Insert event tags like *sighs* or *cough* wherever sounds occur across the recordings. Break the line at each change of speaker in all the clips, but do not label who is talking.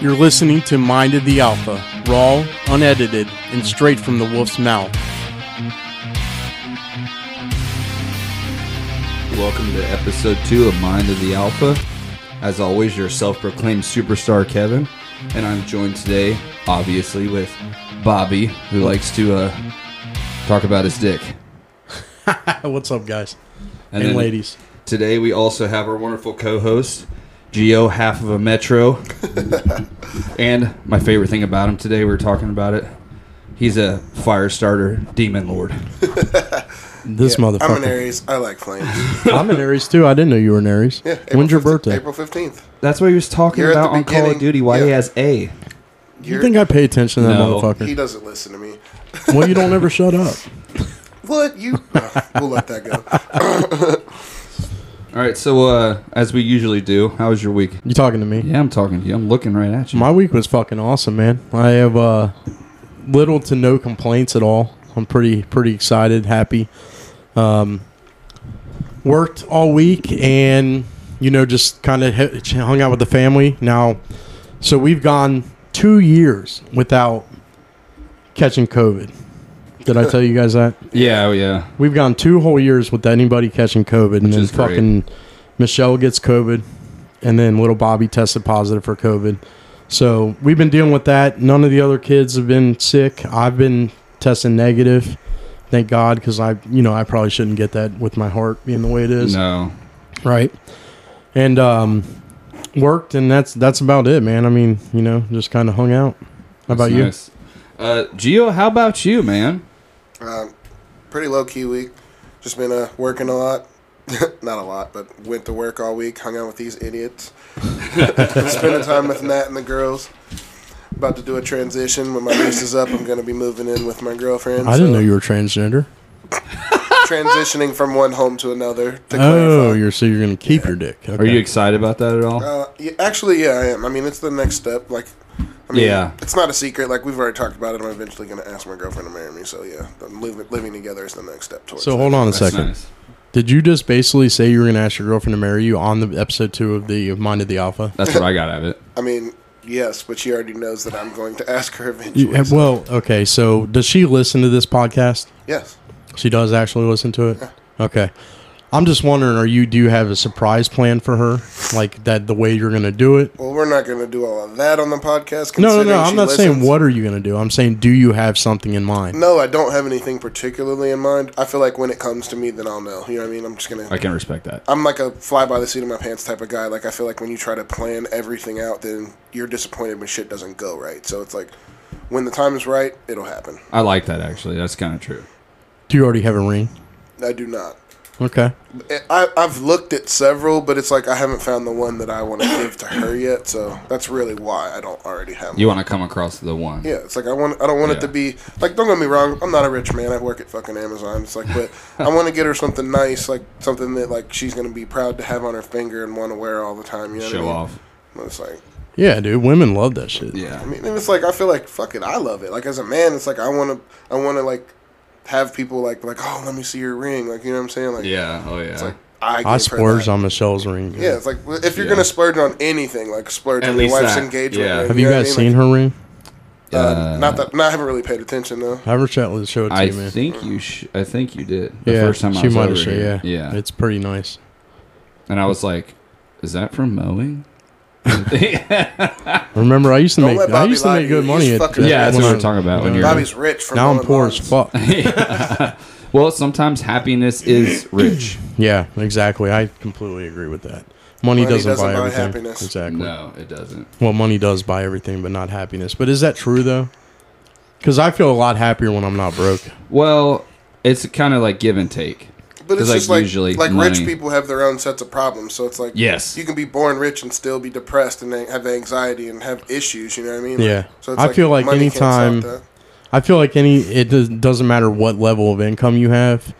You're listening to Mind of the Alpha, raw, unedited, and straight from the wolf's mouth.
Welcome to episode two of Mind of the Alpha. As always, your self proclaimed superstar, Kevin. And I'm joined today, obviously, with Bobby, who likes to uh, talk about his dick.
What's up, guys
And,
and,
then
ladies?
Today, we also have our wonderful co host, Geo, half of a
*laughs*
Metro. and my favorite thing about him today, we were talking about it. He's a fire starter, demon lord.
This motherfucker.
I'm an Aries. I
*laughs*
like flames.
I'm an Aries, too. I didn't know you were an Aries.
Yeah,
When's your
15th
birthday?
April 15th.
That's what he was talking
You're at
about
the
on Call of
beginning.
Duty, why he
Yeah.
has A.
You
You're,
think I pay attention to that
No.
he
motherfucker?
doesn't listen to me.
well, you don't ever shut up.
What? You. *laughs* Oh, we'll let that go.
All right, so uh, as we usually do, how was your week?
You talking to me?
Yeah, I'm talking to you. I'm looking right at you.
My week was fucking awesome, man. I have uh, little to no complaints at all. I'm pretty pretty excited, happy. Um, worked all week, and you know, just kind of hung out with the family. Now, so we've gone two years without catching COVID. Did I tell you guys that?
yeah, oh, yeah.
We've gone two whole years without anybody catching COVID, and
Which
then
is great.
fucking Michelle gets COVID, and then little Bobby tested positive for COVID. So we've been dealing with that. None of the other kids have been sick. I've been testing negative, thank God, because I, you know, I probably shouldn't get that with my heart being the way it is,
No.
right? And um, worked, and that's that's about it, man. I mean, you know, just kind of hung out. How about you?
you? Uh, Gio, how about you, man?
Um, pretty low key week. Just been uh, working a lot. *laughs* Not a lot, but went to work all week. Hung out with these idiots. *laughs* Spending time with Nat and the girls. About to do a transition. When my lease is up, I'm going to be moving in with my girlfriend.
I didn't
so
know you were transgender.
transitioning from one home to another. To
Oh,
clarify.
you're so you're gonna keep your dick. Okay.
Are you excited about that at all?
Uh, yeah, actually, yeah, I am. I mean, it's the next step. Like, I mean,
Yeah.
it's not a secret. Like we've already talked about it. I'm eventually going to ask my girlfriend to marry me. So yeah, the living, living together is the next step towards.
So
that.
hold on a
That's
second.
nice.
Did you just basically say you were going to ask your girlfriend to marry you on the episode two of the of Mind of the Alpha?
That's what I got out of it.
I mean, yes, but she already knows that I'm going to ask her
You-
eventually.
uh,
so-
well, okay. So does she listen to this podcast?
yes,
She does actually listen to it. Okay. I'm just wondering, are you? Do you have a surprise plan for her, like that? The way you're going to do it?
well, we're not going to do all of that on the podcast.
No, no,
considering
no. I'm
she
not saying
listens.
what are you going to do. I'm saying, do you have something in mind?
No, I don't have anything particularly in mind. I feel like when it comes to me, then I'll know. You know what I mean? I'm just gonna.
I can respect that.
I'm like a fly by the seat of my pants type of guy. Like I feel like when you try to plan everything out, then you're disappointed when shit doesn't go right. So it's like, when the time is right, it'll happen.
I like that, actually. That's kind of true.
Do you already have a ring?
I do not.
Okay.
I, I've looked at several, but it's like I haven't found the one that I
*coughs*
want to give to her yet. So that's really why I don't already have.
You
one.
want to come across the one.
Yeah, it's like I want. I don't want
Yeah.
it to be like. Don't get me wrong. I'm not a rich man. I work at fucking Amazon. It's like,
*laughs*
but I want to get her something nice, like something that like she's gonna be proud to have on her finger and want to wear all the time. You know what I
Show
mean?
off.
And It's like
Yeah, dude. Women love that shit.
I
Yeah.
mean, and it's like I feel like fuck it, I love it. Like as a man, it's like I want to, I want to like have people like like oh let me see your ring, like you know what I'm saying? Like
Yeah. Oh, yeah.
it's like I,
I
gave her
splurged
that.
on Michelle's ring. dude.
Yeah, it's like well, if you're
Yeah.
gonna splurge on anything, like splurge
At
on your
least
wife's
that,
engagement.
yeah.
ring,
Have you
know what I
guys
mean?
seen her ring?
Like,
Uh,
Uh, not that, no, I haven't really paid attention though.
Have her chat with show it to
I
you, man.
think you sh- I think you did the first time
she
I was
might
over
have said,
here.
Yeah, it's pretty nice.
and I was like, "Is that
*laughs*
from
*laughs*
mowing?" *laughs*
Remember, I used to
Don't
make
let
I
Bobby
used to
lie
make
to you.
good money
He's
at
fucking-
Yeah, that's
when
what
I-
we're talking about when
Yeah.
you're-
Bobby's rich from
now I'm
blowing
poor as
lines.
fuck.
*laughs* well, sometimes happiness is rich.
Yeah, exactly. I completely agree with that. Money,
Money
doesn't,
doesn't
buy,
buy
everything.
happiness.
Exactly.
*clears throat* No, it doesn't.
Well, money does buy everything, but not happiness. But is that true though? Because I feel a lot happier when I'm not broke.
Well, it's kind of like give and take.
But
Because,
it's
like,
just like
usually
like
money-
rich people have their own sets of problems. So it's like
Yes.
you can be born rich and still be depressed and have anxiety and have issues. You know what I mean? Like,
Yeah.
so
I feel like
money can't solve
anytime-
that.
I feel like any it does, doesn't matter what level of income you have,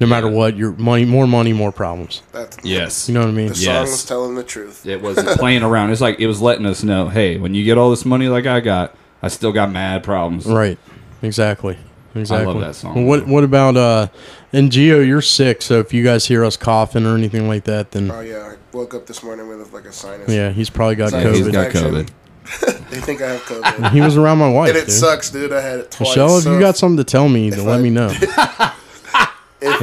no matter what your money, more money, more problems.
That's,
Yes.
You know what I mean?
The
Yes.
song was telling the truth.
It wasn't playing around. It's like it was letting us know, hey, when you get all this money like I got, I still got mad problems.
Right. Exactly. Exactly.
that song.
Well, what What about uh? And Geo, you're sick, so if you guys hear us coughing or anything like that, then
Oh yeah, Woke up this morning with like a sinus.
Yeah, he's probably got
Sorry, he's
COVID.
got- they think I
*laughs*
have COVID.
he was around my wife.
*laughs* and it
dude.
sucks, dude. I had it twice.
Michelle, if
so
you got something to tell me, then
if
let
I- *laughs*
me know.
if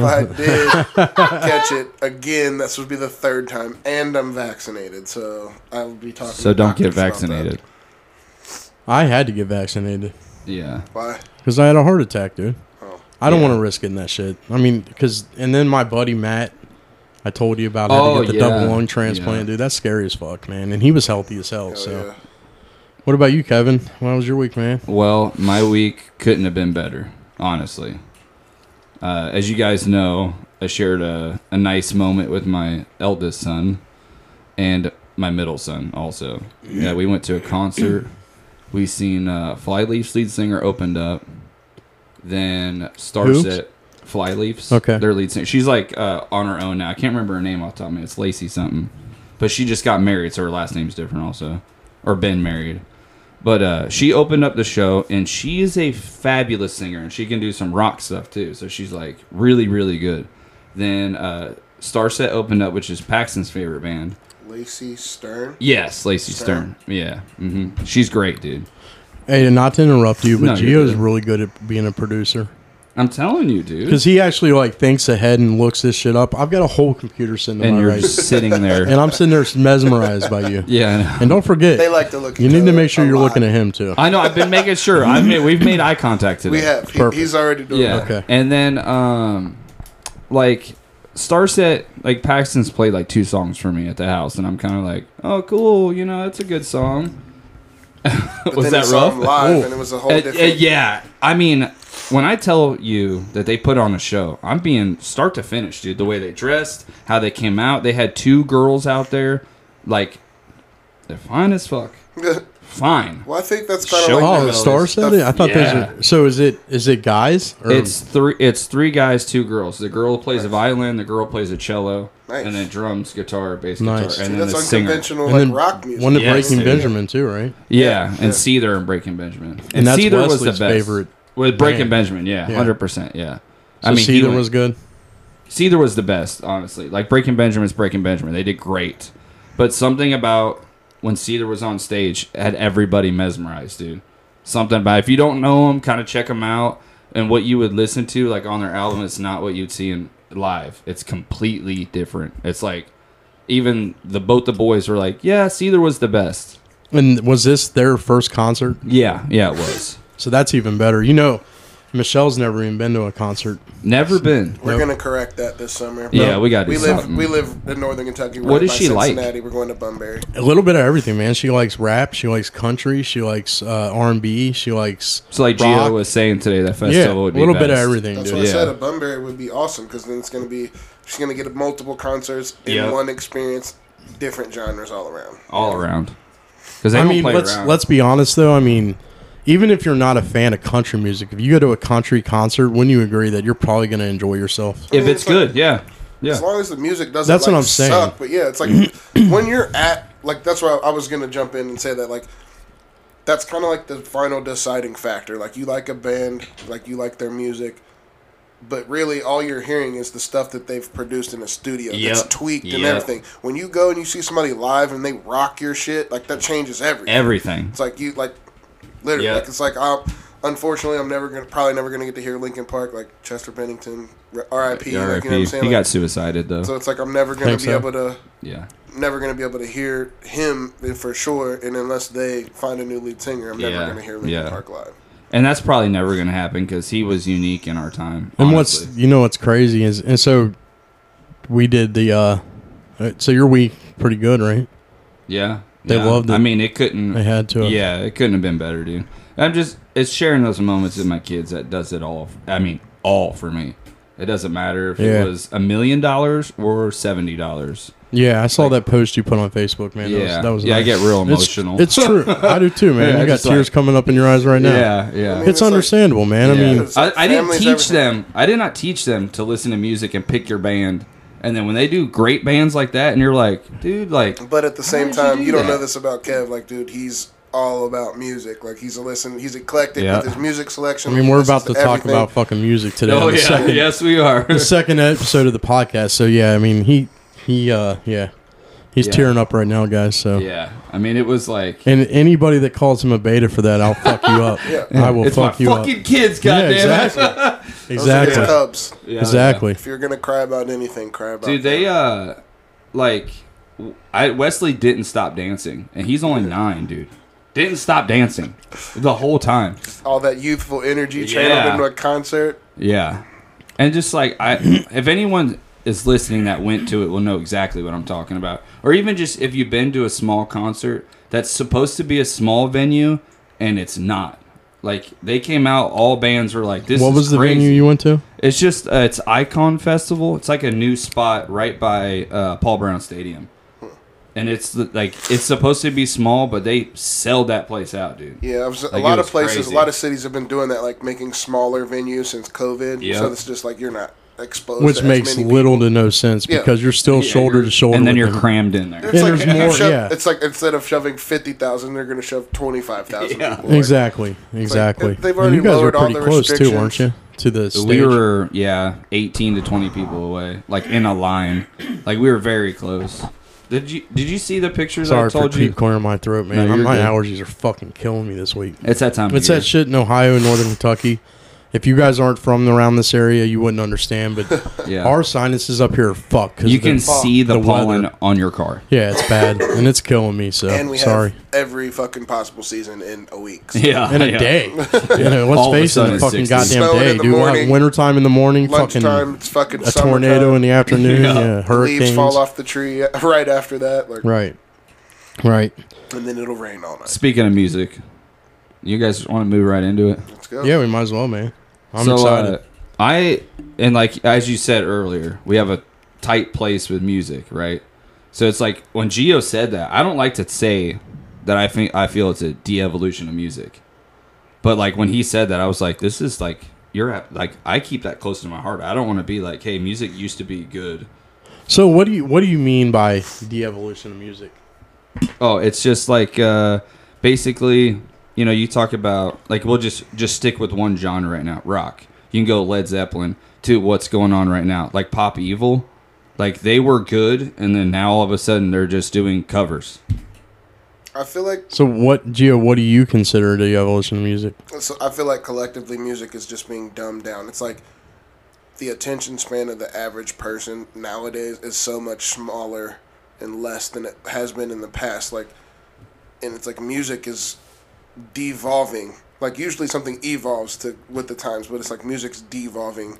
*laughs*
I did catch it again, this would be the third time, and I'm vaccinated, so I will be talking.
So
to
don't get
doctors about that.
vaccinated.
I had to get vaccinated
Yeah.
Why?
because I had a heart attack, dude.
Oh.
I don't
Yeah.
want to risk getting that shit. I mean, because and then my buddy Matt, I told you about how
Oh,
to get the
yeah.
double lung transplant,
Yeah.
dude. That's scary as fuck, man. And he was healthy as hell.
Hell
so,
yeah.
what about you, Kevin? How was your week, man?
Well, my week couldn't have been better, honestly. Uh, as you guys know, I shared a, a nice moment with my eldest son and my middle son also. Yeah, we went to a concert. We seen uh, Flyleafs lead singer opened up. Then Starset Flyleafs.
Okay.
Their lead singer. She's like uh, on her own now. I can't remember her name off the top of my head. It's Lacey something. But she just got married, so her last name's different also. Or been married. But uh, she opened up the show, and she is a fabulous singer, and she can do some rock stuff too. So she's like really, really good. Then uh, Starset opened up, which is Paxton's favorite band.
Lacey Stern.
Yes, Lacey
Stern.
Stern. Yeah, hmm she's great, dude.
Hey, and not to interrupt you, but
No, you're
Gio's
good.
really good at being a producer
I'm telling you, dude.
because he actually like thinks ahead and looks this shit up. I've got a whole computer sitting on
And
my
you're
right,
just sitting
*laughs*
there.
and I'm sitting there mesmerized by you.
*laughs* Yeah, I know.
And don't forget,
They like to look.
you
each
need to
other
make sure
a
you're
lot.
looking at him too.
I know. I've been making sure. I mean, we've made eye contact today.
We have. He,
Perfect.
he's already doing.
Yeah.
Yeah.
Okay.
And then um like Starset like Paxton's played like two songs for me at the house and I'm kind of like, "Oh, cool, you know, that's a good song." *laughs*
But
Was
then he
that
saw him
rough?
live,
Oh.
and it was a whole
Uh, uh,
different.
yeah. I mean, when I tell you that they put on a show, I'm being start to finish, dude. The way they dressed, how they came out, they had two girls out there like they're fine as fuck. Fine.
*laughs* well, I think that's kind
Show
of
Oh,
like
the
Well,
star
it's-
said it. I thought
Yeah.
those. Are, so is it is it guys? Or,
It's three. It's three guys, two girls. The girl plays a violin. The girl plays a cello,
Nice.
and then drums, guitar, bass
Nice.
guitar, and
Dude,
then
that's
the singer.
unconventional,
and
like
then
rock music.
One of
Yes,
Breaking
dude.
Benjamin too, right?
Yeah,
Yeah.
and Seether and Breaking Benjamin. And,
And that's
Seether was the
Wesley's
best.
favorite
With Breaking
band.
Benjamin, yeah,
Yeah.
hundred percent, yeah.
So
I mean,
Seether
he
was
was
good.
Seether was the best, honestly. Like Breaking Benjamin's Breaking Benjamin, they did great, but something about when Seether was on stage had everybody mesmerized, dude. Something about if you don't know them, kind of check them out, and what you would listen to like on their album, it's not what you'd see in live. It's completely different. It's like even the both the boys were like, yeah, Seether was the best.
And was this their first concert?
Yeah, yeah, it was.
So that's even better. You know, Michelle's never even been to a concert.
Never been.
We're
Nope.
gonna correct that this summer.
Yeah, we gotta do
We live.
something.
We live in Northern Kentucky.
What
right
is
by
she like?
Cincinnati. We're going to Bunbury.
A little bit of everything, man. She likes rap. She likes country. She likes uh, R and B. She likes
So like
rock.
Gio was saying today, that festival
yeah, a
would be
little bit of
best.
everything,
That's
dude.
why I
Yeah.
said a Bunbury would be awesome because then it's gonna be she's gonna get multiple concerts in
Yep.
one experience, different genres all around.
all around. Because they
I
don't
mean,
play
let's
around.
let's be honest though. I mean, even if you're not a fan of country music, if you go to a country concert, wouldn't you agree that you're probably going to enjoy yourself?
if it's
it's like-
good, yeah, yeah.
As long as the music doesn't
That's
like,
what I'm saying.
suck. But yeah, it's like
*clears throat*
when you're at like that's where I was gonna jump in and say that like that's kind of like the final deciding factor. Like you like a band, like you like their music, but really all you're hearing is the stuff that they've produced in a studio that's
Yep.
tweaked and
Yep.
everything. When you go and you see somebody live and they rock your shit, like that changes everything.
Everything.
It's like you like literally
Yeah.
like it's like i unfortunately I'm never gonna probably never gonna get to hear Linkin Park like Chester Bennington R- R.I.P. Like,
RIP.
you know what I'm
he
saying? Like,
got suicided though.
so it's like I'm never gonna
Think
be
so.
able to
yeah,
never gonna be able to hear him for sure. And unless they find a new lead singer, I'm never
Yeah,
gonna hear Linkin
yeah.
Park live.
and that's probably never gonna happen because he was unique in our time.
And
honestly.
what's you know what's crazy is and so we did the uh uh, so your week pretty good, right?
yeah,
They
yeah.
loved it.
I mean, it couldn't.
They had to.
Yeah, it couldn't have been better, dude. I'm just it's sharing those moments with my kids that does it all. I mean, all for me. It doesn't matter if
Yeah.
it was a million dollars or seventy dollars.
Yeah, I saw that post you put on Facebook, man. That
Yeah.
was, that was
Yeah, I
nice.
get real
It's-
emotional.
It's, true. I do
*laughs*
too, man.
Yeah,
you
I
got
just
tears
like-
coming up in your eyes right now.
Yeah, yeah.
It's
It's like-
understandable, man. I mean,
It's
I,
like
I didn't
family's
teach
everything.
them. I did not teach them to listen to music and pick your band. And then when they do great bands like that, and you're like, dude, like,
But at the same
did you
time,
do
you, don't
that?
know this about Kev. Like, dude, he's all about music. Like, he's a listen. He's eclectic
Yeah.
with his music selection.
I mean,
He
we're
listens
about to talk
everything.
about fucking music today.
oh
on the
yeah,
second,
*laughs* yes we are.
the second episode of the podcast. So yeah, I mean, he he uh yeah. He's
Yeah.
tearing up right now, guys. So.
Yeah, I mean, it was like
And anybody that calls him a beta for that, I'll fuck you up.
*laughs* Yeah.
I will
it's
fuck
my
you
fucking
up.
kids, goddamn *laughs*
exactly.
Those are
Exactly.
his Cubs.
it. Yeah,
Exactly.
If you're gonna cry about anything, cry about.
yeah. Dude, they uh, like, w- I Wesley didn't stop dancing, and he's only nine, dude. Didn't stop dancing the whole time.
all that youthful energy channeled
Yeah.
into a concert.
Yeah, and just like
*clears throat*
I, if anyone is listening that went to it, will know exactly what I'm talking about. Or even just if you've been to a small concert that's supposed to be a small venue and it's not. Like they came out, all bands were like, "This
What
is
was the
crazy.
venue you went to?
It's just uh, it's Icon Festival. It's like a new spot right by uh, Paul Brown Stadium, and it's the- like it's supposed to be small, but they sell that place out, dude.
Yeah, I was, a
Like, it
lot of
was
places,
crazy.
a lot of cities have been doing that, like making smaller venues since COVID.
Yeah.
So it's just like you're not exposed. to
Which
as
makes
many
little to no sense
Yeah.
because you're still
Yeah,
shoulder
you're-
to shoulder.
and then
with
you're
them.
crammed in there.
People. It's
And
like
there's
you
more-
shove-
yeah.
It's like instead of shoving fifty thousand, they're gonna shove twenty five thousand.
Yeah.
people.
Exactly. Exactly.
they've
And
already
you guys were
lowered all
pretty
the
close too, weren't you?
restrictions.
To the stage.
We were uh, yeah, eighteen to twenty people away, like in a line, like we were very close. Did you did you see the pictures I
Sorry for
told
deep
you?
corner of my throat, man.
No, you're
my
good.
allergies are fucking killing me this week.
It's that time. of
It's
year.
that shit in Ohio and Northern Kentucky. If you guys aren't from around this area, you wouldn't understand. But
*laughs* Yeah.
our sinuses up here are fucked. 'cause
you
of the-
can see the,
the
pollen
weather.
on your car. *laughs*
Yeah, it's bad, and it's killing me. So
And we
sorry.
have every fucking possible season in a week. So
Yeah,
in a
yeah. *laughs*
day, you know, let's
All of a
face it,
sudden
the
it's
fucking
60.
goddamn
Snowing
day,
in the
dude. We'll have
morning.
wintertime in the morning, fucking
Lunchtime, it's fucking
a tornado in the afternoon, yeah,
*laughs* Yeah.
hurricanes,
Leaves fall off the tree *laughs* right after that, like,
right, right,
and then it'll rain all night.
Speaking of music, you guys want to move right into it?
Let's go.
yeah, we might as well, man. I'm
So,
excited.
uh, I and like as you said earlier, we have a tight place with music, right? So it's like when Geo said that, I don't like to say that I think I feel it's a de-evolution of music, but like when he said that, I was like, this is like you're at, like I keep that close to my heart. I don't want to be like, hey, music used to be good.
so what do you what do you mean by de-evolution of music?
Oh, it's just like uh, basically, you know, you talk about like we'll just just stick with one genre right now, rock. You can go Led Zeppelin to what's going on right now, like Pop Evil. Like they were good, and then now all of a sudden they're just doing covers.
I feel like
So what, Gio? What do you consider de-evolution of music?
so I feel like collectively music is just being dumbed down. It's like the attention span of the average person nowadays is so much smaller and less than it has been in the past. Like, and it's like music is devolving. Like usually something evolves to with the times, but it's like music's devolving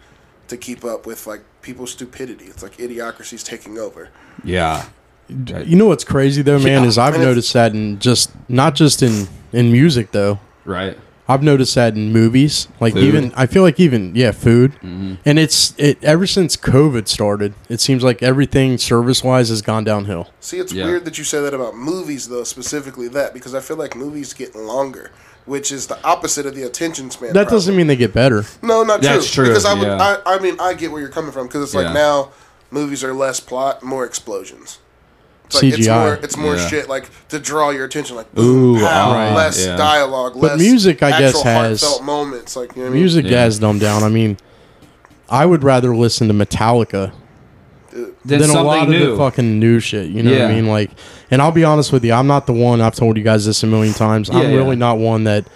to keep up with like people's stupidity. It's like idiocracy's taking over.
Yeah,
You know what's crazy though, man,
Yeah,
is I've
and it's-
noticed that in just not just in in music though.
right.
I've noticed that in movies, like
Food. Mm-hmm.
even I feel like even yeah, food, and it's it ever since COVID started, it seems like everything service wise has gone downhill.
See, it's
Yeah.
weird that you say that about movies, though, specifically that, because I feel like movies get longer, which is the opposite of the attention span.
That
problem.
doesn't mean they get better.
No, not
That's true,
Because I would,
yeah.
I, I mean, I get where you're coming from. Because it's
Yeah.
like now movies are less plot, more explosions. It's like it's
CGI.
more, it's more
Yeah.
shit like to draw your attention, like boom,
Ooh,
pow,
ah,
less
yeah.
dialogue, less
music, I guess,
actual
has-
heartfelt moments, like you know what I mean?
Music
Yeah.
has dumbed down. I mean, I would rather listen to Metallica
Then,
than a
something
lot
new.
of the fucking new shit. You know what I
Yeah.
mean? Like, and I'll be honest with you, I'm not the one. I've told you guys this a million times.
Yeah,
I'm
yeah.
really not one that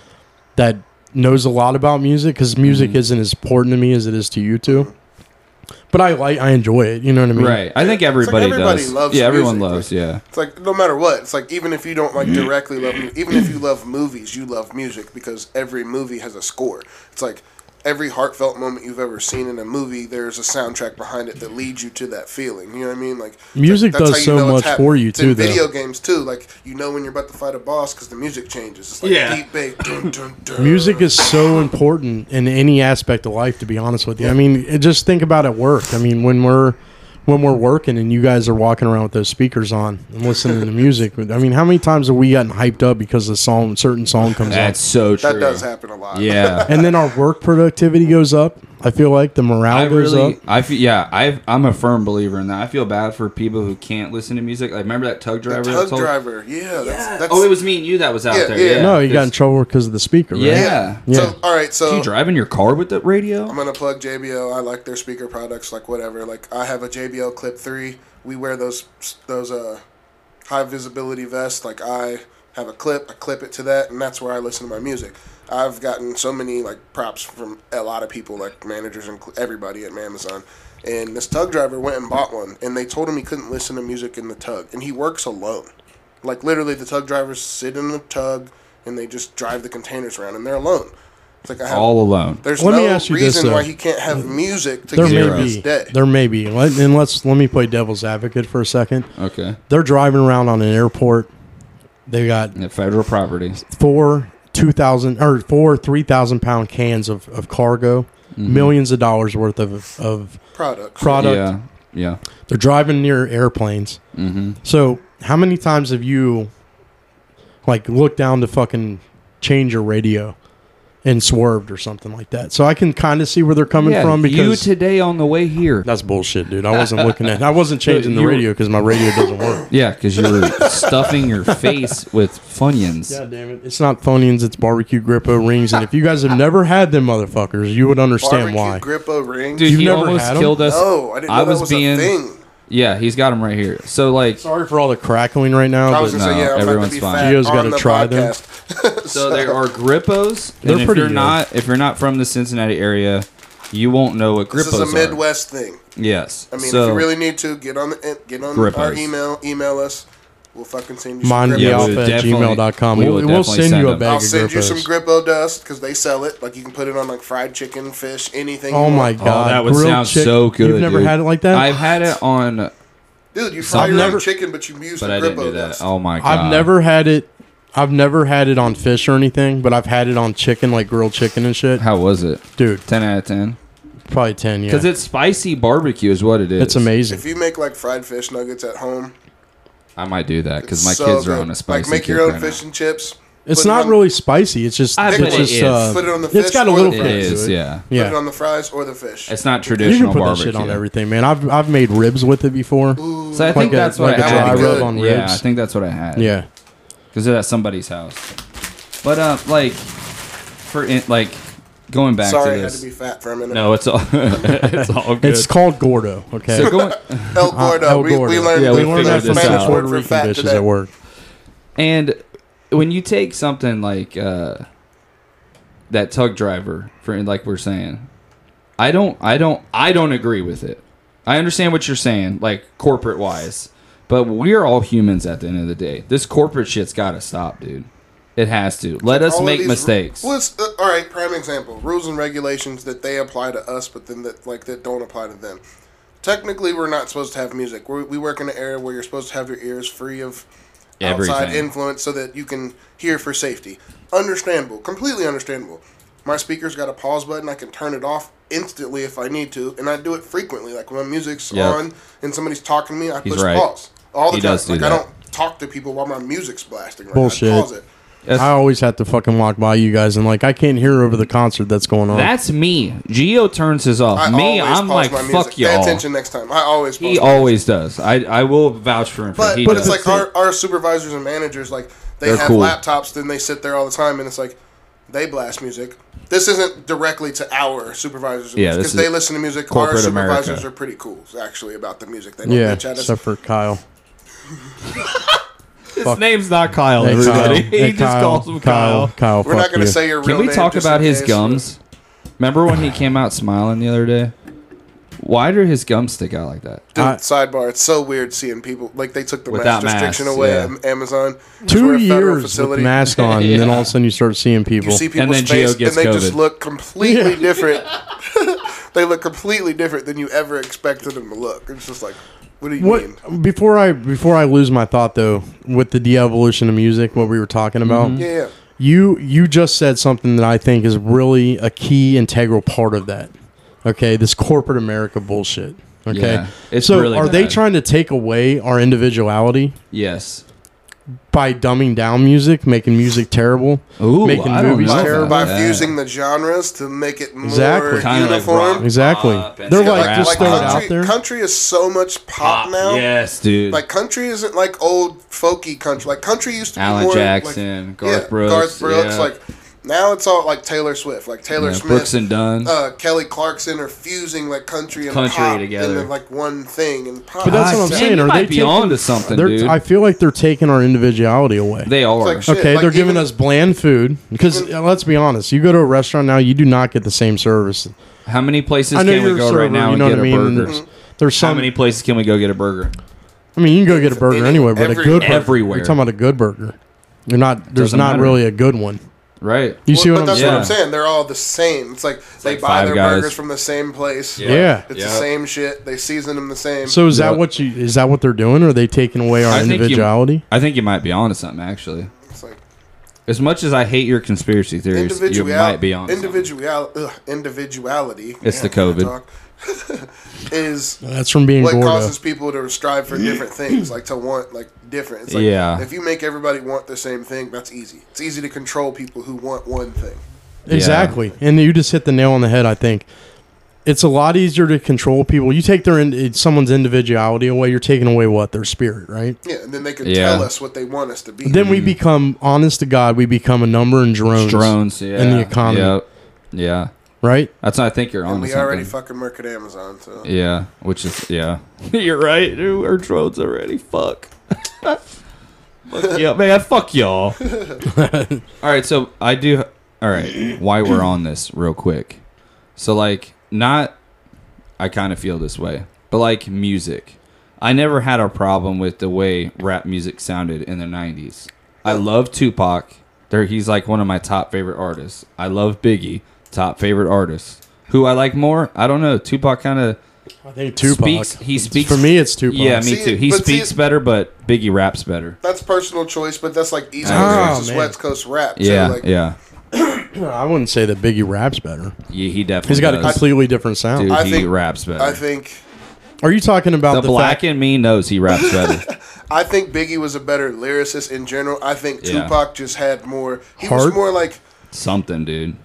that knows a lot about music because music
Mm-hmm.
isn't as important to me as it is to you two. But I like, I enjoy it. You know what I mean?
right. I think everybody,
everybody
does.
loves
yeah, everyone
music,
loves.
like-
yeah,
It's like no matter what, it's like even if you don't like directly love, mu- even if you love movies, you love music because every movie has a score. It's like every heartfelt moment you've ever seen in a movie, there's a soundtrack behind it that leads you to that feeling. You know what I mean? Like it's
Music
like, that's
does
how you
so
know it's
much
happening.
for you,
It's in
too, though.
video games too, like you know when you're about to fight a boss because the music changes. It's like
Yeah.
deep bass. dun, dun, dun.
Music is so important in any aspect of life. To be honest with you, I mean, it- just think about at work. I mean, when we're when we're working and you guys are walking around with those speakers on and listening to music. I mean, how many times have we gotten hyped up because the song, certain song
*laughs*
comes out?
that's so true.
that does happen a lot. *laughs*
Yeah.
and then our work productivity goes up. I feel like the morale
I
goes
really,
up.
I feel, yeah, i I'm a firm believer in that. I feel bad for people who can't listen to music. Like, remember that tug driver? that
Tug
told-
driver, yeah, that's, that's
oh, it was me and you that was out
Yeah,
there.
yeah.
Yeah,
No, you got in
It's-
trouble because of the speaker, right?
Yeah.
Yeah.
So all right, so
Do you drive in your car with the radio?
I'm gonna plug JBL. I like their speaker products, like whatever. Like I have a JBL Clip Three. We wear those those uh high visibility vest. Like I have a clip, I clip it to that, and that's where I listen to my music. I've gotten so many like props from a lot of people, like managers and cl- everybody at Amazon. And this tug driver went and bought one, and they told him he couldn't listen to music in the tug, and he works alone. Like literally, the tug drivers sit in the tug, and they just drive the containers around, and they're alone. It's like I have
all alone.
there's
Let
no
me ask you this,
reason why
though.
he can't have music to
There
get
may
through his
be.
day.
There may be. Let, and let's let me play devil's advocate for a second.
Okay.
They're driving around on an airport. They got
Yeah, federal property.
four two thousand or four three thousand pound cans of, of cargo,
Mm-hmm.
millions of dollars worth of of
Products.
product.
Yeah. Yeah.
They're driving near airplanes.
Mm-hmm.
So how many times have you like looked down to fucking change your radio and swerved or something like that? So I can kind of see where they're coming from
you
because
today on the way here.
that's bullshit, dude. I wasn't looking at. I wasn't changing the
*laughs* You-
radio because my radio doesn't
*laughs*
work.
Yeah, because you
*laughs*
were stuffing your face with Funyuns.
God damn it! It's not Funyuns. It's barbecue Grippo rings, and if you guys have never had them motherfuckers, you would understand
Barbecue
why.
Grippo rings.
Dude,
You've
he
never
almost
had 'em?
killed us.
no, I didn't know
I
that
was
was,
being-
a thing.
Yeah, he's got him right here. So like,
Sorry for all the crackling right now,
I was
but
gonna
no,
say, yeah, I'm about
everyone's
to be
fine.
fat
Gio's
on
gotta
the
try them.
*laughs*
podcast.
so there are grippos. and
They're
if
pretty
you're
good.
not if you're not from the Cincinnati area, you won't know what
This
grippos
is a
are.
Midwest thing.
Yes.
I mean,
so
if you really need to, get on the in- get on
Grippos.
our email, email us. We'll fucking send you some
mind
Yeah,
me
we
Grippo.
would
alpha at
definitely-
gmail.com.
we
We'll,
would
we'll
definitely
send
send
you a
them.
bag
I'll
of
send you some
Grippo's.
Grippo dust because they sell it. Like you can put it on like fried chicken, fish, anything.
Oh
you
my
want.
god,
that would
Grilled
sound
chick-
so good,
You've never
dude.
had it like that.
I've had it on,
Dude, you fry
I've
your
never-
own chicken, but you use
but
the
I didn't
Grippo
do that.
dust.
Oh my god!
I've never had it. I've never had it on fish or anything, but I've had it on chicken, like grilled chicken and shit.
How was it?
Dude,
Ten out of ten.
probably ten. Yeah,
Because it's spicy barbecue is what it is.
it's amazing.
If you make like fried fish nuggets at home,
I might do that because my
so
kids are
good.
on a spicy
Like make
kick
your own
right
fish and chips.
it's
put it
not
on-
really spicy. It's just.
I
it's
bet it
just.
is.
Uh,
Put it on the
it's
fish
got a
or
little
the
now. It
kick
fries.
to
is,
it.
yeah.
Put it
yeah.
on the fries or the fish.
It's not
You can
traditional
put that
barbecue.
shit on everything, man. I've I've made ribs with it before.
So I
Like
think
a-
that's what
like
I
a
had.
dry rub
on
yeah,
ribs.
I think that's what I had.
Yeah,
because they're at somebody's house. But uh, like for in, like going back
Sorry,
to
I had
this.
to be fat for a
*laughs*
minute.
no, it's all *laughs* it's all good.
it's called Gordo. Okay.
so *laughs* going
El Gordo.
El
we, we
Gordo.
learned
Yeah,
the
we learned that
figured
from
this
some
out.
word
Puerto
for
Rican
fat
bitches
today.
at work.
and when you take something like uh, that tug driver for like we're saying, I don't, I don't, I don't agree with it. I understand what you're saying, like corporate wise, but we're all humans at the end of the day. This corporate shit's got to stop, dude. It has to. Let us
All of
make
these-
mistakes.
Well, it's, uh, all right, prime example: rules and regulations that they apply to us, but then that like that don't apply to them. Technically, we're not supposed to have music. We're, we work in an area where you're supposed to have your ears free of outside
Everything.
influence, so that you can hear for safety. Understandable, completely understandable. My speaker's got a pause button. I can turn it off instantly if I need to, and I do it frequently. Like when music's
Yeah.
on and somebody's talking to me, I
He's
push
right.
pause all the
He
time.
does do
like
that.
I don't talk to people while my music's blasting. Right
Bullshit.
I pause it.
That's-
I always have to fucking walk by you guys and like I can't hear over the concert that's going on.
That's me. Geo turns his off.
I
me,
always
I'm
pause
like,
my music.
fuck
Pay
y'all.
attention next time. I always.
He
pause my music.
always does. I, I will vouch for him. for
But,
he
but
does.
it's like our, our supervisors and managers, like they
They're
have
cool.
laptops, then they sit there all the time, and it's like they blast music. This isn't directly to our supervisors,
Yeah, this
because
is
they listen to music. Our
corporate
supervisors
America.
are pretty cool, actually, about the music. They don't
yeah,
bitch at us.
except for Kyle.
his name's not Kyle.
Hey, Kyle.
everybody, *laughs* he
Hey,
just
Kyle.
calls him Kyle.
Kyle,
We're not
fuck
going
you.
to say your real
Can we
name
talk
just
about
in
his
case.
gums? Remember when he came out smiling the other day? Why do his gums stick out like that?
Dude,
I-
sidebar. It's so weird seeing people like they took the
Without
mask restriction
masks,
away
yeah.
at Amazon. We're
two
a federal
years with
facility.
mask on, and then all of a sudden you start seeing people.
You see
then
people's
Gio
face, and
gets
they just
COVID.
look
*laughs*
completely different. *laughs* they look completely different than you ever expected them to look. It's just like, what do you mean?
what before I before I lose my thought though with the de-evolution of music, what we were talking about.
Mm-hmm.
Yeah, yeah.
You you just said something that I think is really a key integral part of that. Okay, this corporate America bullshit. Okay,
Yeah, it's
so
really
are they
bad.
trying to take away our individuality
Yes.
by dumbing down music, making music terrible,
Ooh,
making
I don't
movies
know about
terrible?
By
Yeah.
fusing the genres to make it more
Exactly.
Kinda like
uniform.
rock.
Exactly.
Pop and
They're
Yeah,
like
rap.
just throw it
Like
out
country,
there.
country is so much pop, now.
Yes, dude.
Like country isn't like old folky country. Like country used to be
Alan
more
Jackson,
like,
Garth Brooks,
Garth Brooks.
yeah.
Like Now it's all like Taylor Swift, like Taylor
Yeah,
Smith,
Brooks and Dunn.
uh, Kelly Clarkson are fusing like country and
Country
pop
together.
into like one thing. And pop.
But that's what I'm
Man,
saying.
you
Are
might
they
be
taking-
onto something,
They're,
dude?
I feel like they're taking our individuality away.
they are.
like shit.
Okay,
like
they're giving
even-
us bland food because let's be honest. You go to a restaurant now, you do not get the same service.
How many places
I know
can
you're
we
a
go
server,
right now
you
and
know
get
what I
a
mean. and
burger?
There's, there's
How
some.
many places can we go get a burger?
I mean, you can go get a burger
Any-
anywhere, but a
every-
good burger,
Everywhere.
You're talking about a good burger. You're not. There's
Doesn't
not
matter.
really a good one.
Right.
You see what
Well, but
I'm
that's
saying?
what I'm
saying?
saying. They're all the same. It's like they
like
buy
Five
their
Guys.
burgers from the same place.
Yeah.
It's
Yeah.
the same shit. They season them the same.
So is that
Yeah.
what you? Is that what they're doing? Are they taking away our
I think you-
individuality?
I think you might be onto something actually.
it's like
As much as I hate your conspiracy theories, you
individual
might be onto something.
individual ugh, individuality.
It's the
Damn,
COVID.
talk. *laughs* is
That's from being
what
Gordo.
causes people to strive for
*clears throat*
different things, like to want like different. It's like,
Yeah.
If you make everybody want the same thing, that's easy. It's easy to control people who want one thing.
Exactly. And you just hit the nail on the head, I think. It's a lot easier to control people. You take their in, someone's individuality away, you're taking away what? Their spirit, right?
Yeah, and then they can
Yeah.
tell us what they want us to be.
Then we
Mm.
become honest to God, we become a number in drones.
drones, yeah,
the economy.
Yep. Yeah,
Right?
that's. I think you're
and
on.
we
something.
already fucking work at Amazon, so
Yeah, which is yeah. *laughs* You're right. Dude, we're drones already. Fuck. fuck yeah, man. Fuck y'all. *laughs* all right, so I do. All right, why we're on this real quick. So like, not. I kind of feel this way, but like music, I never had a problem with the way rap music sounded in the '90s. I love Tupac. There, he's like one of my top favorite artists. I love Biggie, top favorite artist. Who I like more? I don't know. Tupac kind of
I think Tupac.
Speaks- he speaks
For me, it's Tupac.
Yeah, me
See,
too. He
but see-
speaks better, but Biggie raps better.
that's personal choice. But that's like East Coast
Oh,
versus
man.
West Coast rap. Too.
yeah,
like,
yeah,
I wouldn't say that Biggie raps better.
yeah. He definitely.
He's got a
does.
completely different sound.
Dude,
I
he
think-
raps better.
I think
Are you talking about
the,
the,
black
fact
in me knows he raps
*laughs*
better.
I think Biggie was a better lyricist in general. I think
Yeah.
Tupac just had more. He was
Heart?
more like
Something, dude.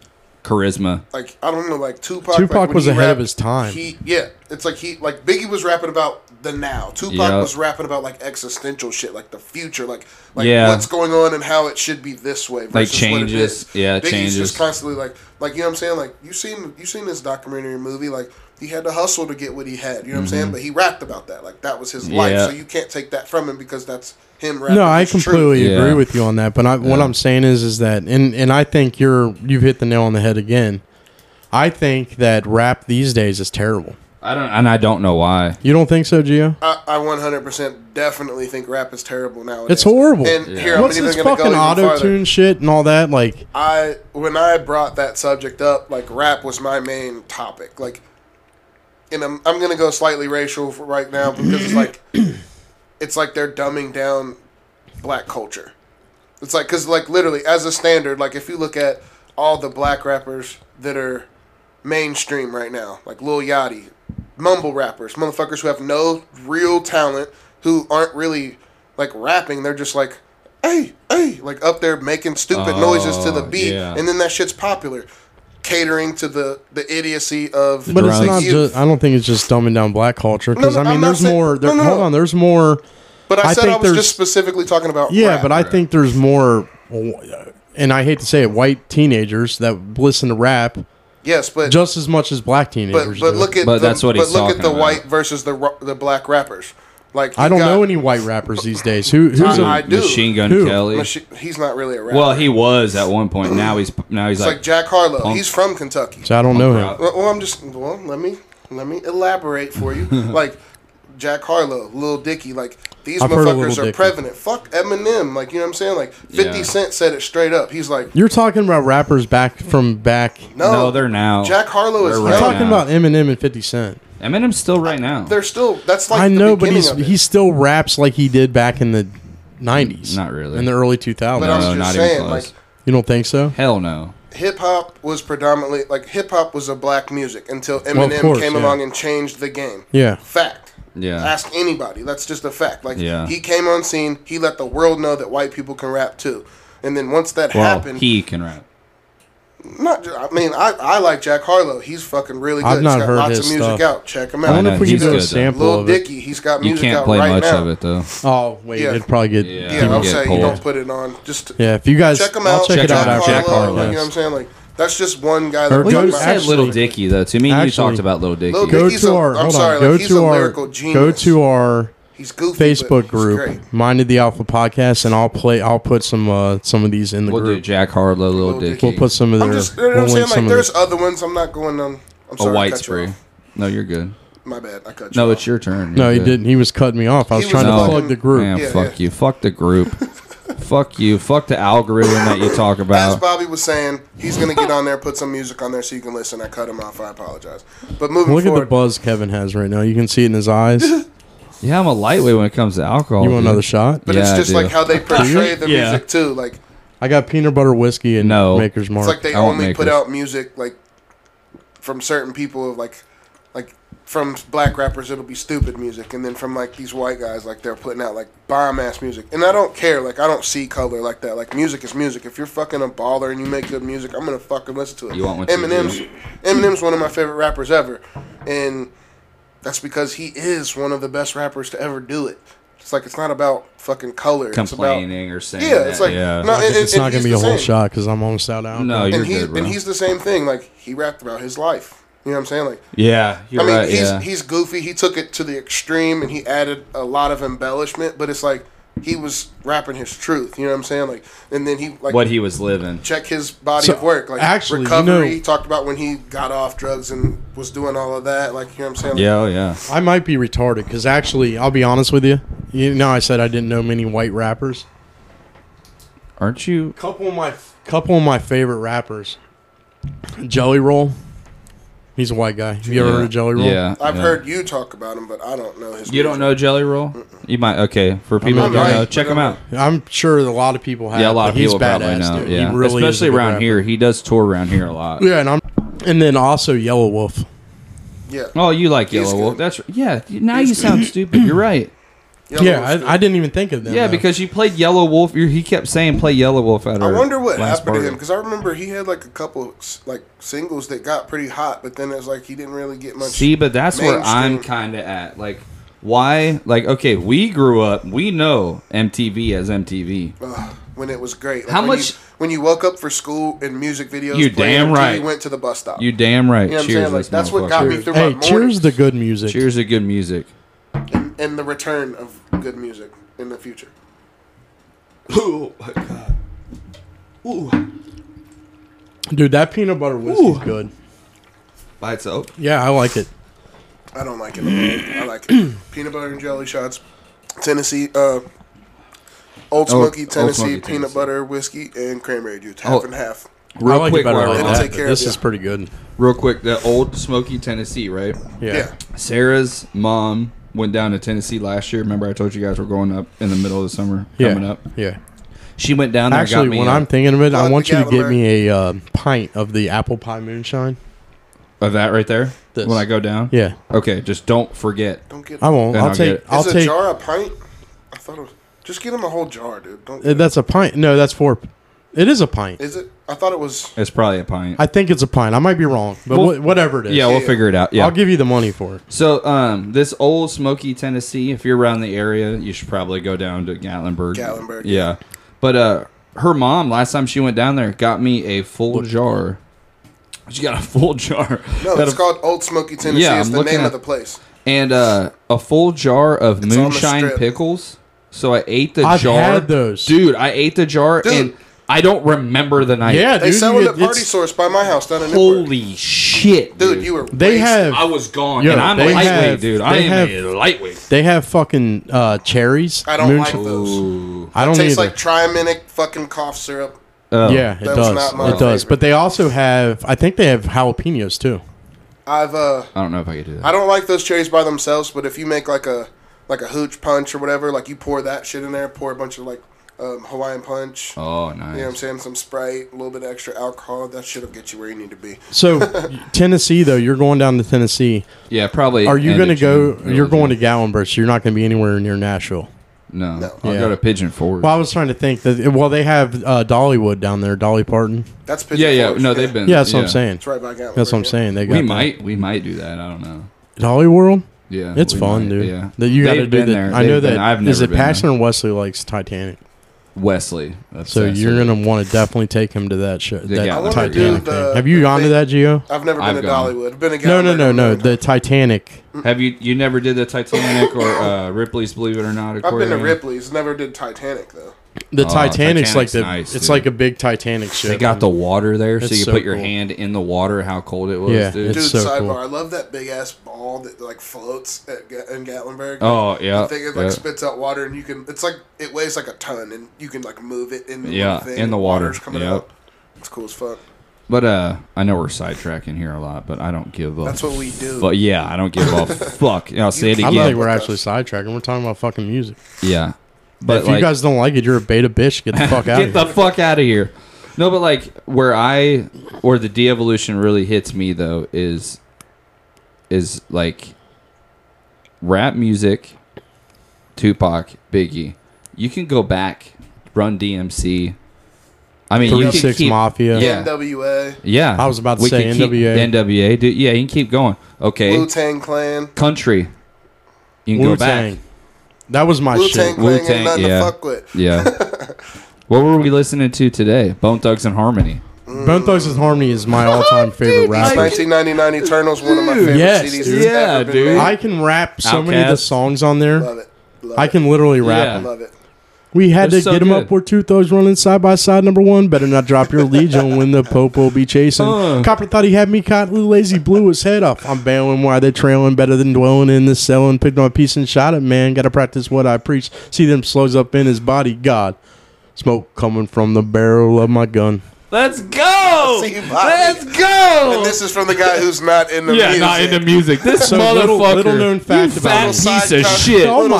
Charisma.
like I don't know, like Tupac.
Tupac
like, when
was
he
ahead of his time.
He yeah, it's like he like Biggie was rapping about the now. Tupac
Yep.
was rapping about like existential shit, like the future, like like
Yeah.
what's going on and how it should be this way. Versus What it
changes.
is.
Yeah,
Biggie's
changes.
just constantly like like you know what I'm saying. Like you seen you seen this documentary or movie like. He had to hustle to get what he had, you know what I'm saying? But he rapped about that. Like, that was his life.
Mm-hmm. Yeah.
So you can't take that from him because that's him rapping.
No, I
his truth.
completely
Yeah.
agree with you on that. But I, what I'm saying is, is that, and and I think you're you've hit the nail on the head again. I think that rap these days is terrible.
I don't, and I don't know why.
You don't think so, Gio?
I, I 100% definitely think rap is terrible nowadays.
It's horrible.
And here, I'm
What's
even
this
going to go
fucking
even
auto
farther.
tune shit and all that? Like,
I when I brought that subject up, like rap was my main topic. Like, and I'm I'm going to go slightly racial for right now because
*clears throat*
it's like it's like they're dumbing down black culture. It's like because like literally as a standard, like if you look at all the black rappers that are mainstream right now, like Lil Yachty, mumble rappers, motherfuckers who have no real talent, who aren't really like rapping. They're just like, hey, hey, like up there making stupid
Oh,
noises to the beat,
yeah.
and then that shit's popular, catering to the the idiocy of.
but it's
Drugs.
not.
You-
Just, I don't think it's just dumbing down black culture because
No, no,
I
I'm
mean,
not
there's
saying-
more. There,
no, no,
hold
no.
on, there's more.
but I,
I
said
think
I was
there's-
just specifically talking about.
Yeah,
rap.
but I think there's more. And I hate to say it, white teenagers that listen to rap
yes, but
just as much as black teenagers.
but but
do.
look at
But
the,
that's what he's
but look at
talking
the
about.
white versus the ro- the black rappers. Like
I
you
don't
got-
know any white rappers these days. Who who's
I-
a
I do.
Machine Gun
Who?
Kelly.
Machi- he's not really a rapper.
well, he was at one point. Now he's now he's
it's like,
like,
Jack Harlow.
Punk.
He's from Kentucky.
So I don't know him.
Rock.
Well, well, I'm just well. Let me let me elaborate
*laughs*
for you. like Jack Harlow, Lil Dicky, like these
I've heard of Lil
motherfuckers are
Dicky.
prevalent. Fuck Eminem. Like you know what I'm saying? Like Fifty
Yeah.
Cent said it straight up. He's like,
You're talking about rappers back from back.
no,
no, they're now.
Jack Harlow is
They're
You're
right
young.
talking
now.
about Eminem and Fifty Cent.
Eminem's still right now.
They're still. That's like
I
the
know, but
beginning
he's
of it.
he still raps like he did back in the '90s.
Not really.
In the early 2000s.
But um,
no,
I'm just
not
saying,
even close.
like-
you don't think so?
Hell no.
hip hop was predominantly like hip hop was a black music until Eminem
of course,
came
yeah.
along and changed the game.
Yeah.
Fact.
Yeah.
Ask anybody. That's just a fact. Like
Yeah.
he came on scene, he let the world know that white people can rap too. And then once that
Well,
happened,
he can rap.
Not, ju- I mean, I, I like Jack Harlow. He's fucking really good.
I've not
he's got
heard
lots
his
of music
stuff.
out. Check him
I
out.
wonder
know,
if we can
he's
do a
good, though.
sample
Lil
of it.
Dicky, he's got
You
music
can't
out
play
right
much
now.
of it though.
Oh wait,
Yeah.
it'd probably get
Yeah.
people
Yeah, I'll
get
say you
pulled.
don't put it on. Just
Yeah, if you guys
check him
I'll
out.
check, it out
out.
after
Jack
the
Harlow.
podcast.
You know what I'm saying? Like that's just one guy
Or
that we
go
talk
to
about.
Actually-
said Little Dicky though. To me, you
Actually-
talked about Little Dicky.
Lil
Go
He's
to
a-
our
I'm
hold
sorry,
on. Go
like, he's a
to our
lyrical
go
genius.
to our
He's goofy. but
Facebook
he's
group,
great.
Minded the Alpha Podcast, and I'll play. I'll put some uh, some of these in the
We'll do
group.
Jack Harlow, Little,
Lil Dicky.
Dicky.
We'll put some of their.
I'm just, you know what I'm
we'll
saying?
link some
Like,
of
there's
their-
other ones. I'm not going on. I'm
a
sorry. I
white
cut you
spree.
off.
No, you're good.
My bad. I cut you.
No,
off.
it's your turn.
no,
You're
he
good.
didn't. He was cutting me off. I was
He
trying
was
to
fucking-
plug the group.
Man,
Yeah,
fuck
yeah.
you. Fuck
*laughs*
the group. fuck you. Fuck the algorithm that you talk
As
about.
Bobby was saying, he's gonna get
*laughs*
on there, put some music on there so you can listen. I cut him off. I apologize. But moving
Look at the
forward,
buzz Kevin has right now. You can see it in his
*laughs*
eyes. You
Yeah, I'm a lightweight when it comes to alcohol.
want
dude.
another shot?
but
Yeah, I
it's just
do.
like how they portray the
Yeah.
music too. Like
I got peanut butter whiskey and
No.
Maker's Mark.
it's like they
I want
only put
makers.
out music like from certain people of like like from black rappers it'll be stupid music and then from like these white guys like they're putting out like bomb ass music and i don't care like i don't see color like that like music is music if you're fucking a baller and you make good music i'm gonna fucking listen to it
You want what you
eminem's
lose.
eminem's one of my favorite rappers ever and that's because he is one of the best rappers to ever do it it's like it's not about fucking color it's about
complaining or saying.
yeah it's
that,
like
yeah.
no and- and-
it's not gonna
and he's
be a
the
whole
same
shot because I'm almost out. Of
No,
alcohol.
you're
and he
good, bro.
and he's the same thing. Like he rapped about his life. You know what I'm saying? Like
yeah, you're
I mean,
right.
he's
Yeah.
he's goofy. He took it to the extreme, and he added a lot of embellishment. But it's like he was rapping his truth. You know what I'm saying? Like and then he like
what he was living.
check his body
So,
of work. Like
actually, you
recovery.
know-
he talked about when he got off drugs and was doing all of that. Like you know what I'm saying? Like,
Yeah, oh, yeah.
I might be retarded because actually, I'll be honest with you. You know, I said I didn't know many white rappers.
Aren't you?
Couple of my couple of my favorite rappers, Jelly Roll. He's a white guy. Have you ever heard of Jelly Roll?
Yeah,
I've
yeah.
heard you talk about him, but I don't know his.
You don't
music.
know Jelly Roll? You might. Okay, for people
I'm
who don't
right.
know, check him out.
I'm sure that a lot of people have.
Yeah, a lot
Uh, but
of people
he's
probably
badass,
know.
Dude. He
Yeah,
really is a
especially
good
around
rapper.
here. He does tour around here a lot.
Yeah, and I'm, and then also Yellow Wolf.
Yeah.
Oh, you like
He's
Yellow
good.
Wolf? That's yeah. Now you sound stupid. You're right.
yeah,
Wolf's
I, I didn't even think of them.
*clears throat* Yeah,
though.
because you played Yellow Wolf. you he kept saying play Yellow Wolf at
I
our
wonder what
last
happened
party.
to him because I remember he had like a couple like singles that got pretty hot, but then it's like he didn't really get much.
See, but that's where I'm
mainstream.
kind of at. Like, why? Like, okay, we grew up. We know MTV as MTV.
Ugh, when it was great. Like,
How
when
much-
You, when you woke up for school and music videos,
You
played
damn
until
right.
You went to the bus stop.
You damn right.
You know what I'm
cheers,
saying? Like,
this
that's what got
motherfucker.
me through
hey,
my
cheers
mornings
the good music.
Cheers to good music.
and the return of good music in the future.
Oh my god. Ooh.
dude. That peanut butter whiskey's
Ooh.
good.
By itself.
Yeah, I like it.
I don't like it. I like
*clears throat*
it. peanut butter and jelly shots, Tennessee. Uh, Old Smoky,
Oh, Old
Tennessee,
Smoky,
peanut
Tennessee.
butter, whiskey, and cranberry juice. Half
Oh.
and half.
Real
I like
quick,
it better
while
like
we're
It'll
that.
at
take
but
it.
care of
this
you.
is pretty good.
Real quick, the old Smoky, Tennessee, right?
Yeah.
Yeah.
Sarah's mom went down to Tennessee last year. Remember, I told you guys we're going up in the middle of the summer
Yeah.
coming up.
Yeah.
She went down there.
Actually,
and got me
when
a-
I'm thinking of it,
Not
I
the
want you to get
Gallagher.
me a uh, pint of the apple pie moonshine.
of that right there.
This.
When I go down,
Yeah,
Okay, just don't forget.
Don't get.
I won't.
Then
I'll,
I'll get
take.
it.
I'll
is
take.
a jar a pint? I thought it was. Just get him a whole jar, dude. Don't.
uh, That's a pint. No, that's four. It is a pint.
is it? I thought it was.
It's probably a pint.
I think it's a pint. I might be wrong, but
Well,
wh- whatever it is,
yeah, we'll
yeah.
figure it out. Yeah.
I'll give you the money for it.
so, um, this old Smoky, Tennessee. If you're around the area, you should probably go down to Gatlinburg.
Gatlinburg.
Yeah. But uh, her mom last time she went down there got me a full jar. She got a full jar.
No,
That
it's
a-
called Old Smoky, Tennessee.
Yeah,
it's
I'm
the
looking
name
at-
of the place.
and uh, a full jar of
on the
moonshine
strip.
pickles. So I ate the
I've
jar.
had those.
dude. I ate the jar,
Dude.
and I don't remember the night.
Yeah,
They
dude.
sell
you
it
get-
at Party
it's-
Source by my house down in Newport.
Holy shit, dude!
Dude, you were.
they
wasted.
have.
I was gone,
Yo,
and I'm a
they
lightweight,
have-
dude. I
they
am
have-
a lightweight.
They have fucking uh, cherries.
I don't like
moonshine-
those.
I don't
Tastes
either.
like triminic fucking cough syrup.
Oh.
yeah, it
That was
does.
not my
It does.
favorite.
But they also have. I think they have jalapenos too.
I've uh,
I don't know if I could do that.
I don't like those cherries by themselves, but if you make like a like a hooch punch or whatever, like you pour that shit in there, pour a bunch of like um, Hawaiian punch.
oh, nice.
You know what I'm saying? Some Sprite, a little bit of extra alcohol. That shit'll get you where you need to be. *laughs*
So Tennessee, though, you're going down to Tennessee.
yeah, probably.
Are you
end
going to
of
go?
June, early
You're going to
June.
Gallenburg, so you're not going to be anywhere near Nashville.
No,
No.
I'll
Yeah.
go to Pigeon Forge.
Well, I was trying to think that. Well, they have uh, Dollywood down there, Dolly Parton.
That's Pigeon
yeah, yeah.
Forge,
No, they've been.
Yeah, that's what I'm saying.
It's right by Gatlinburg.
That's what I'm
yeah.
saying. They got
We
the-
might, we might do that. I don't know.
Dolly World.
Yeah,
It's
we
fun,
might,
dude.
Yeah,
That you got to
They've
do
been
that.
there.
I know
They've been-
that.
I've never
is it
been there.
Paxton or Wesley likes Titanic?
Wesley. That's
So
that's
you're
it.
gonna want to definitely take him to that show.
They
That
got- I wanna
Titanic
do
thing.
the-
Have you
the
gone to
thing-
that, Geo?
I've never been
I've
to
gone.
Dollywood. I've been to Gatlinburg.
No, no, no,
I've
no.
never-
The Titanic.
Have you you never did the Titanic or uh, Ripley's Believe It or Not?
I've been to
aquarium?
Ripley's. Never did Titanic though.
The
Oh,
Titanic's like
Titanic's
the.
nice,
it's
dude.
like a big Titanic ship.
They got the water there, so
It's
you
so
put your
cool.
hand in the water. How cold it was,
Yeah,
dude.
it's-
Dude,
so
sidebar.
cool.
I love that big ass ball that like floats at, Ga- in Gatlinburg.
oh yeah,
The thing it like
yeah.
spits out water, and you can. It's like it weighs like a ton, and you can like move it in the
Yeah,
thing.
in the water.
Water's coming
Yep.
out. It's cool as fuck.
But uh, I know we're sidetracking here a lot, but I don't give up.
That's what we do.
But yeah, I don't
*laughs*
give a fuck. I'll say it
I don't think
again.
we're
Yeah.
actually sidetracking. We're talking about fucking music.
Yeah, but
if
like,
you guys don't like it, you're a beta bitch. Get the
*laughs*
fuck out.
get
of here.
the fuck out of here. No, but like where I or the de-evolution really hits me though is is like rap music, Tupac, Biggie. You can go back, Run DMC. I mean, you
Three
can
Six
keep-
Mafia.
Yeah.
NWA,
Yeah,
I was about to
We
say
can keep-
NWA.
NWA, dude. Yeah, you can keep going. Okay,
Wu Tang Clan,
country. You can
Wu
go
Tang.
back.
That was my
Wu
shit.
Tang Clan,
Ah, Wu-Tang,
ain't nothing
yeah.
to fuck with.
Yeah. what were we listening to today? Bone Thugs and Harmony.
Bone Thugs and Harmony is my all-time favorite rapper.
1999 Eternals, one of my favorite
Yes,
CDs.
dude.
that's
Yeah,
ever been
dude.
made.
I can rap so many of the
Outkast.
songs on there.
love it. Love
I can literally rap
Yeah.
It.
them.
Love it.
We had
They're
to
so
get him
good.
up where two thugs running side by side. Number one, better not drop your legion when the Pope will be chasing.
Uh.
Copper thought he had me caught. Lou Lazy blew his head off. I'm bailing why they're trailing. Better than dwelling in the cell and picked on a piece and shot it, man. Gotta practice what I preach. See them slows up in his body. God. Smoke coming from the barrel of my gun.
Let's go.
*laughs* See you, Bobby. Let's
go.
And *laughs* this is from the guy who's not in the
yeah,
music.
not into music. This
So
motherfucker.
little- little known fact
you
about
fat
him.
piece
Side
of
cut.
shit.
Oh my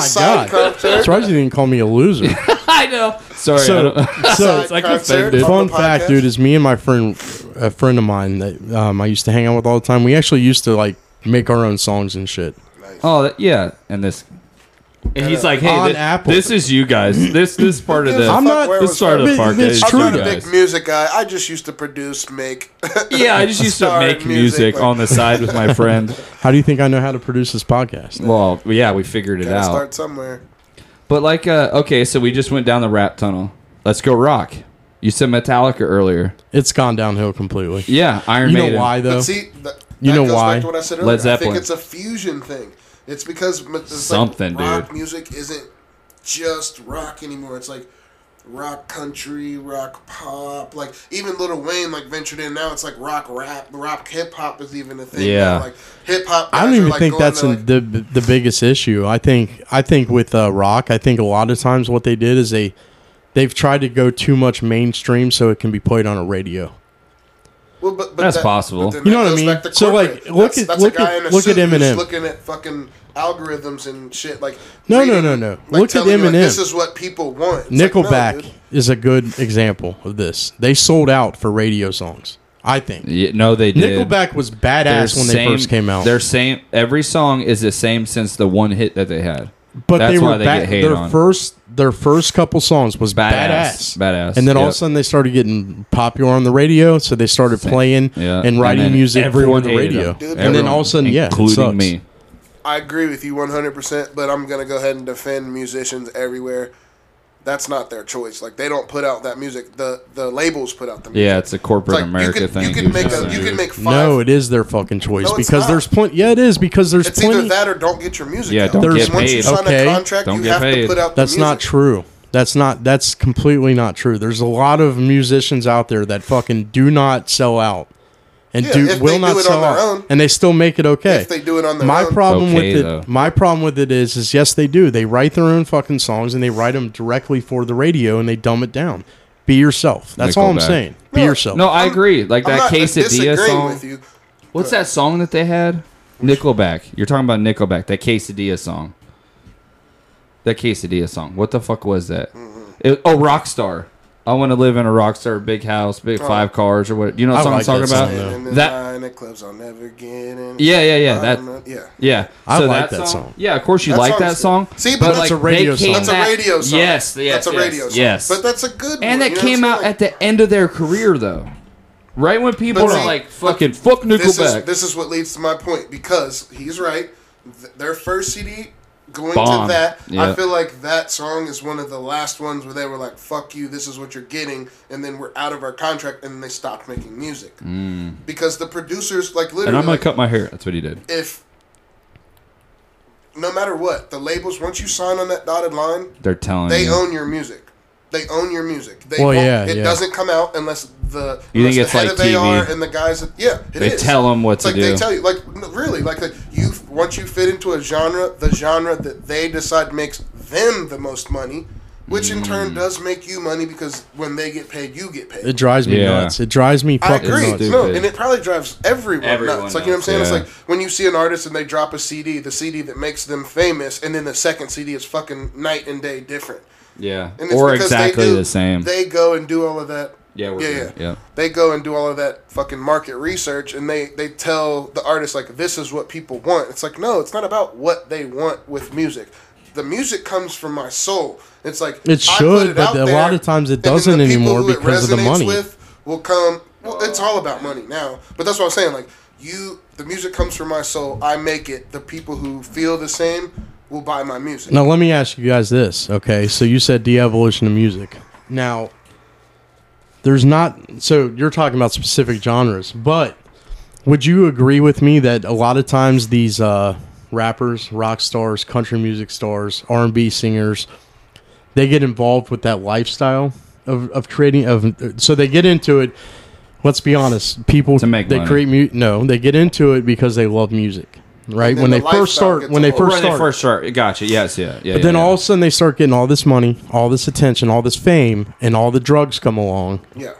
god.
side cut there.
That's right. You didn't call me a loser.
*laughs* I know. Sorry.
So,
I don't, *laughs*
so
it's like
concert.
offended.
Fuck.
Fun
the podcast?
fact, dude, is me and my friend, a friend of mine that um, I used to hang out with all the time. We actually used to like make our own songs and shit.
Oh that- yeah, and this. And he's like, hey,
On
thi-
Apple.
this is you guys. This this part
*laughs*
of the
I'm not-
Where it
this
was
part of the
But
park
it's
is
true,
you
I'm not a
guys.
big music guy. I just used to produce, make. *laughs*
Yeah, I just used to
Sorry,
make
music,
music
like-
on the side with my friend.
*laughs*
How do you think I know how to produce this podcast?
Well, yeah, we figured it
Gotta
out.
start somewhere.
But like, uh, okay, so we just went down the rap tunnel. Let's go rock. You said Metallica earlier.
It's gone downhill completely.
Yeah, Iron
You
Maiden.
know why though?
But see, that,
You
that
know
goes
why?
Back to what I said
Led
earlier. I think
Zeppelin.
it's a fusion thing. It's because m- it's
Something,
like rock
dude.
music isn't just rock anymore. It's like rock country, rock pop. Like even Little Wayne like ventured in. Now it's like rock rap, rock hip hop is even a thing.
Yeah.
now. like hip hop.
I
guys
don't
are,
even
like,
think
going
that's
to,
in the the biggest issue. I think I think with uh, rock, I think a lot of times what they did is they they've tried to go too much mainstream so it can be played on a radio.
Well, but, but
That's
that-
possible.
but then
You know
that
what I
goes
mean?
back to
So, like,
corporate.
look at-
a
look
guy
at-
in a
look at
suit who's
Eminem.
looking at fucking algorithms and shit. Like
No, no, no, no.
like,
Look at
telling you, like,
Eminem.
this is what people want. It's like, no,
Nickelback
dude.
is a good example of this. They sold out for radio songs. I think
Yeah, no, they did.
Nickelback was
They're
badass when they
same-
first came out.
Their same every song is the same since the one hit that they had.
But
That's
they were
why they
ba-
get hate
their
on.
first their first couple songs was badass,
Badass. Badass,
and then all of
yep.
a sudden they started getting popular on the radio, so they started playing
Yeah,
and writing
then
music
Everyone
for the
hated
radio,
them.
Dude,
and then all of a sudden, yeah, it
including
sucks.
me.
I agree with you 100%, but I'm going to go ahead and defend musicians everywhere. That's not their choice. Like they don't put out that music. The the labels put out the music.
Yeah, it's a corporate
It's like,
America
you could,
thing.
You could
was
make
just
a, you
saying.
could make five.
No, it is their fucking choice
No, it's
because
not.
there's plenty. Yeah, it is because there's
it's either
plenty.
that or don't get your music.
Yeah,
out.
don't
Because
get
once you
paid.
sign
Okay.
a contract,
Don't
you
get
have
paid.
to put out.
that's
the
not
music.
true. That's not. That's completely not true. There's a lot of musicians out there that fucking do not sell out, and
Yeah, if
do
they
will
do
not
it on
sell
their
out,
own.
and they still make it okay.
If they do it on their
my
own.
problem
Okay,
with it
though.
my problem with it is is yes they do they write their own fucking songs and they write them directly for the radio and they dumb it down be yourself that's all i'm
Nickelback.
saying be
No,
yourself
No, I agree. Like
I'm
that
not
quesadilla
disagreeing
song.
with you.
What's that song that they had? Nickelback. You're talking about Nickelback. That quesadilla song.
Mm-hmm.
That quesadilla song. What the fuck was that? It, oh, Rockstar. I want to live in a rock star, big house, big
Oh.
five cars, or what. You know what
I
song
like
I'm
that song,
talking about?
though.
And in
That-
line of clubs I'll never get in.
Yeah, yeah, yeah. That
I'm not- yeah.
Yeah,
I like that song.
Yeah, of course you
That
like
song's
that
good.
song.
See, but that's
a radio
they came
song.
That's a
back-
radio song.
Yes, yes,
That's a
yes,
radio song.
Yes,
But that's a good one.
and that
you know
came
what I'm
out
saying?
at the end of their career though, right when people
But
are
see,
like
but
fucking fuck
this
Nickelback.
is this is what leads to my point because he's right. Th- their first CD going
Bomb.
to that,
Yeah.
I feel like that song is one of the last ones where they were like, "Fuck you, this is what you're getting," and then we're out of our contract, and they stopped making music because the producers like literally.
Mm. and I'm gonna
like,
cut my hair. That's what he did.
if no matter what the labels once you sign on that dotted line
They're telling
they
you.
own your music they own your music they
Well,
won't-
yeah,
it
yeah.
doesn't come out unless the
You think
unless the
it's
head
like
of AR
TV?
and the guys that, yeah it
They
is.
tell 'em what
it's
to
like they
do.
tell you like n- really like the, you once you fit into a genre the genre that they decide makes them the most money which in
Mm.
turn does make you money because when they get paid you get paid
It drives me
Yeah.
nuts. It drives me
I
fucking
agree.
nuts.
It's
No,
stupid.
and it probably drives everyone,
Everyone
nuts. Like you know what I'm
nuts,
saying? It's
yeah.
like when you see an artist and they drop a CD, the CD that makes them famous, and then the second CD is fucking night and day different.
Yeah,
And
or
because they
exactly
do-
the same.
They go and do all of that.
Yeah, we're
yeah,
good.
yeah.
Yeah.
They go and do all of that fucking market research, and they they tell the artist like this is what people want. It's like no, it's not about what they want with music. The music comes from my soul. It's like
It
I put
should,
it
but
out
a
there,
lot of times it
and then
doesn't
the people
anymore
who it
because of the
resonates
money.
With will come. Well, it's all about money now, but that's what I'm saying. Like you, the music comes from my soul. I make it. The people who feel the same will buy my music.
Now let me ask you guys this. Okay, so you said de-evolution of music. Now, there's not. So you're talking about specific genres, but would you agree with me that a lot of times these uh, rappers, rock stars, country music stars, R&B singers, they get involved with that lifestyle of, of creating of. So they get into it. Let's be honest. People
To make
they
money.
create mu- no, they get into it because they love music. Right
then
when
the
they first
lifestyle
start,
gets
when they
old.
first
Right, they
start,
first start. Gotcha. Yes. Yeah. yeah
but then all of a sudden they start getting all this money, all this attention, all this fame, and all the drugs come along,
Yeah.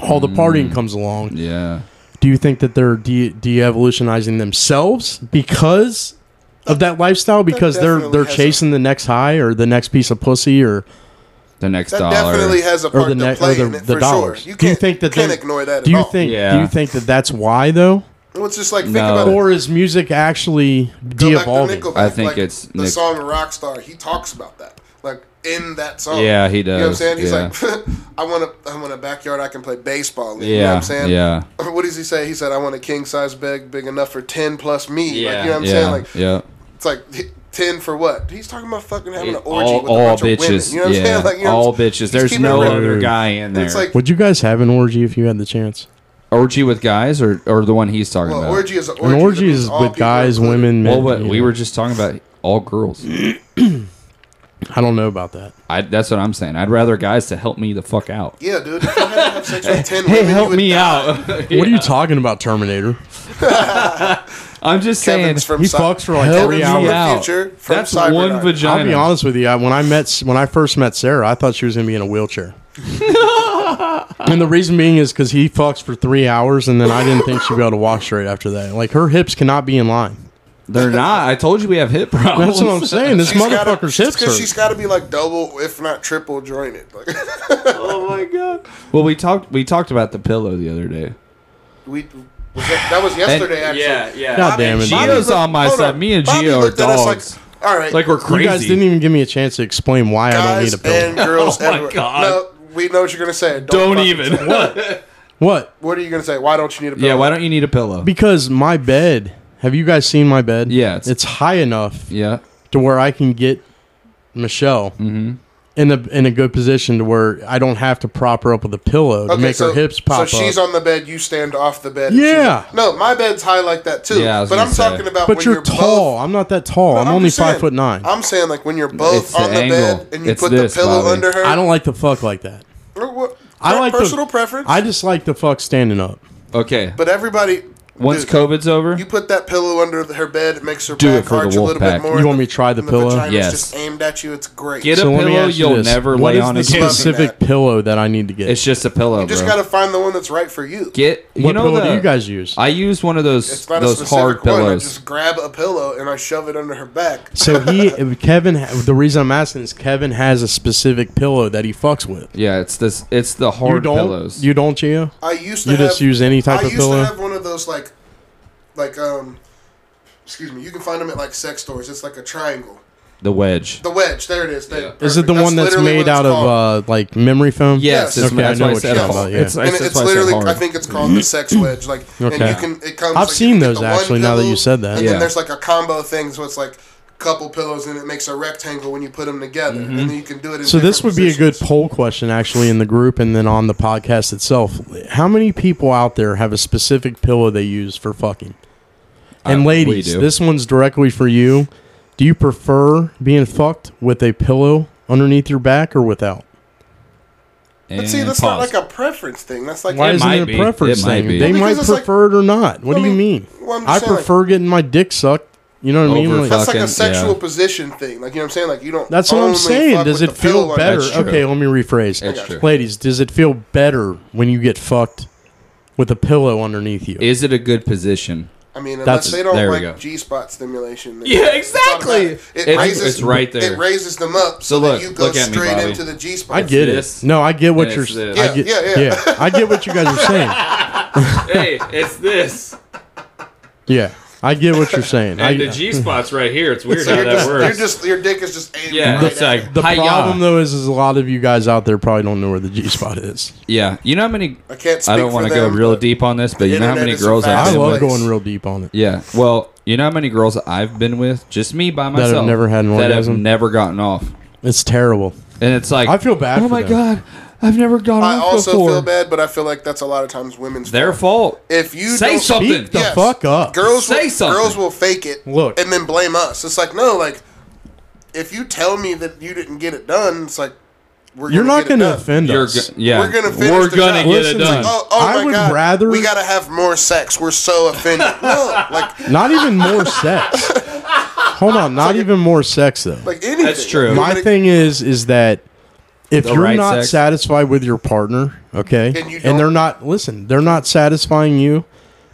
all
Mm.
the partying comes along.
Yeah.
Do you think that they're de- de-evolutionizing themselves because of that lifestyle? Because they're
definitely
they're
has a-
chasing the next high or the next piece of pussy or
The next
That
dollar.
definitely has a
or
part
the
to
next
play
or the,
in it
the
for
dollars.
sure. You can't,
do you think that
can't
they-
ignore that at
Do you
all.
think do
Yeah.
you think that that's why though,
Well, it's just like think
No.
about it.
or is music actually
Go back to
de-evolving?
Nickelback,
I think
like,
it's
the
Nick-
song Rockstar. He talks about that, like in that song.
Yeah, he
You know what I'm
does,
saying? He's
yeah.
like, *laughs* I want a, I want a backyard I can play baseball in.
Yeah.
You know what I'm saying?
Yeah.
*laughs* What does he say? He said, I want a king size bed big enough for ten plus me. Like, you know what I'm saying?
Yeah.
Like
yeah.
it's like h- ten for what? He's talking about fucking having an
It-
orgy
all
with a
all
bunch of women.
bitches.
You know what I'm
yeah,
saying? *laughs* Like you know what
all
I'm saying?
bitches.
He's
there's
keeping it
no
real.
other guy in there.
It's like
Would you guys have an orgy if you had the chance?
orgy with guys or, or the one he's talking
well,
about.
orgy is an orgy.
An
that
orgy
means
is
all
with
people
guys,
included.
women, men.
Well, what
you
we
know.
were just talking about all girls.
I don't know about that.
I, that's what I'm saying. I'd rather guys to help me the fuck out.
Yeah, dude. If you had to have sex
*laughs*
with ten
Hey,
women,
help
you would
me
die.
out. *laughs*
What are you talking about, Terminator?
I'm just saying.
Kevin's from
He
Cy-
fucks for like
Help
three
me
hours.
out.
Future from
That's
Cyberdyne.
one vagina.
I'll be honest with you. I, when I met, when I first met Sarah, I thought she was gonna be in a
*laughs*
wheelchair. and the reason being is because he fucks for three hours, and then I didn't think she'd be able to walk straight after that. Like her hips cannot be in line.
They're not. I told you we have hip problems.
That's what
*laughs*
I'm saying. This
Oh. She's gotta-
motherfucker's
she's-
hips
Cause she's
are.
got to be like double, if not triple, jointed. Like *laughs*
oh my god. Well, we talked. We talked about the pillow the other day.
we was that, that was yesterday. actually,
yeah.
God damn it, Bobby.
Gio's on my
Hold
side. Me and
Bobby
Gio are
looked at us
dogs.
Like, all right,
Like, we're crazy.
You guys didn't even give me a chance to explain why I don't
guys
need a pillow.
and
*laughs*
girls
Oh my
everywhere.
God.
No, we know what you're gonna say.
Don't
Don't, fucking
even.
say it.
what?
What are you gonna say? Why don't you need a
*laughs*
pillow?
yeah. Why don't you need a pillow?
Because my bed. Have you guys seen my bed?
Yeah, it's-
it's high enough
Yeah.
to where I can get Michelle
Mm-hmm.
in a in a good position to where I don't have to prop her up with a pillow to make her hips pop
So she's
up.
on the bed, you stand off the bed. and she's-
Yeah.
no, my bed's high like that too.
Yeah, I was
but
gonna
I'm
say.
talking about
but
when
you're,
you're
tall.
both-
I'm not that tall. I'm,
I'm
only
just saying.
five foot nine.
I'm saying like when you're both
It's the
on the,
angle.
bed and you
It's
put
this,
the pillow
Bobby.
under her.
I don't like to fuck like that.
What-
I like to-
personal preference.
I just like to fuck standing up.
Okay.
But everybody,
Once
Dude,
COVID's over,
You put that pillow under the- her bed, it makes her
Do it for
back
the
arch a
wolf
little
pack.
bit more.
You want me to try the
and
pillow?
vagina's
Yes.
just aimed at you. It's great.
Get a
you
So let me
pillow
ask
you'll
you this.
never
What
lay
is
on
the
again.
specific pillow that I need to get?
it's just a pillow,
just
bro.
gotta find the one that's right for you.
Get you
what
know
pillow
the,
do you guys use?
I use one of those
it's not a
those
specific
hard
one. I
pillows.
just grab a pillow and I shove it under her back.
so he, Kevin. The reason I'm asking is Kevin has a specific pillow that he fucks with.
Yeah, it's this. It's the hard
you don't.
pillows.
You don't, Gio.
I used to
You
have,
just use any type
I
of
used
pillow?
to have one of those like, like um, excuse me. You can find them at like sex stores. It's like a triangle,
the wedge.
the wedge. There it is. There,
Yeah.
Is it the
perfect.
one that's
literally
made
what it's
out
called.
of uh, like memory foam?
Yes,
Yes.
it's,
Okay, I
that's
know
why I
what
said
you're
hard.
talking about, yeah.
It's,
and
that's
it's
why I said
literally,
hard.
I think it's
Mm-hmm.
called the sex wedge. Like, and
Okay.
you can, it comes.
I've
like, you
seen
can get
those,
the one
actually, now that you
pillow,
said that.
And
Yeah.
then there's like a combo thing, so it's like couple pillows, and it makes a rectangle when you put them together, and then you can do it. In
Mm-hmm. So this would
different
be a good
positions.
poll question, actually, in the group and then on the podcast itself. How many people out there have a specific pillow they use for fucking? And
I- we
ladies,
do.
this one's directly for you. Do you prefer being fucked with a pillow underneath your back or without?
And
But see, that's
pause.
not like a preference thing. That's like
Why
It
isn't
might
it a
be.
preference
It might
thing?
be.
They
Well,
might
because it's like-
prefer it or not. What
I
do you
mean,
mean?
well, I'm
I
just saying,
prefer getting my dick sucked. You know what I
Over
mean? Like,
fuck.
That's like
Fucking-
a sexual
yeah.
position thing. Like you know what I'm saying? Like you don't.
that's what I'm
only
saying.
fuck
Does
with
it
the pillow
feel
on-
better?
That's true.
Okay, let me rephrase.
It's true.
Ladies, does it feel better when you get fucked with a pillow underneath you?
Is it a good position?
I mean,
That's-
unless they don't
there we go.
like G spot stimulation. then
Yeah,
it's
exactly.
automatic. It
It's-
raises.
it's right there.
It raises them up.
So
So, that
look,
you go
look at me,
straight
Bobby.
into the G spot.
I get
this,
it. No, I get what
and
you're.
it's this.
I get,
Yeah, yeah, yeah.
I get what you guys are saying.
*laughs*
hey, it's this.
Yeah, I get what you're saying. I,
And the G spot's right here. It's weird
So
how
you're
that
just, you're
works.
just your dick is just aiming
yeah,
right
it's
at
like
the
Hi-ya.
problem though is, is a lot of you guys out there probably don't know where the G spot is.
Yeah. You know how many?
I can't speak
I don't
for
want to go
them,
real
but-
deep on this, but you know how
internet
many
is a
girls
fact.
I've
I
been
love
with.
place.
going real deep on it.
Yeah. Well, you know how many girls I've been with, just me by
have
myself,
never had an
that have
orgasm?
never gotten off,
It's terrible.
and it's like
I feel bad
Oh
for
my
them.
god, I've never gotten
I
off
also
before.
feel bad, but I feel like that's a lot of times women's
Their fault.
If you
Say
don't-
something.
Beat the
Yes.
fuck up.
Girls
Say
will,
something.
Girls will fake it.
Look.
and then blame us. It's like no, like if you tell me that you didn't get it done, it's like we're
You're not
going
going
to
to offend
You're
us.
go- yeah.
We're gonna finish
We're
the
gonna
job.
get it
Listen,
*laughs* done.
Oh, oh
I
my
would
God.
rather-
we gotta have more sex. We're
*laughs*
so offended. no, like
Not even more sex. Hold on, not even more sex though.
like anything.
That's true.
Like,
My
nobody-
thing is, is that if
The
you're
right
not
sex.
satisfied with your partner, okay,
And you
and they're
don't-
not listen, they're not satisfying you,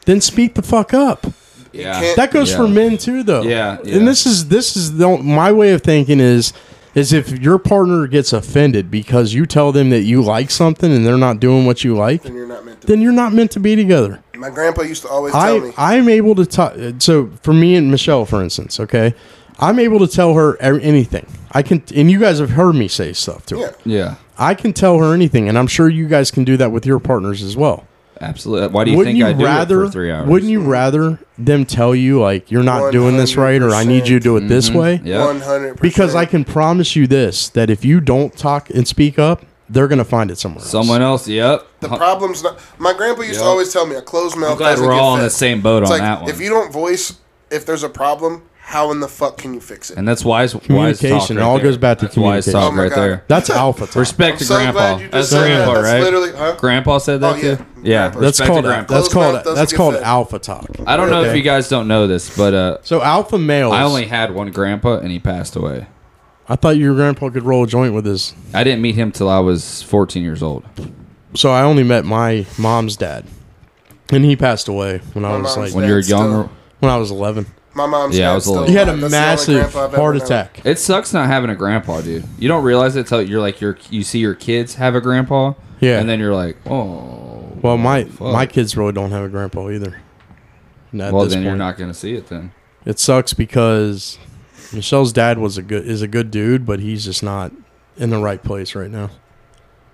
then speak the fuck up.
yeah.
can't-
That goes
Yeah.
for men too, though.
Yeah, yeah.
And this is this is the, my way of thinking is is if your partner gets offended because you tell them that you like something and they're not doing what you like,
Then you're not meant to.
then you're not meant to be together.
my grandpa used to always tell
I
me.
I'm able to talk. So for me and Michelle, for instance, okay, I'm able to tell her er- anything. I can, and you guys have heard me say stuff to her.
yeah,
Yeah.
I can tell her anything, and I'm sure you guys can do that with your partners as well.
Absolutely. Why do you
wouldn't
think
you
I do
rather?
it for three hours?
Wouldn't you rather them tell you like you're not doing this right, or I need you to do it this way?
Mm-hmm. Yeah.
one hundred percent.
Because I can promise you this: that if you don't talk and speak up, they're gonna find it somewhere. else.
Someone else. Yep.
The problem's not. My grandpa used
Yep.
to always tell me a closed mouth.
I'm glad
doesn't
we're
get
all on the
fixed."
same boat
It's
on
like,
that one.
If you don't voice if there's a problem, how in the fuck can you fix it?
and that's wise.
Communication.
Wise talk right
It all
there.
goes back to
that's wise
communication.
talk
Oh my
right
God.
there.
That's alpha. talk.
Respect to
so glad
grandpa.
you just
That's
said that.
grandpa,
That's
right?
literally- huh?
Grandpa said that
Oh, yeah.
too. Yeah.
Grandpa.
That's
respect to
called
grandpa.
that's
Closed mouth
called
doesn't
that's
get
called
fed.
alpha talk.
I don't know if
Okay.
you guys don't know this, but uh,
So alpha males.
I only had one grandpa and he passed away.
I thought your grandpa could roll a joint with his.
I didn't meet him till I was 14 years old.
So I only met my mom's dad, and he passed away when I
My
was
mom's
like
When you're
That's
young,
still-
when I was eleven.
My mom's
Yeah, I
dad's
was a
still
little-
He had a
alive. That's the only
massive
grandpa I've ever
heart
known.
attack.
it sucks not having a grandpa, dude. You don't realize it till you're like you're you see your kids have a grandpa,
Yeah.
and then you're like, oh,
Well, my
fuck.
my kids really don't have a grandpa either. And at
well,
this
then you're
point,
not gonna see it then.
It sucks because Michelle's dad was a good is a good dude, but he's just not in the right place right now.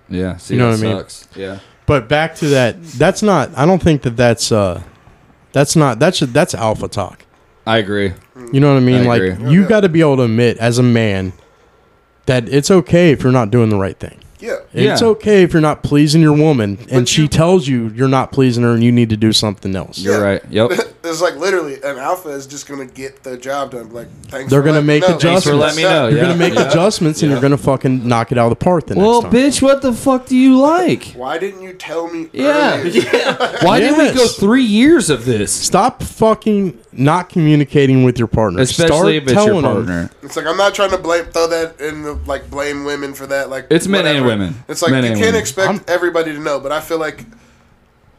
Yeah, see,
You know
that
what I mean?
sucks. Yeah,
But back to that. That's not. I don't think that that's uh, that's not that's that's alpha talk.
I agree.
You know what I mean?
I
like
agree.
you got to be able to admit as a man that it's okay if you're not doing the right thing.
Yeah. *laughs*
Yeah.
It's okay if you're not pleasing your woman and
But
she
you-
tells you you're not pleasing her and you need to do something else.
You're
Yeah. *laughs*
right. Yep.
It's like literally an alpha is just gonna get the job done. Like thanks.
They're
for
gonna
letting-
make
no,
adjustments.
thanks for
Thanks
letting us know.
You're gonna make adjustments and you're gonna fucking knock it out of the park the
Well,
next time.
bitch, what the fuck do you like?
Why didn't you tell me?
Yeah.
earlier? *laughs*
Why did
Yes.
we go three years of this?
Stop fucking not communicating with your partner. Start
Especially if it's your
telling 'em.
partner.
It's like I'm not trying to blame throw that in the like blame women for that. Like
It's men and women.
It's like
Men
you
and
can't
women.
expect
I'm-
everybody to know, but I feel like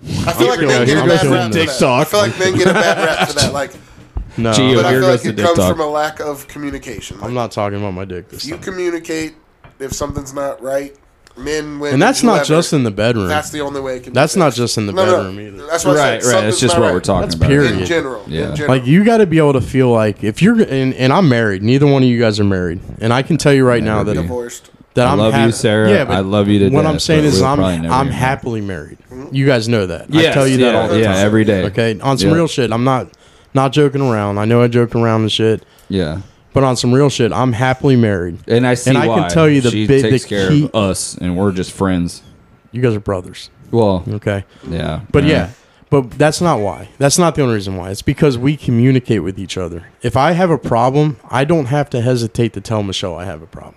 I feel like
feeling-
men get a
I'm
bad
feeling
rap for
dick
that.
talk.
I feel like men get a bad rap for that. Like,
No,
Gee, *laughs*
but
Yo,
I
here
feel
goes
like
the
it
dick
comes
talk.
from a lack of communication. Like,
I'm not talking about my dick this
you
time.
communicate if something's not right. Men, women,
And that's not
whoever,
just in the bedroom.
That's the only way it can. be
That's not
fixed.
just in the
No, no,
bedroom either.
That's what I
right,
said.
right. It's
Something's
just
not
what
right.
we're talking
That's
about.
period.
In general,
Yeah.
in general.
Like you got to be able to feel like if you're and, and I'm married, neither one of you guys are married, and I can tell you right now
Never
that
be.
divorced.
that
I
I'm
love you,
hap-
Sarah.
Yeah, but
I love you to
What
death,
I'm saying
but
is
we'll
I'm
probably never
I'm
be married.
happily married. You guys know that. I
Yes,
tell you that
yeah,
all the
yeah,
time.
every day.
Okay, on some
Yeah.
real shit. I'm not not joking around. I know I joke around and shit,
Yeah.
but on some real shit, I'm happily married.
And I see
And I can
why.
tell you the
she
big-
takes
the
care
key-
of us, and we're just friends.
You guys are brothers.
Well,
Okay,
yeah,
but
Uh,
yeah. But that's not why. That's not the only reason why. It's because we communicate with each other. If I have a problem, I don't have to hesitate to tell Michelle I have a problem.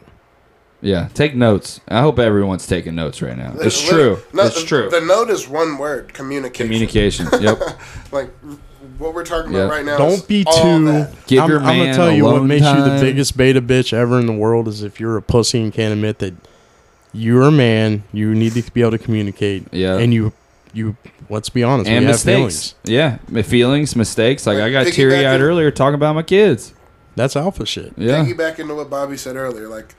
yeah. Take notes. I hope everyone's taking notes right now. It's true.
No,
it's
the-
true.
The note is one word: communication.
Communication.
*laughs*
yep.
Like what we're talking
Yeah.
about right now. is
Don't be
all
too.
that.
Give
I'm,
your
I'm
man
gonna tell you what
alone
makes you
time.
the biggest beta bitch ever in the world is if you're a pussy and can't admit that you're a man. You need to be able to communicate.
Yeah.
And you, you. Let's be honest.
and
we have
mistakes.
feelings.
Yeah, my feelings, mistakes. Like
Like,
I got
piggybacking-
teary eyed earlier talking about my kids.
That's alpha shit.
Yeah,
Piggyback into what Bobby said earlier, like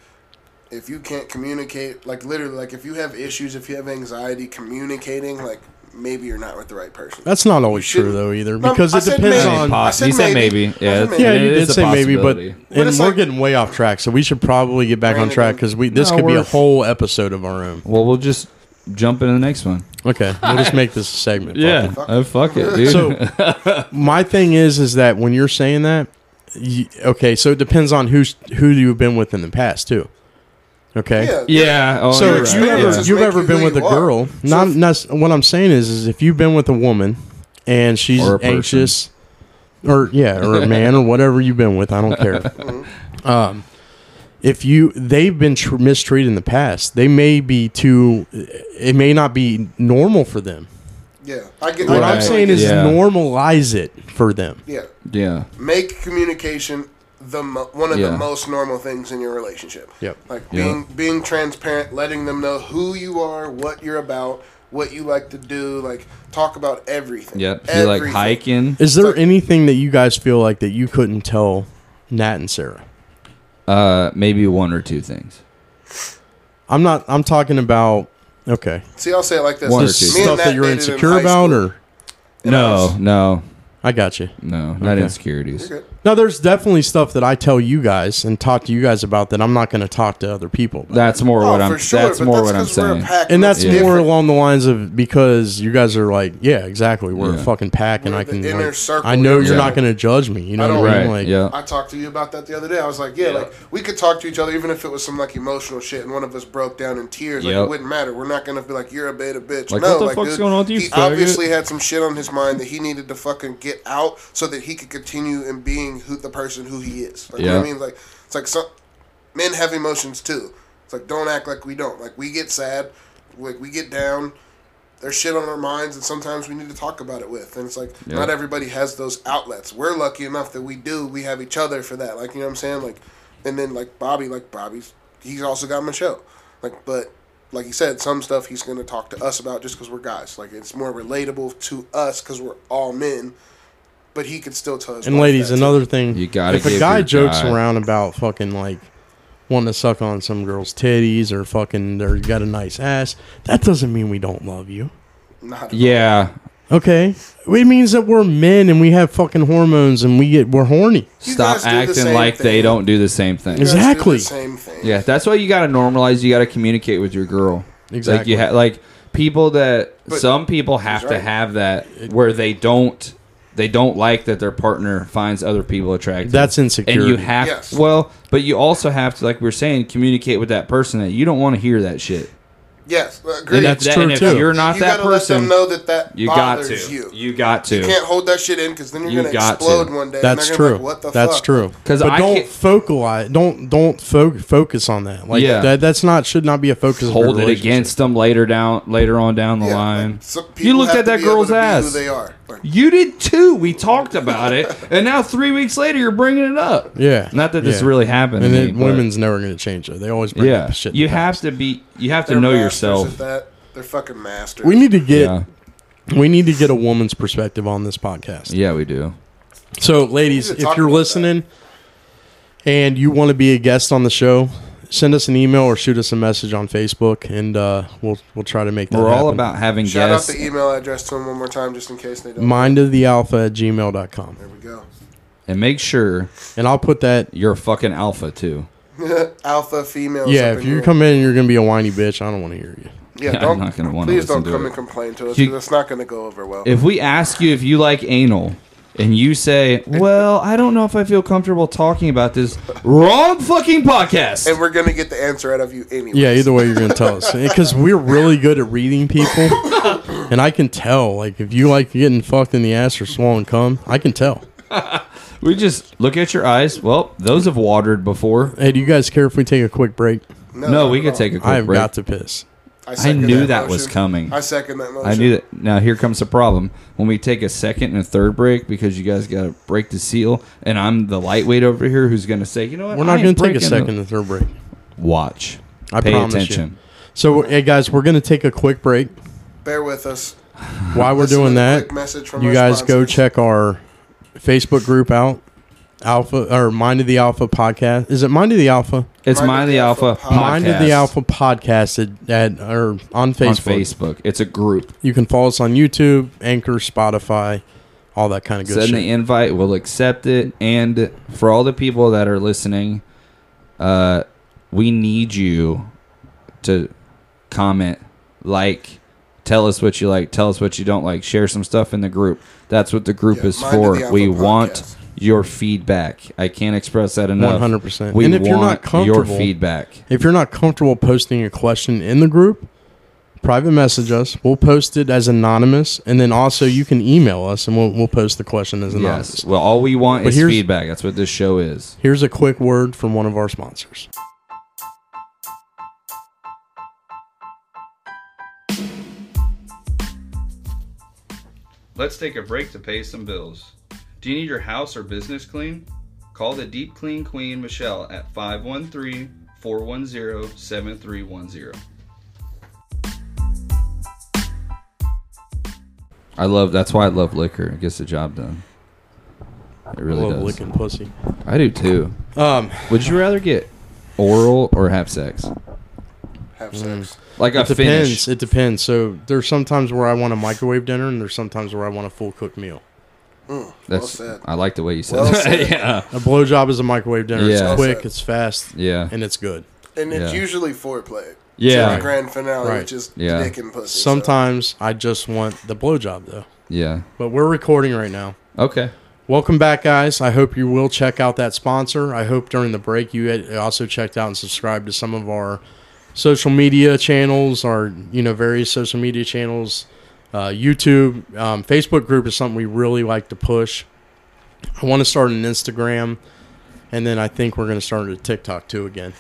if you can't communicate, like literally, like if you have issues, if you have anxiety communicating, like maybe you're not with the right person.
That's not always true
shouldn't-
though either
No,
because
I
it
said
depends
maybe.
on.
I said
he said maybe.
maybe. I
Yeah,
said
it's-
maybe.
Yeah,
it
you
is
did
a
say maybe, but
possibility.
and
it's
we're
like-
getting way off track, so we should probably get back on
Brandon,
track because we this
No,
could be a
we're-
whole episode of our own.
well, we'll just jump into the next one.
Okay, we'll just make this a
*laughs*
segment. fuck it.
oh fuck it, dude.
So my thing is, is that when you're saying that, you, okay, so it depends on who's who you've been with in the past too. Okay.
Yeah.
*laughs* yeah. Oh,
So
you're
if
right.
you
right.
ever
Yeah.
you've
Make
ever
you
been
who
with a
you are.
girl, not, not what I'm saying is, is if you've been with a woman and she's
Or a person.
anxious, or yeah, or a man or whatever you've been with, I don't
*laughs*
care. um,
Mm-hmm.
if you they've been tr- mistreated in the past, they may be too. It may not be normal for them.
Yeah, I get.
What I'm
I
Right.
get-
saying is
Yeah.
normalize it for them.
yeah,
yeah,
make communication the mo- one of
Yeah.
the most normal things in your relationship.
Yep.
Like being being transparent, letting them know who you are, what you're about, what you like to do, like talk about everything.
yeah. You like
Everything.
hiking?
Is there anything that you guys feel like that you couldn't tell Nat and Sarah?
Uh, maybe one or two things.
I'm not. I'm talking about. Okay,
See, I'll say it like this:
One or
Me
two.
and
stuff
Nat
that you're
dated in
insecure
high
about,
school.
or
No, no,
I got you.
no, not
Okay.
insecurities.
You're good.
Now, there's definitely stuff that I tell you guys and talk to you guys about that I'm not going to talk to other people. About.
That's more what
Oh,
I'm.
for sure,
that's
but
more what I'm
'cause we're a
saying.
pack.
and that's
It's
more
different.
along the lines of because you guys are like, yeah, exactly. We're
Yeah.
a fucking pack, and
We're
I
the
can.
inner
like-
circle,
I know
you
you're
know?
not going to judge me. You know
I
what
don't-
I
Right.
mean? Like,
yeah.
I talked to you about that the other day. I was like, yeah, like we could talk to each other even if it was some like emotional shit and one of us broke down in tears. Like
Yep.
it wouldn't matter. We're not gonna be like you're a beta bitch.
Like,
no,
what the
like
fuck's
dude,
going on with you,
he
faggot?
obviously had some shit on his mind that he needed to fucking get out so that he could continue in being who the person who he is. Like, you know
Yeah.
what I mean? Like it's like some men have emotions too. It's like don't act like we don't. Like we get sad, like we get down. There's shit on our minds, and sometimes we need to talk about it with. And it's like
Yeah.
not everybody has those outlets. We're lucky enough that we do. We have each other for that. Like you know what I'm saying? Like, and then like Bobby, like Bobby's, he's also got Michelle. Like, but like he said, some stuff he's gonna talk to us about just because we're guys. Like it's more relatable to us because we're all men. But he could still tell his
And
wife
ladies,
that, too.
another thing.
You gotta
if a
give
guy
your
jokes
guy-
around about fucking like wanting to suck on some girl's titties or fucking or you got a nice ass, that doesn't mean we don't love you.
Not at all.
Yeah,
Okay? It means that we're men and we have fucking hormones and we get we're horny.
You
stop
guys do the
acting
same
like they
thing.
don't do the same thing.
You guys do the
Exactly.
same thing.
Yeah, that's why you got to normalize. You got to communicate with your girl. Like
Exactly.
you ha- like people that
But-
some people have
He's
to
right.
have that where they don't they don't like that their partner finds other people attractive.
That's
and
insecurity.
you have
Yes.
well, but you also have to like we are saying communicate with that person that you don't want to hear that shit.
Yes,
And
agree.
if
that's
that-
true,
and if
too.
you're not
you
that
gotta let them
person,
know that that
you got
bothers
to.
you.
You got
You
to.
can't hold that shit in because then you're
You
gonna
got
explode
to.
one day. and
That's
they're gonna
true.
be like, what the
that's
fuck?
true.
'Cause
but
I
don't
can't-
focalize. Don't don't fo- focus on that. Like
Yeah.
that, that's not should not be a focus. of your
Hold it
relationship.
against them later down, later on down the
Yeah,
line.
like, some people
you looked
have
at
to
that
be able
girl's
to be
ass.
Who they are. Like,
You did too. We talked about it, and now three weeks later, you're bringing it up.
Yeah.
Not that this
Yeah.
really happened. to
And
me,
it,
but-
women's never going to change that. They always bring
Yeah,
up shit.
you have to be. You have to
they're
know
masters at
yourself.
That. They're fucking masters.
We need to get
Yeah.
we need to get a woman's perspective on this podcast.
Yeah, we do.
So, ladies,
We need to
if
talk
you're
about
listening and you want to be a guest on the show, send us an email or shoot us a message on Facebook, and uh, we'll we'll try to make that.
We're all
happen.
about having
shout
guests.
out the email address to E- them one more time just in case they don't.
mind of the alpha at gmail.com.
there we go. *laughs*
and make sure
And I'll put that.
you're a fucking alpha too.
Alpha females.
Yeah,
up
if
in
you
here.
come in and you're going to be a whiny bitch, I don't want to hear you.
*laughs*
yeah,
I'm
don't,
not gonna wanna
please
listen
don't
to
come
it.
and complain to us
You-
because it's not gonna go over well.
If we ask you if you like anal and you say, "Well, I don't know if I feel comfortable talking about this," wrong fucking podcast.
and we're gonna get the answer out of you anyway.
Yeah, either way, you're going to tell
*laughs*
us. Because we're really good at reading people. And I can tell. Like, if you like getting fucked in the ass or swollen cum, I can tell.
we just look at your eyes. Well, those have watered before.
Hey, do you guys care if we take a quick break?
No, we could take a
I
quick
have
break.
got to piss.
second
knew that was
motion.
coming.
I second that motion.
I knew that. Now here comes the problem. When we take a second and a third break, because you guys got to break the seal, and I'm the lightweight over here who's going to say, you know what?
We're
I
not
ain't
going to take a
breaking
second
the-
and third break.
Watch.
I
Pay
promise
attention.
you. So, hey, guys, we're going to take a quick break.
Bear with us.
While we're
Listen to
doing
the
that,
quick message from
you
our
guys go
sponsors.
check our Facebook group out. Alpha or Mind of the Alpha podcast. Is it Mind of the Alpha?
It's Mind, of the Alpha. Podcast
Mind of the Alpha podcast at, at or on
on
Facebook.
Facebook. It's a group.
You can follow us on YouTube, Anchor, Spotify, all that kind of good
Send
shit.
the invite. We'll accept it. And for all the people that are listening, uh, we need you to comment, like, tell us what you like, tell us what you don't like, share some stuff in the group. That's what the group
Yeah,
is
Mind of the
for.
Alpha
We want
podcast.
your feedback. I can't express that enough.
100%.
We
And if
want
you're not
your
comfortable-
feedback.
If you're not comfortable posting a question in the group, private message us. We'll post it as anonymous, and then also you can email us, and we'll we'll post the question as anonymous.
Yes. Well, all we want
But
is
here's-
feedback. That's what this show is.
Here's a quick word from one of our sponsors.
Let's take a break to pay some bills. Do you need your house or business clean? Call the Deep Clean Queen Michelle at 513 410 7310. I love that's why I love liquor. It gets the job done. It really
Love
does.
licking pussy.
I do too.
Um,
Would you rather get oral or have sex?
Have
Mm.
sex.
Like a
it depends.
finish.
It depends. So there's sometimes where I want a microwave dinner, and there's sometimes where I want a full cooked meal.
That's
Well said.
I like the way you said *laughs*
Well
that.
said.
yeah.
A blowjob is a microwave dinner.
Yeah.
It's quick. It's fast.
Yeah.
And it's good.
And it's
Yeah.
usually foreplay.
Yeah.
To the grand finale,
Right.
which is
Yeah.
dick and pussy. so-
Sometimes I just want the blowjob though.
Yeah.
But we're recording right now.
Okay.
Welcome back, guys. I hope you will check out that sponsor. I hope during the break you had also checked out and subscribed to some of our social media channels, our you know various social media channels, uh, YouTube, um, Facebook group is something we really like to push. I want to start an Instagram, and then I think we're going to start a TikTok too again.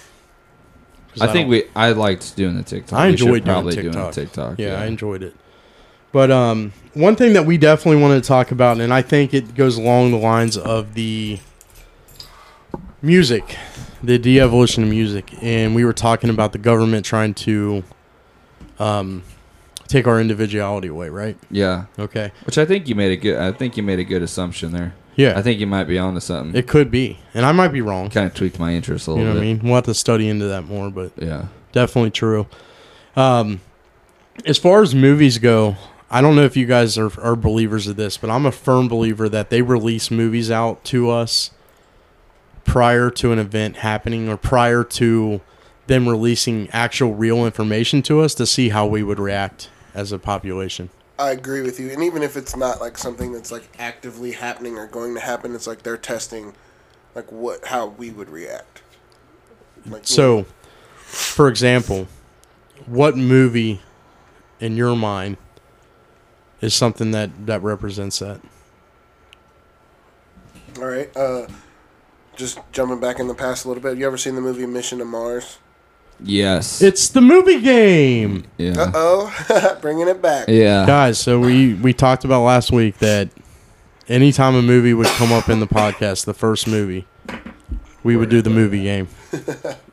'Cause
I, think
don't-
we I liked doing the TikTok.
I
We should
enjoyed doing
probably
TikTok.
TikTok.
Yeah, I enjoyed it. But um, one thing that we definitely want to talk about, and I think it goes along the lines of the music, the de-evolution of music, and we were talking about the government trying to um, take our individuality away, right?
Yeah.
Okay,
Which I think you made a good. I think you made a good assumption there.
yeah,
I think you might be onto something.
it could be, and I might be wrong.
kind of tweaked my interest a
You know
little
what I
bit.
mean? We'll have to study into that more, but
Yeah.
definitely true. Um, as far as movies go, I don't know if you guys are, are believers of this, but I'm a firm believer that they release movies out to us prior to an event happening or prior to them releasing actual real information to us to see how we would react as a population.
I agree with you. And even if it's not like something that's like actively happening or going to happen, it's like they're testing like what how we would react. Like
So, for example, what movie in your mind is something that that represents that?
All right. Uh, just jumping back in the past a little bit. You ever seen the movie Mission to Mars?
Yes.
It's the movie game.
yeah.
Uh oh, *laughs* bringing it back.
Yeah.
Guys, so we we talked about last week that anytime a movie would come up in the podcast, the first movie, we would do the
*laughs*
movie game.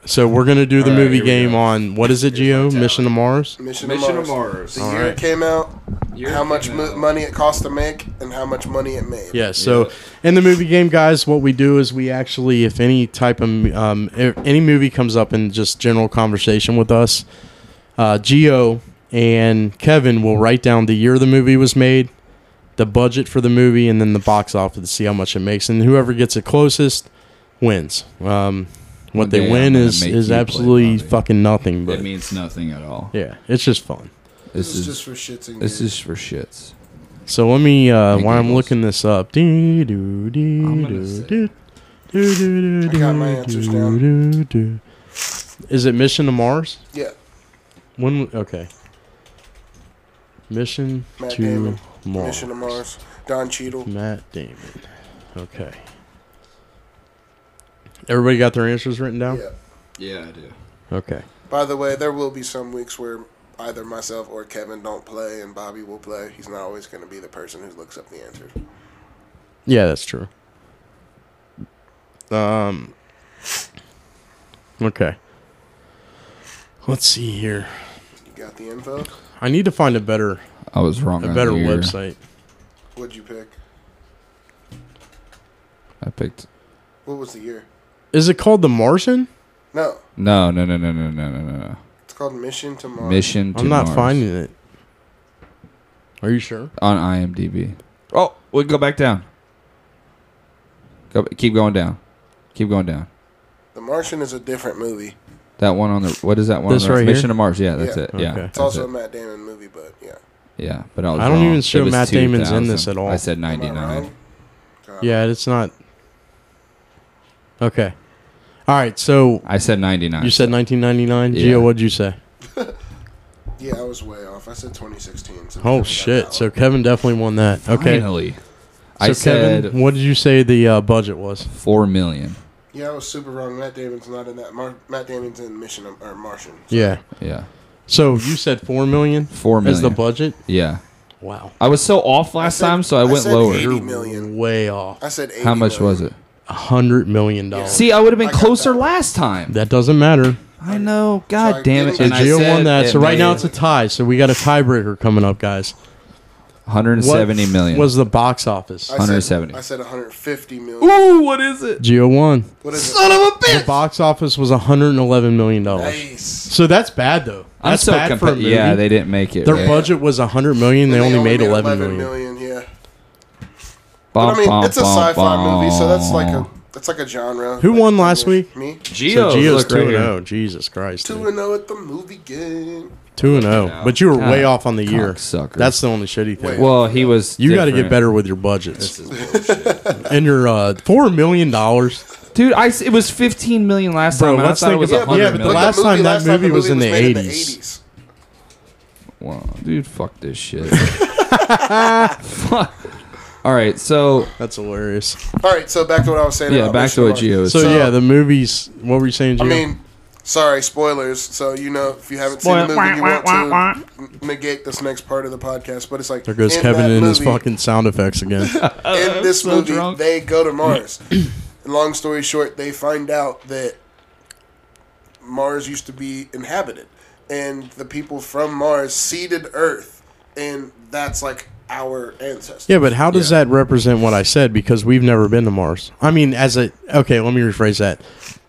So we're gonna do the
All right,
movie
here we
game
go.
on what is it,
Here's my
Geo?
talent.
Mission to Mars.
Mission,
Mission
to
of
Mars.
Mars.
The
All
year
right.
it came out,
Year
how much
came
mo-
out.
money it cost to make, and how much money it made.
Yes. So in the movie game, guys, what we do is we actually, if any type of um, if any movie comes up in just general conversation with us, uh, Geo and Kevin will write down the year the movie was made, the budget for the movie, and then the box office to see how much it makes, and whoever gets it closest wins. Um,
One
what they
day
win
I'm gonna
is
make you
is
play
absolutely
Bobby.
fucking nothing. But
It means nothing at all.
yeah, it's just fun.
This is
just for shits and
this
gigs.
is for shits.
So let me uh,
Make
while I'm
labels.
looking this up. Dee doo dee
I'm gonna
doo
sit.
doo. Doo doo doo
I got
doo
my answers
doo
down.
doo doo. Is it Mission to Mars?
yeah.
When? w- Okay. Mission
Matt
to
Damon.
Mars.
Mission to Mars. Don Cheadle.
Matt Damon. Okay. Everybody got their answers written down?
Yeah.
Yeah, I do.
Okay.
By the way, there will be some weeks where either myself or Kevin don't play, and Bobby will play. He's not always going to be the person who looks up the answers.
Yeah, that's true. Um. Okay. Let's see here.
You got the info?
I need to find a better
I was wrong.
a
on
better
the year.
website.
What'd you pick?
I picked.
What was the year?
Is it called The Martian?
No,
No, no, no, no, no, no, no, no.
it's called Mission to Mars.
Mission. To
I'm not
Mars.
finding it. Are you sure?
on IMDb. Oh, we go back down. Go, keep going down. Keep going down.
The Martian is a different movie.
That one on the what is that one?
This
on the,
right
Mission
here?
to Mars. Yeah, that's
Yeah.
it. Yeah,
Okay.
that's
It's also a
it.
Matt Damon movie, but yeah.
yeah. But I was.
I don't
wrong.
even see
It was
Matt Damon's in this
2000.
at all.
I said
Am I
ninety nine.
wrong? God.
Yeah, it's not. Okay. All right. So
I said ninety nine.
you said 1999.
Yeah.
Gio, what'd you say?
Yeah, I was way off. I said 2016. So Kevin
Oh
got
shit!
that
So
one.
Kevin definitely won that. Okay.
Finally,
So
I said
Kevin, what did you say the uh, budget was?
four million.
yeah, I was super wrong. Matt Damon's not in that. Mar- Matt Damon's in Mission to- or Martian.
Yeah.
Yeah,
So you said four million
four million.
as the budget.
yeah,
Wow.
I was so off last
said-
time, so I,
I
went
said
lower.
80
You're
million.
way off.
I said 80
How much was it?
A hundred million dollars.
See, I would have been
I got
closer
that.
last time.
That doesn't matter.
I know. God
Sorry,
damn it.
didn't-
So
And I
Gio won that. So right now it's a
one
tie. So we got a tiebreaker coming up, guys.
hundred and
What
seventy million.
was the box office?
I said-
170.
I said 150 million.
Ooh, what is it?
Geo won.
What is it?
Son of a
The
bitch!
box office was 111 million dollars.
Nice.
So that's bad though.
I'm
That's
so
bad for a
compa-
movie.
Yeah, they didn't make it.
Their
right?
budget was 100 million. They,
And
only, made 11 million.
million, Yeah,
Bum,
but I mean,
bum,
it's a
bum,
sci-fi
bum.
movie, so that's like a that's like a genre.
Who
Like,
won last week?
Me.
So
Geo.
Geo's
look
two
right
and
here.
zero. Jesus Christ,
Two
dude.
and zero at the movie game.
two and zero. But you were way off on the year.
cocksucker.
That's the only shitty thing.
Wait.
Well, he was.
you got to get
different.
better with your budgets and your uh, four million dollars.
dude. I s- it was 15 million last
Bro,
time. and I
let's
thought it
think
was
about-
100
yeah, but the
million.
last time that movie was in the
made
80s.
Wow, dude, fuck
*laughs*
this shit. fuck. All right, so
That's hilarious.
All right, so back to what I was saying.
yeah,
about
back
Mission
to what
Mars.
Gio was.
So,
So-
yeah, the movies. What were you saying, Gio?
I mean, sorry, spoilers. So you know, if you haven't seen the movie, you want to n- negate this next part of the podcast. But it's like
there goes
in
Kevin
that
in his
movie-
fucking sound effects
*laughs*
again.
in this
so
movie,
Uh-huh. drunk.
they go to
*clears throat*
Mars. and long story short, they find out that Mars used to be inhabited, and the people from Mars seeded Earth, and that's like our ancestors.
Yeah, but how does that represent what I said? Because we've never been to Mars. I mean, as a okay, let me rephrase that.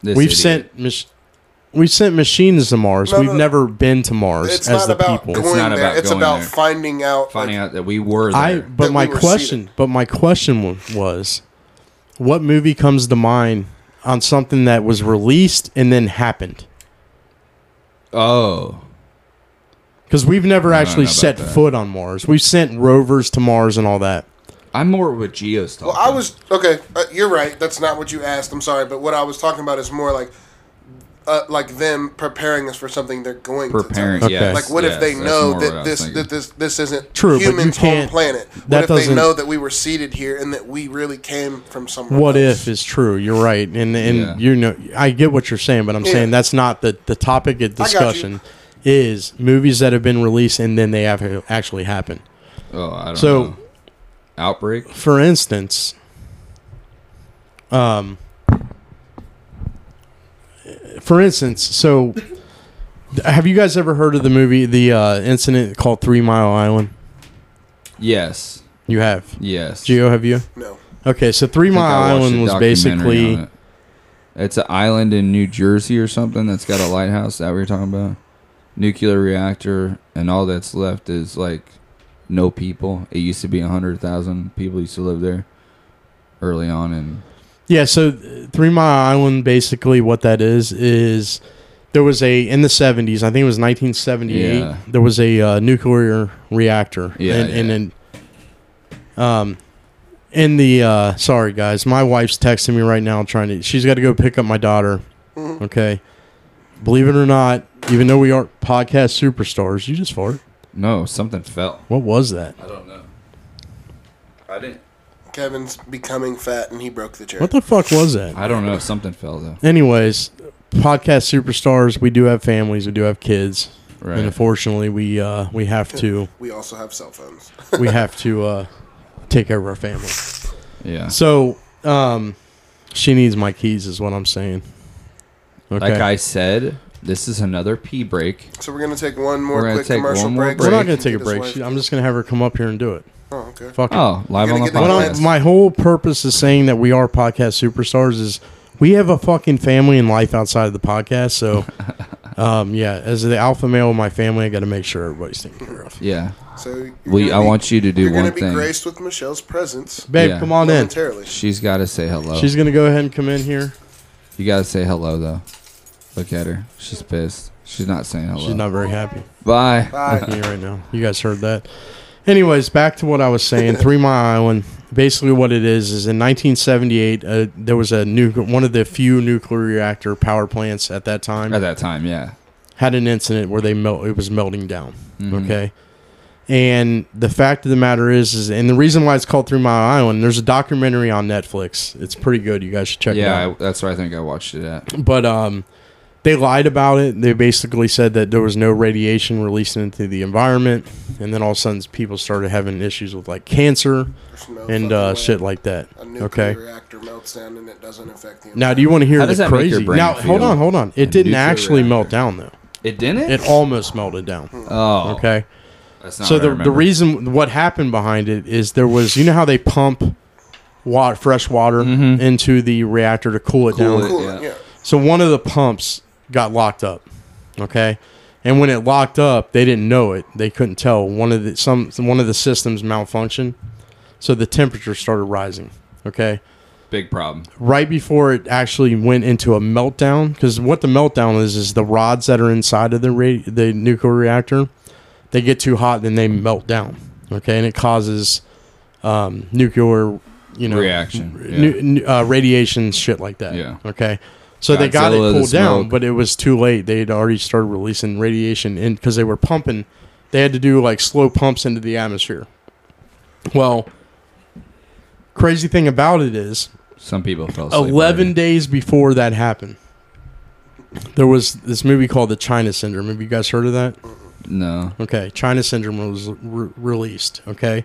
This
we've
idiot.
sent mach- we've sent machines to Mars.
No,
we've
no.
never been to Mars
It's
as
not
the
about
people.
going
It's not
there.
about
it's
going
about
there.
finding out.
finding
like,
out that we were there.
I but
that
my
we were
question, but my question wa- was, what movie comes to mind on something that was released and then happened?
oh,
Because we've never
don't
actually
know about
set
that.
foot on Mars. We've sent rovers to Mars and all that.
I'm more with Gio's talk.
Well, I was okay. Uh, you're right. That's not what you asked. I'm sorry, but what I was talking about is more like uh, like them preparing us for something they're going
Preparing,
to
Okay.
tell
yes.
us. Like what
yes,
if they
that's
know
more what I
that
was
this
thinking.
that this this isn't
True, but you
humans home
can't-
planet? What
that
if they
doesn't-
know that we were seated here and that we really came from somewhere?
What
else?
if is true? You're right, and and
Yeah.
you know I get what you're saying, but I'm
Yeah.
saying that's not the the topic of
got you.
discussion. Is movies that have been released and then they have actually happen.
Oh, I don't
So-
know. Outbreak?
For instance, um, for instance, so have you guys ever heard of the movie the uh, incident called Three Mile Island?
Yes.
You have.
Yes.
Geo, have you?
No.
Okay, so Three
I think I
Mile
watched
Island
a
was
documentary
basically
on it. It's an island in New Jersey or something that's got a lighthouse. Is That we were talking about nuclear reactor, and all that's left is like no people. It used to be hundred thousand people used to live there early on, and
Yeah, so uh, Three Mile Island, basically, what that is is there was a in the seventies, I think it was nineteen seventy eight.
Yeah.
There was a uh, nuclear reactor,
Yeah,
and, and
yeah.
then, um, in the uh, sorry guys, my wife's texting me right now, trying to. She's got to go pick up my daughter. Okay, believe it or not, even though we aren't podcast superstars, you just farted.
no, something fell.
What was that?
I don't know. I didn't.
Kevin's becoming fat and he broke the chair.
What the fuck was that?
I don't know. Something fell though.
anyways, podcast superstars, we do have families, we do have kids,
Right.
and unfortunately, we uh, we have to
we also have cell phones. *laughs*
we have to uh, take care of our family.
Yeah.
So, um, she needs my keys, is what I'm saying. Okay,
Like I said, this is another pee break.
So we're gonna take one more
We're gonna
quick
take
commercial
one more
break.
break.
we're not
Break.
gonna take a
Get
break.
his
She,
wife-
I'm just gonna have her come up here and do it.
Oh, okay.
Fuck. it.
Oh, live
You're
on
gonna
the
get the
What
podcast.
I'm, my whole purpose is saying that we are podcast superstars is we have a fucking family and life outside of the podcast.
*laughs*
So, um, yeah, as the alpha male of my family, I got to make sure everybody's taken care of.
yeah.
So you're
We.
gonna
I
be-
want you to do
You're
one
gonna be
thing.
graced with Michelle's presence
Babe,
Yeah. Oh.
come on in.
momentarily.
She's got to say hello.
She's gonna go ahead and come in here.
You gotta say hello though. Look at her. She's pissed. She's not saying hello.
She's not very happy
Bye.
Bye.
with me right now. You guys heard that. Anyways, back to what I was
*laughs*
saying. Three Mile Island. Basically, what it is is in 1978, uh, there was a nu- one of the few nuclear reactor power plants at that time
At that time, yeah.
had an incident where they melt. It was melting down.
Mm-hmm.
Okay. And the fact of the matter is, is and the reason why it's called Three Mile Island. There's a documentary on Netflix. It's pretty good. You guys should check it out.
Yeah, I, that's where I think I watched it at.
but um, they lied about it. They basically said that there was no radiation released into the environment, and then all of a sudden people started having issues with like cancer
There's no
and
fucking
uh,
way
shit like that.
A nuclear
okay.
reactor melts down and it doesn't affect the
Now, do you want to hear
How
the
does that make
crazy?
your brain
now, hold
feel?
on, hold on.
A
It didn't
nuclear
actually melt
reactor.
down though.
It didn't?
It almost melted down.
oh.
Okay.
That's not
so
what I
the the
remember.
reason what happened behind it is there was you know how they pump water, fresh water into the reactor to cool it
Mm-hmm.
down.
Cool it.
Cool,
Yeah.
yeah.
So one of the pumps got locked up. Okay. And when it locked up, they didn't know it. They couldn't tell. One of the some one of the systems malfunctioned. So the temperature started rising. Okay.
big problem.
Right before it actually went into a meltdown, because what the meltdown is is the rods that are inside of the ra- the nuclear reactor, they get too hot, then they melt down. Okay, and it causes um, nuclear, you know,
Reaction,
r-
yeah.
nu- nu- uh, radiation, shit like that.
Yeah.
Okay. So they got it
Godzilla, the
cooled down,
smoke.
but it was too late. They had already started releasing radiation in because they were pumping. They had to do like slow pumps into the atmosphere. Well, crazy thing about it is,
Some people fell asleep.
eleven
already.
days before that happened, there was this movie called The China Syndrome. Have you guys heard of that?
No.
Okay, China Syndrome was re- released. Okay,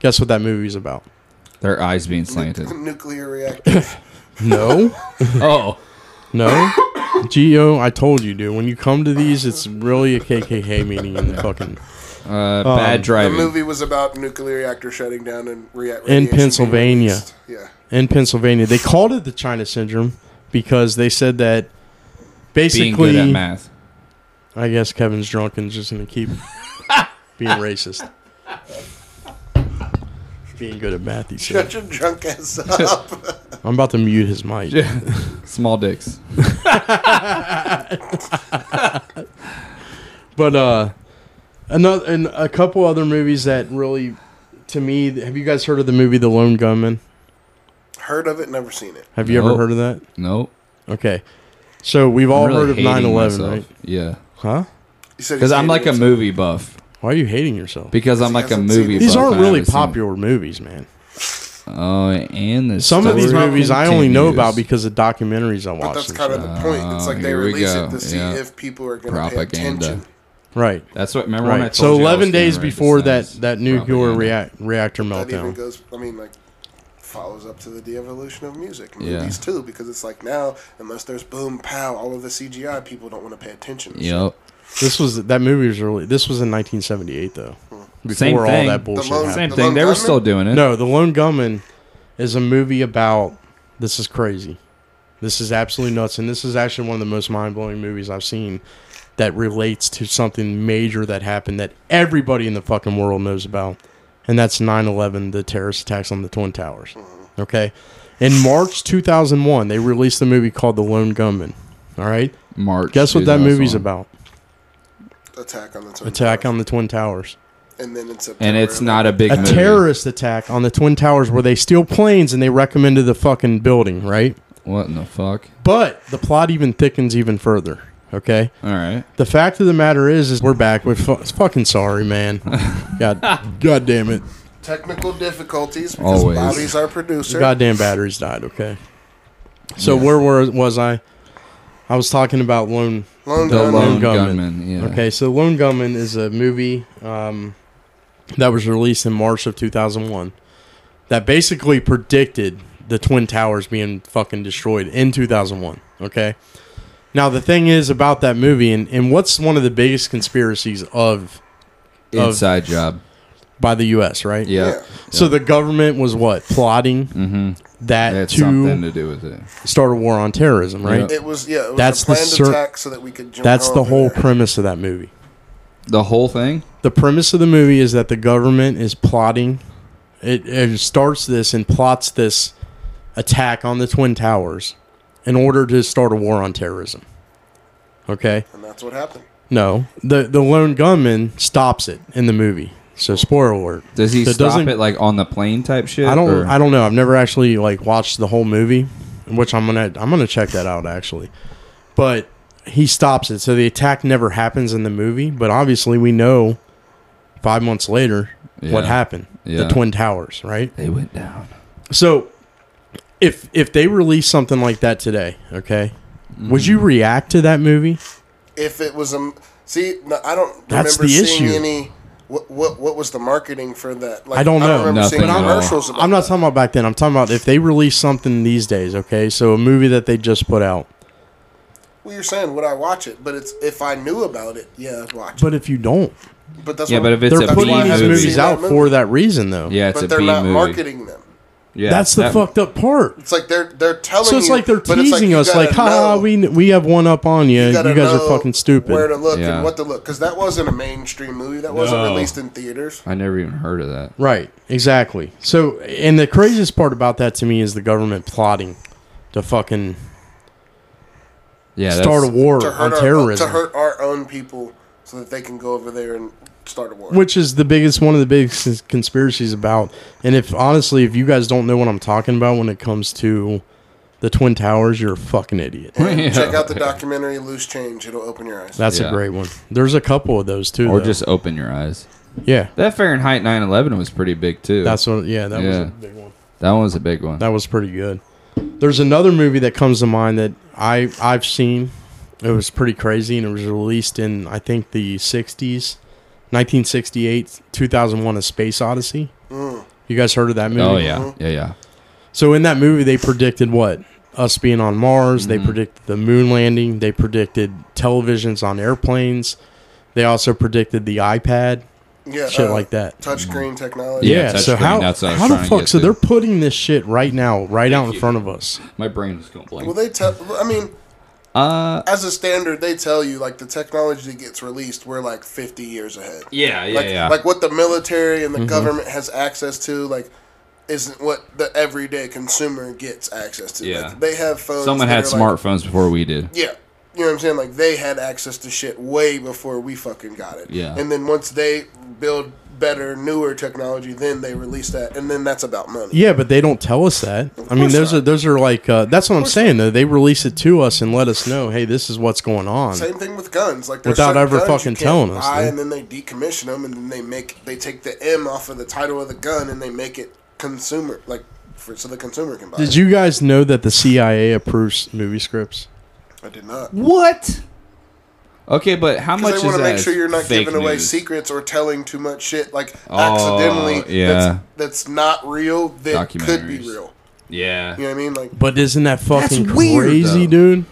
guess what that movie's about?
Their eyes being
*laughs*
slanted.
Nuclear reactor.
*laughs* No,
oh.
no, Geo. I told you, dude. When you come to these, it's really a KKK meeting in the fucking
Uh,
Um,
bad
the
driving.
movie was about nuclear reactor shutting down and react
In Pennsylvania.
Yeah.
in Pennsylvania. They called it the China Syndrome because they said that
Being good at
basically.
math.
I guess Kevin's drunk and just gonna
*laughs*
keep being racist. Being good at math, he said.
Shut your drunk
*laughs*
ass up.
I'm about to mute his mic.
Small dicks.
But uh, another and a couple other movies that really, to me, have you guys heard of the movie The Lone Gunman?
Heard of it, never seen it.
Have you
Nope.
ever heard of that?
Nope.
Okay, So we've all
I'm really
heard of
hating
9 11,
myself.
right?
Yeah,
Huh?
You said
because
he's
I'm like a
hating
movie buff.
Why are you hating yourself?
Because I'm
He
like a
hasn't seen
movie.
it.
These
buff.
aren't
I
really
haven't seen-
popular movies, man.
Oh, and the
Some of these
story
movies I only know about
continues.
because of documentaries I
But
watch.
that's
and
kind
shit.
of the point. It's like
Oh,
they
here we
release
go.
it to see
Yeah.
if people are going to pay
Propaganda.
attention.
right.
That's what. Remember when I
Right.
told
So
you I was
11 days
gonna write this
before
down
that,
as
that nuclear
propaganda.
react, reactor
That even
meltdown.
goes. I mean, like follows up to the de-evolution of music and
Yeah.
movies too, because it's like now unless there's boom pow, all of the CGI people don't want to pay attention.
Yep.
This was that movie was really. This was in 1978 though. Before
Same
all
thing.
that
Hmm. The
bullshit
lone-
happened.
Same
The
thing.
Lone
They were
Gunman?
still doing it.
No, The Lone Gunman is a movie about. This is crazy. This is absolutely nuts, and this is actually one of the most mind blowing movies I've seen that relates to something major that happened that everybody in the fucking world knows about, and that's 9/11, the terrorist attacks on the Twin Towers. Okay, in March 2001, they released a movie called The Lone Gunman. All right,
March.
guess what that
2001.
movie's about?
Attack on the Twin
Attack
Towers.
on the Twin Towers.
and then in September.
And it's not a big
a
movie.
terrorist attack on the twin towers where they steal planes and they recommended the fucking building right
What in the fuck?
but the plot even thickens even further okay
All right.
the fact of the matter is is we're back we're fu- fucking sorry man
*laughs*
god god damn it
technical difficulties because
Always.
Bobby's our producer.
goddamn batteries died okay so where were, was i i was talking about lone
Lone
The
Gunman.
Lone Gunman.
Yeah.
Okay, so Lone Gunman is a movie um, that was released in March of 2001 that basically predicted the Twin Towers being fucking destroyed in 2001. Okay. Now, the thing is about that movie, and, and what's one of the biggest conspiracies of of-
Inside job.
by the U.S., right?
Yeah.
Yeah.
So the government was what? Plotting that
It had something
to
to do with it.
start a war on terrorism, right?
Yeah.
It was yeah. It was
That's
a
the
planned
cer-
attack so that we could. Jump
That's the
over
whole
there.
premise of that movie.
The whole thing.
the premise of the movie is that the government is plotting it, it starts this and plots this attack on the twin towers in order to start a war on terrorism okay
and that's what happened.
no the the lone gunman stops it in the movie so spoiler alert
Does he
So it
stop
doesn't-
it like on the plane type shit?
i don't
or-
i don't know i've never actually like watched the whole movie which i'm gonna i'm gonna check that out actually but he stops it so the attack never happens in the movie but obviously we know five months later what
Yeah.
happened
Yeah.
the twin towers right
They went down.
so if if they release something like that today okay would
Mm.
you react to that movie
If it was um, see, no, I don't
That's
remember
the
seeing
issue.
any. What, what what was the marketing for that? Like,
I don't know.
remember
Nothing
seeing
at all.
commercials about.
i'm not
that.
talking about back then i'm talking about if they release something these days okay so a movie that they just put out
Well, you're saying would I watch it? But it's if I knew about it, yeah, I'd watch
but if you don't
it. But that's
Yeah,
what-
but if it's
they're
a
that's
B
putting
why I
these
haven't
movie.
movies
seen
out
that movie.
for that reason though
Yeah, it's
But
a
they're
B
not
movie.
marketing them.
Yeah,
that's the
that-
fucked up part
It's like they're they're telling.
so it's
you,
like they're
but it's
teasing
you
us like
gotta
ha ha,
know-
we, we have one up on you, you,
gotta
guys are
know
fucking stupid
Where to look
Yeah.
and what to look, because that wasn't a mainstream movie. That wasn't
No.
released in theaters.
I never even heard of that.
Right, exactly. So, and the craziest part about that to me is the government plotting to fucking
Yeah,
start a
that's-
war
to
on
hurt our,
terrorism,
to hurt our own people so that they can go over there and start a war.
which is the biggest one of the biggest cons- conspiracies about. And if honestly, if you guys don't know what I'm talking about when it comes to the Twin Towers, you're a fucking idiot.
*laughs* Yeah.
Check out the documentary "Loose Change." It'll open your eyes.
That's
Yeah.
a great one. There's a couple of those too.
Or
though.
just open your eyes.
yeah,
That Fahrenheit 9/11 was pretty big too.
that's what. Yeah, that was
Yeah.
a big one.
that one was a big one.
That was pretty good. There's another movie that comes to mind that I I've seen. It was pretty crazy, and it was released in I think the '60s, 1968, 2001, A Space Odyssey. You guys heard of that movie?
oh yeah, yeah, yeah.
So in that movie, they predicted what us being on Mars.
Mm-hmm.
They predicted the moon landing. They predicted televisions on airplanes. They also predicted the iPad,
yeah,
shit
uh,
like that.
Touchscreen technology.
Yeah,
Yeah.
touch
so
screen,
how
that's what I was
how the
trying to
fuck?
get
So
to.
they're putting this shit right now, right out in
you.
front of us.
My brain is going blank.
Well, they tell. I mean,
uh,
as a standard, they tell you like the technology that gets released, we're like 50 years ahead.
Yeah, yeah,
like,
yeah.
like what the military
Mm-hmm.
and the government has access to, like. Isn't what the everyday consumer gets access to.
Yeah.
Like, they have phones.
someone
that
had
are, like,
smartphones before we did.
Yeah. You know what I'm saying? Like they had access to shit way before we fucking got it.
Yeah.
And then once they build better, newer technology, then they release that, and then that's about money.
Yeah, but they don't tell us that. I mean,
course
those
not.
are those are like uh, that's what I'm
course
saying though. They release it to us and let us know, hey, this is what's going on.
Same thing with guns. Like there's
Without
certain
ever
guns
fucking
you can't
telling us,
buy,
dude.
and then they decommission them, and then they make they take the M off of the title of the gun, and they make it consumer like for, so the consumer can buy.
Did
it.
you guys know that the CIA approves movie scripts?
I did not.
What? Okay, but how much
Because
is
they want to
that
make sure you're not
fake
giving away
news?
secrets or telling too much shit, like
Oh,
accidentally.
yeah.
That's, that's not real. That could be
Documentaries.
real.
Yeah.
You know what I mean? Like
But isn't that fucking
weird,
crazy, dude?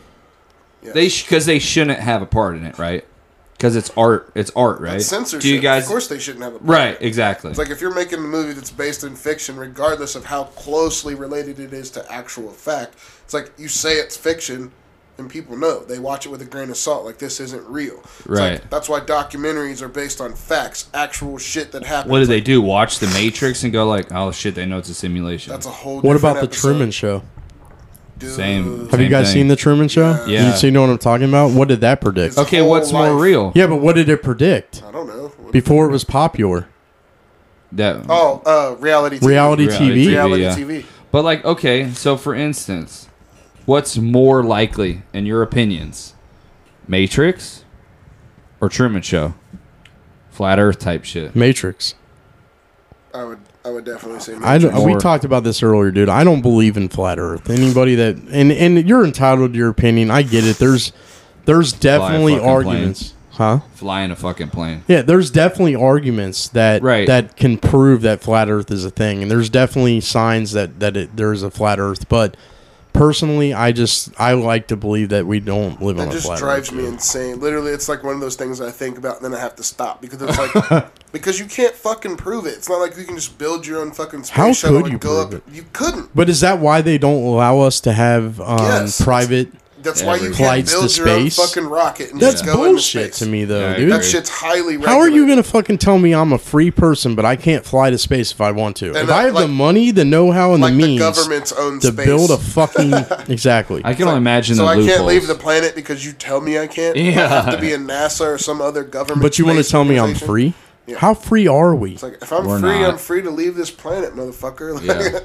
They because they shouldn't have a part in it, right? Because it's art. It's art, right?
that's censorship.
Do you guys?
of course, they shouldn't have a problem.
right. Exactly.
It's like if you're making a movie that's based in fiction, regardless of how closely related it is to actual fact, it's like you say it's fiction, and people know they watch it with a grain of salt. Like this isn't real. It's like,
Right.
that's why documentaries are based on facts, actual shit that happened.
what do they do? Watch the Matrix and go like, oh shit, they know it's a simulation.
That's a whole.
What
different
about the
episode.
Truman Show?
Dude.
Same.
Have you
Same
guys
thing.
seen the Truman Show?
Yeah.
You, so you know what I'm talking about? What did that predict?
It's-
okay,
whole
what's more
life.
real?
Yeah, but what did it predict
I don't know. What-
before it was popular?
That.
Oh, uh, reality. TV.
Reality,
Reality
TV.
TV.
Reality
yeah.
TV.
But like, okay, so for instance, what's more likely in your opinions, Matrix or Truman Show, flat Earth type shit?
Matrix.
I would. I would definitely say.
I don't, we
Or-
talked about this earlier, dude. I don't believe in flat Earth. Anybody that and and you're entitled to your opinion. I get it. There's there's definitely
fucking
arguments, huh?
Fly in a fucking plane.
Yeah, there's definitely arguments that
Right.
that can prove that flat Earth is a thing, and there's definitely signs that that it, there is a flat Earth. But personally, I just I like to believe that we don't live on
It
a
just
flat
drives
Earth.
me insane. Literally, it's like one of those things I think about and then I have to stop because it's
*laughs*
like because you can't fucking prove it. It's not like you can just build your own fucking space
How
shuttle
could
and
you
go up.
prove
You couldn't.
But is that why they don't allow us to have um,
Yes.
private?
That's why you can't
Flights to
build your own
space?
fucking rocket and
That's
just go
bullshit
into space.
to me, though,
Yeah, I
dude.
agree.
That shit's highly. Regulated.
How are you going to fucking tell me I'm a free person, but I can't fly to space if I want to? if
that-
I have the
like-
money, the know-how, and
like
the means
the government's own
to
space?
build a
*laughs*
fucking exactly,
I can only imagine
so
the
I can't
loopholes.
leave the planet because you tell me I can't. I have to be in NASA or some other government.
but you want to
space
tell me I'm
organization?
free? How free are we?
It's like if I'm
We're
free,
not.
I'm free to leave this planet, motherfucker. *laughs* Like,
Yeah.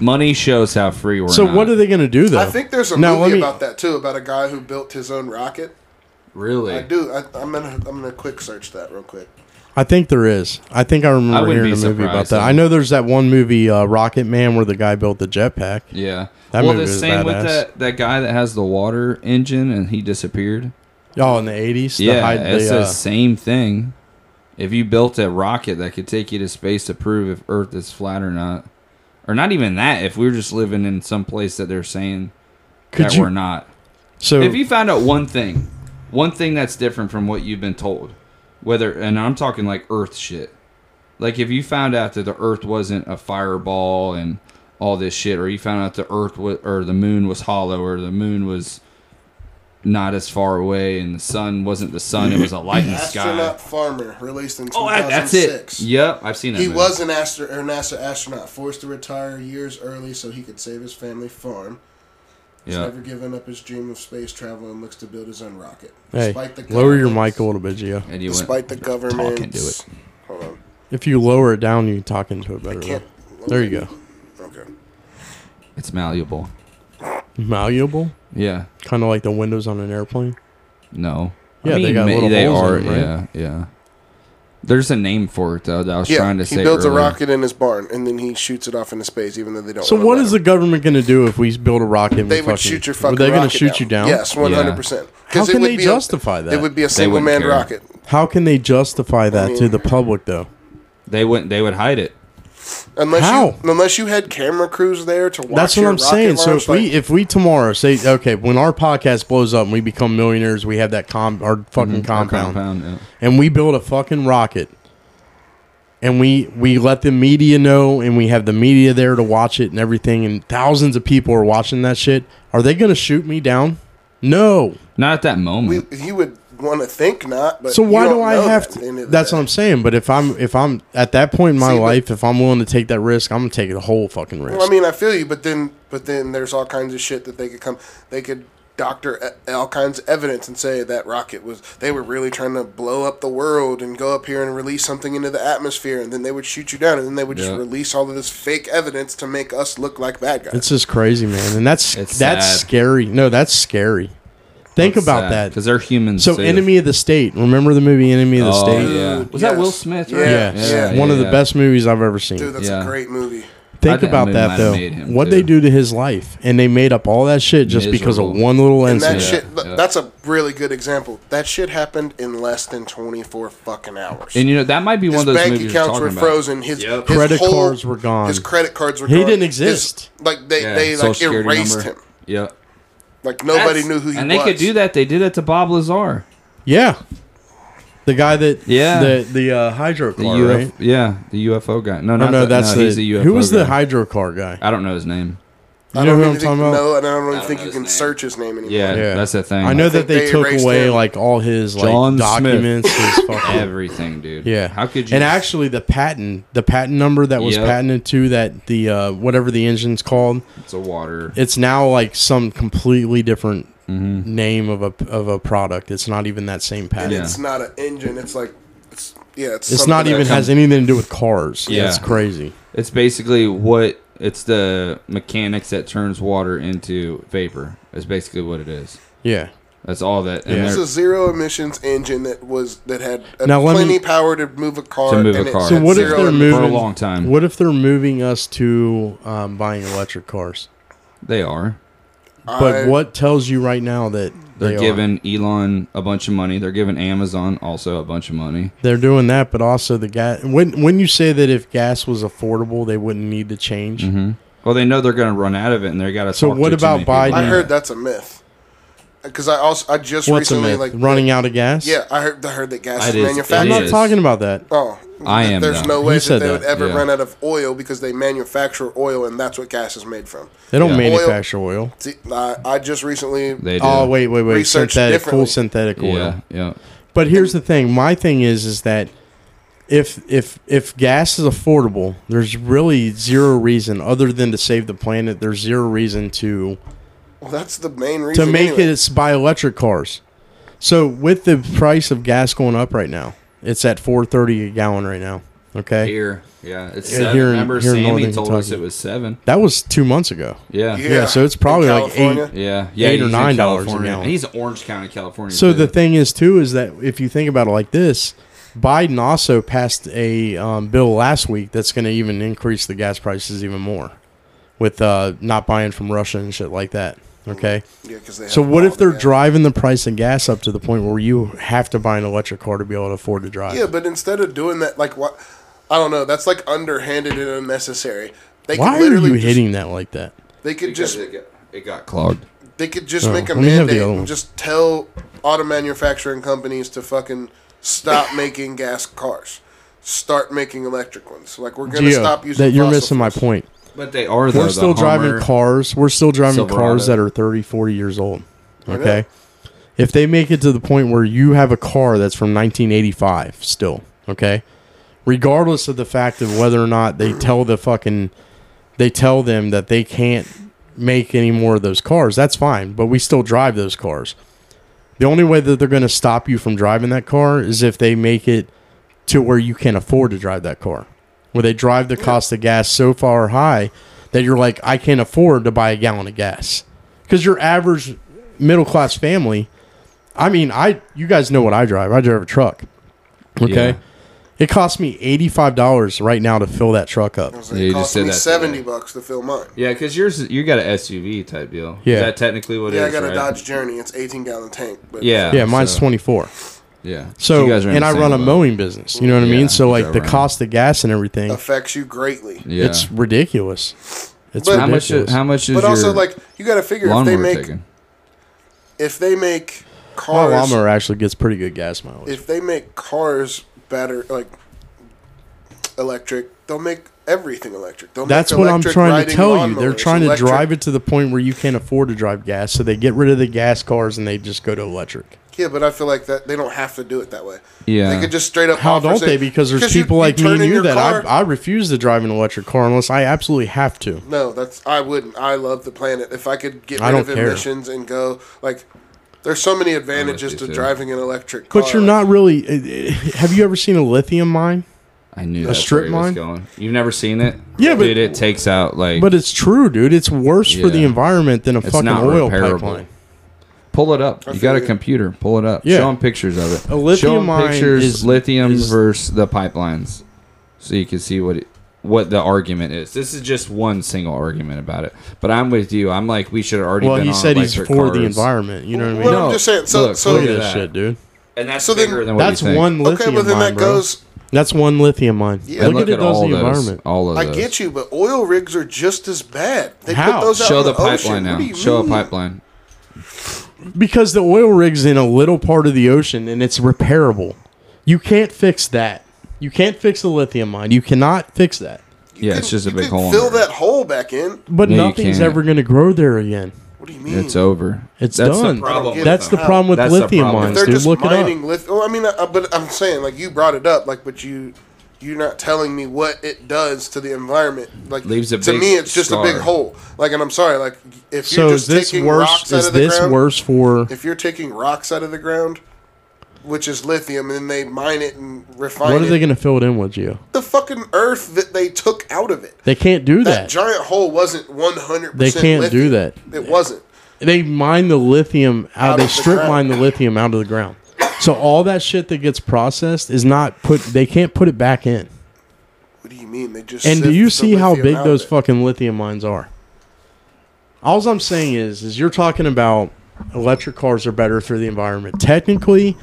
Money shows how free we're.
so
not.
what are they going to do though?
I think there's a
Now, let
movie
me-
about that too, about a guy who built his own rocket.
really?
I do. I, I'm gonna I'm gonna quick search that real quick.
I think there is. I think I
I
remember
wouldn't
hearing a
be
movie about
surprised,
that.
though.
I know there's that one movie, uh, Rocket Man, where the guy built the jetpack.
Yeah.
That
well,
movie
the
was
same with
badass.
that that guy that has the water engine and he disappeared.
Oh, in the '80s. the,
yeah,
hide-
it's
the,
the
uh,
same thing. If you built a rocket that could take you to space to prove if Earth is flat or not, or not even that, if we were just living in some place that they're saying
Could
that
you-
we're not.
so
If you found out one thing, one thing that's different from what you've been told, whether and I'm talking like Earth shit, like if you found out that the Earth wasn't a fireball and all this shit, or you found out the Earth wa- or the Moon was hollow, or the Moon was not as far away, and the sun wasn't the sun, it was a light in the sky.
Astronaut Farmer, released in
Oh, that- that's
2006.
it. Yep, I've seen that.
He
movie.
was an astro- or NASA astronaut, forced to retire years early so he could save his family farm. He's
Yeah.
never given up his dream of space travel and looks to build his own rocket.
hey, lower your mic a
government's-
little bit, Gio.
And you
Despite the government,
it.
Hold on.
If you lower it down, you talk into it better.
Can't,
though. There you go.
Okay.
It's malleable.
Malleable,
Yeah.
kind of like the windows on an airplane.
No.
Yeah, they got
ma-
little holes in them, right?
Yeah, yeah. There's a name for it though. That I was
Yeah,
trying to
he
say.
builds
earlier.
a rocket in his barn and then he shoots it off into space, even though they don't.
So
wanna
what
let
is
him.
the government going to do if we build a rocket? and
They
we
would
fucking-
shoot your fucking.
Are they
going
gonna
to
shoot you down?
Yes, one hundred percent.
How can they justify that?
It would be a single
wouldn't
man
care.
rocket.
How can they justify that to
mean-
the public though?
They wouldn't. They would hide it.
Unless
How?
you unless you had camera crews there to watch.
That's what
your
I'm
rocket
saying. So
launch,
if we
like,
if we tomorrow say okay, when our podcast blows up and we become millionaires, we have that com our
Mm-hmm.
fucking compound,
Compound. yeah.
and we build a fucking rocket. And we, we let the media know, and we have the media there to watch it and everything, and thousands of people are watching that shit. Are they going to shoot me down? No.
Not at that moment.
we, you would want to think not, but
So
you
why
don't
do I
know
have
that at the end
to?
of the
That's
day.
what I'm saying. But if I'm if I'm at that point in my
See, but-
life, if I'm willing to take that risk, I'm gonna take the whole fucking risk.
Well, I mean, I feel you, but then but then there's all kinds of shit that they could come. They could doctor e- all kinds of evidence and say that rocket was they were really trying to blow up the world and go up here and release something into the atmosphere and then they would shoot you down and then they would
Yeah.
just release all of this fake evidence to make us look like bad guys.
It's just crazy, man. And that's
It's
that's
sad.
scary. No, that's scary. Think about that.
because they're humans.
So,
too.
Enemy of the State. Remember the movie Enemy of the
Oh,
State?
yeah. Was that Will Smith, right?
Yeah,
Yeah,
yeah.
it's one of the
yeah.
best movies I've ever seen.
Dude, that's
Yeah.
a great movie.
Think
that
about
movie might
that
have
though.
made him,
What
too.
they do to his life, and they made up all that shit just because of
Miserable.
one little
And that
incident.
shit,
yeah.
that's a really good example. That shit happened in less than 24 fucking hours.
And you know that might be
his
one of those
bank
movies
accounts
you're
were
talking
frozen. His,
Yep.
his
Credit
whole-
cards were gone.
His credit cards were
He
gone.
didn't
His-
exist.
like they,
about. Yeah,
they
Social
like
Security
erased
number.
him.
Yep.
Like nobody
That's-
knew who he
And they
was.
could do that. They did it to Bob Lazar.
Yeah, the guy that
Yeah.
the the uh, hydro
The
car
UFO,
right?
yeah, the UFO guy.
No,
No, not
no,
the-
that's
no,
the,
he's the UFO.
who was the
guy.
hydro car guy?
I don't know his name.
You
I
know
don't
who
even
I'm
think,
talking about?
No, and I don't even think
know
you
his
can
name.
search his name anymore.
Yeah, that's the thing.
I know that
think
they,
they
took
erased
away
him.
like all his like
John Smith.
documents.
*laughs*
His fucking,
everything, dude.
yeah,
How could you?
And actually, the patent, the patent number that was
Yep.
patented to that the uh, whatever the engine's called,
it's a water.
it's now like some completely different name of a of a product. It's not even that same pattern.
And
Mm-hmm. Yeah.
it's not an engine. It's like, it's, yeah, it's
It's
something
not even
else.
has anything to do with cars.
Yeah.
it's crazy.
It's basically what it's the mechanics that turns water into vapor. That's basically what it is.
Yeah,
That's all that. And
Yeah.
they're-
It's a zero emissions engine that was that had uh,
Now let me-
plenty power to move a car.
To move a
and it
car.
had
So what if
zero
they're
emissions.
moving
for a long time.
What if they're moving us to um, buying electric cars?
they are.
But
I-
what tells you right now that
They're
they are?
giving Elon a bunch of money. They're giving Amazon also a bunch of money.
They're doing that, but also the gas. When when you say that if gas was affordable, they wouldn't need to change.
Well, they know they're going to run out of it, and they got to.
So what about Biden?
I heard that's a myth. Because I also I just
What's
recently
a myth?
like
Running out of gas?
yeah I heard I heard that gas
It
is,
is- it
I'm
manufactured.
not
is.
talking about that.
Oh,
I
th-
am,
There's
though.
no way
He
that
said
they would
that,
ever
yeah.
run out of oil because they manufacture oil and that's what gas is made from.
They don't
Yeah. Oil-
manufacture oil.
See, I, I just recently
They do.
Oh wait, wait, wait!
Research
Synthetic, full
differently.
synthetic oil.
Yeah, yeah.
But here's the thing. My thing is, is that if if if gas is affordable, there's really zero reason other than to save the planet. There's zero reason to
well, oh, that's the main
to
reason
make
anyway.
it it's buy electric cars. So with the price of gas going up right now, it's at four thirty a gallon right now. Okay,
Here, yeah. It's
Yeah,
seven.
here in-
Remember,
here in
Sammy
Northern
told us
Kentucky.
it was seven.
that was two months ago.
Yeah,
Yeah, so it's
in
probably like eight-
California.
yeah, yeah.
Eight or
he's in
nine dollars a
California.
gallon.
He's in Orange County, California.
So
too.
the thing is too is that if you think about it like this, Biden also passed a um, bill last week that's going to even increase the gas prices even more, with uh, not buying from Russia and shit like that. Okay.
Yeah, 'cause they
So
have
what
all
if they're
the gas.
driving the price of gas up to the point where you have to buy an electric car to be able to afford to drive?
Yeah, but instead of doing that, like what? I don't know. That's like underhanded and unnecessary. They
Why
could
are
literally
you
just,
hitting that like that?
They could
Because
just
it got, it got clogged.
they could just
Oh,
make a
let me have the
mandate
other
and
one.
just tell auto manufacturing companies to fucking
*laughs*
stop making gas cars. Start making electric ones. Like we're gonna
Gio,
stop using.
that you're
fossil
missing my
fuels.
point.
But they are. Though,
We're
the
still
Hummer-
driving cars. We're still driving
Silverado.
cars that are 30, 40 years old.
know.
Okay. If they make it to the point where you have a car that's from 1985 still, okay? Regardless of the fact of whether or not they tell the fucking they tell them that they can't make any more of those cars, that's fine, but we still drive those cars. The only way that they're going to stop you from driving that car is if they make it to where you can't afford to drive that car, where they drive the cost of gas so far high that you're like, I can't afford to buy a gallon of gas. Because your average middle class family, I mean, I you guys know what I drive. I drive a truck. Okay,
Yeah.
it costs me eighty five dollars right now to fill that truck up.
I was like,
Yeah, you
it
just
cost
said
me
that
seventy
today.
bucks to fill mine.
Yeah, because yours is- you got an SUV type deal.
Yeah.
is that technically what
Yeah,
it
I
is.
got a
right?
Dodge Journey. It's eighteen gallon tank. But
Yeah,
Yeah, mine's
so-
twenty four.
Yeah,
So
you guys are in
and
the
I
same
run a
boat.
mowing business. You know what I
Yeah,
mean? So
you
like
drive
the
around.
cost of gas and everything,
affects you greatly.
Yeah,
it's ridiculous. It's
But-
how much?
ridiculous.
Is, how much is
But
your
also, like you got to figure if
lawnmower
they make
taking?
if they make
My
cars
llama actually gets pretty good gas mileage.
if they make cars better like electric they'll make everything electric they'll
That's
make
what I'm
electric
trying to
riding
tell you. They're
lawnmowers,
trying to
electric-
drive it to the point where you can't afford to drive gas, so they get rid of the gas cars and they just go to electric.
Yeah, but I feel like that they don't have to do it that way.
Yeah.
they could just straight up.
How
offer,
don't
say-
they? Because there's
you-
people
you
like me
turn
and
in
you
your
that
car-
I, I refuse to drive an electric car unless I absolutely have to.
No, that's I wouldn't. I love the planet. If I could get
I
rid of
don't care.
emissions and go like, there's so many advantages
you,
to
too.
driving an electric car.
But you're not really. eh, eh, Have you ever seen a lithium mine?
I knew that's
strip
where he was
mine?
going. You've never seen it?
Yeah, but-
Dude, it takes out like
But it's true, dude. It's worse for the
Yeah.
environment than a fucking
not
oil
repairable.
pipeline.
pull it up. You
feel
got a
you.
computer, pull it up.
Yeah.
Show him pictures of it.
A lithium
Show 'em
mine
pictures
is-
lithium
is-
versus the pipelines, so you can see what it, what the argument is. This is just one single argument about it. But I'm with you. I'm like we should have already.
Well,
been
he
on
said he's for
electric
the
cars.
environment. You know what I
Well,
mean?
I'm
No,
just saying, so-
look,
so-
look
Look
at
at this
that.
shit, dude.
And that's
So then-
bigger than what
That's
you think?
one lithium
okay, but then
mine,
that
bro.
goes.
That's one lithium mine.
Yeah,
look,
look
at it
at
does
all
the
those. Oh.
environment.
All of
I
those.
get you, but oil rigs are just as bad. They
How?
put those out
Show
in
the
the,
pipeline
ocean. What do
now.
you
Show a
mean?
pipeline.
Because the oil rig's in a little part of the ocean and it's repairable. You can't fix that. You can't fix the lithium mine. You cannot fix that.
Yeah,
You
it's just a
you
big
could
hole. in
Fill
it.
that hole back in.
But
No, you
nothing's
can't.
ever going to grow there again.
What do you mean?
It's over.
It's
That's
done.
The problem.
I don't
That's
get
the
it.
problem with
That's the
lithium
problem. If
mines,
they're
dude.
just
look it up.
mining lithium. Oh, I mean, uh, but I'm saying like you brought it up, like, but you you're not telling me what it does to the environment. Like
Leaves a
to
big
me, it's just a big
scar.
hole. Like, and I'm sorry, like if
So
you're
is
just
this
taking
worse?
rocks out
Is
of the
this
ground,
worse for?
if you're taking rocks out of the ground, which is lithium, and then they mine it and refine
What are
it,
they going to fill it in with, Gio?
the fucking earth that they took out of it.
They can't do
That
that.
giant hole wasn't 100.
They can't do that.
It wasn't.
They mine the lithium out.
Out
they
of the
strip
ground.
mine the lithium out of the ground. So all that shit that gets processed is not put. They can't put it back in.
What do you mean? They just
And do
sift
you
the
see how
lithium
big
out of
those
it.
fucking lithium mines are? All I'm saying is, is you're talking about electric cars are better for the environment. Technically,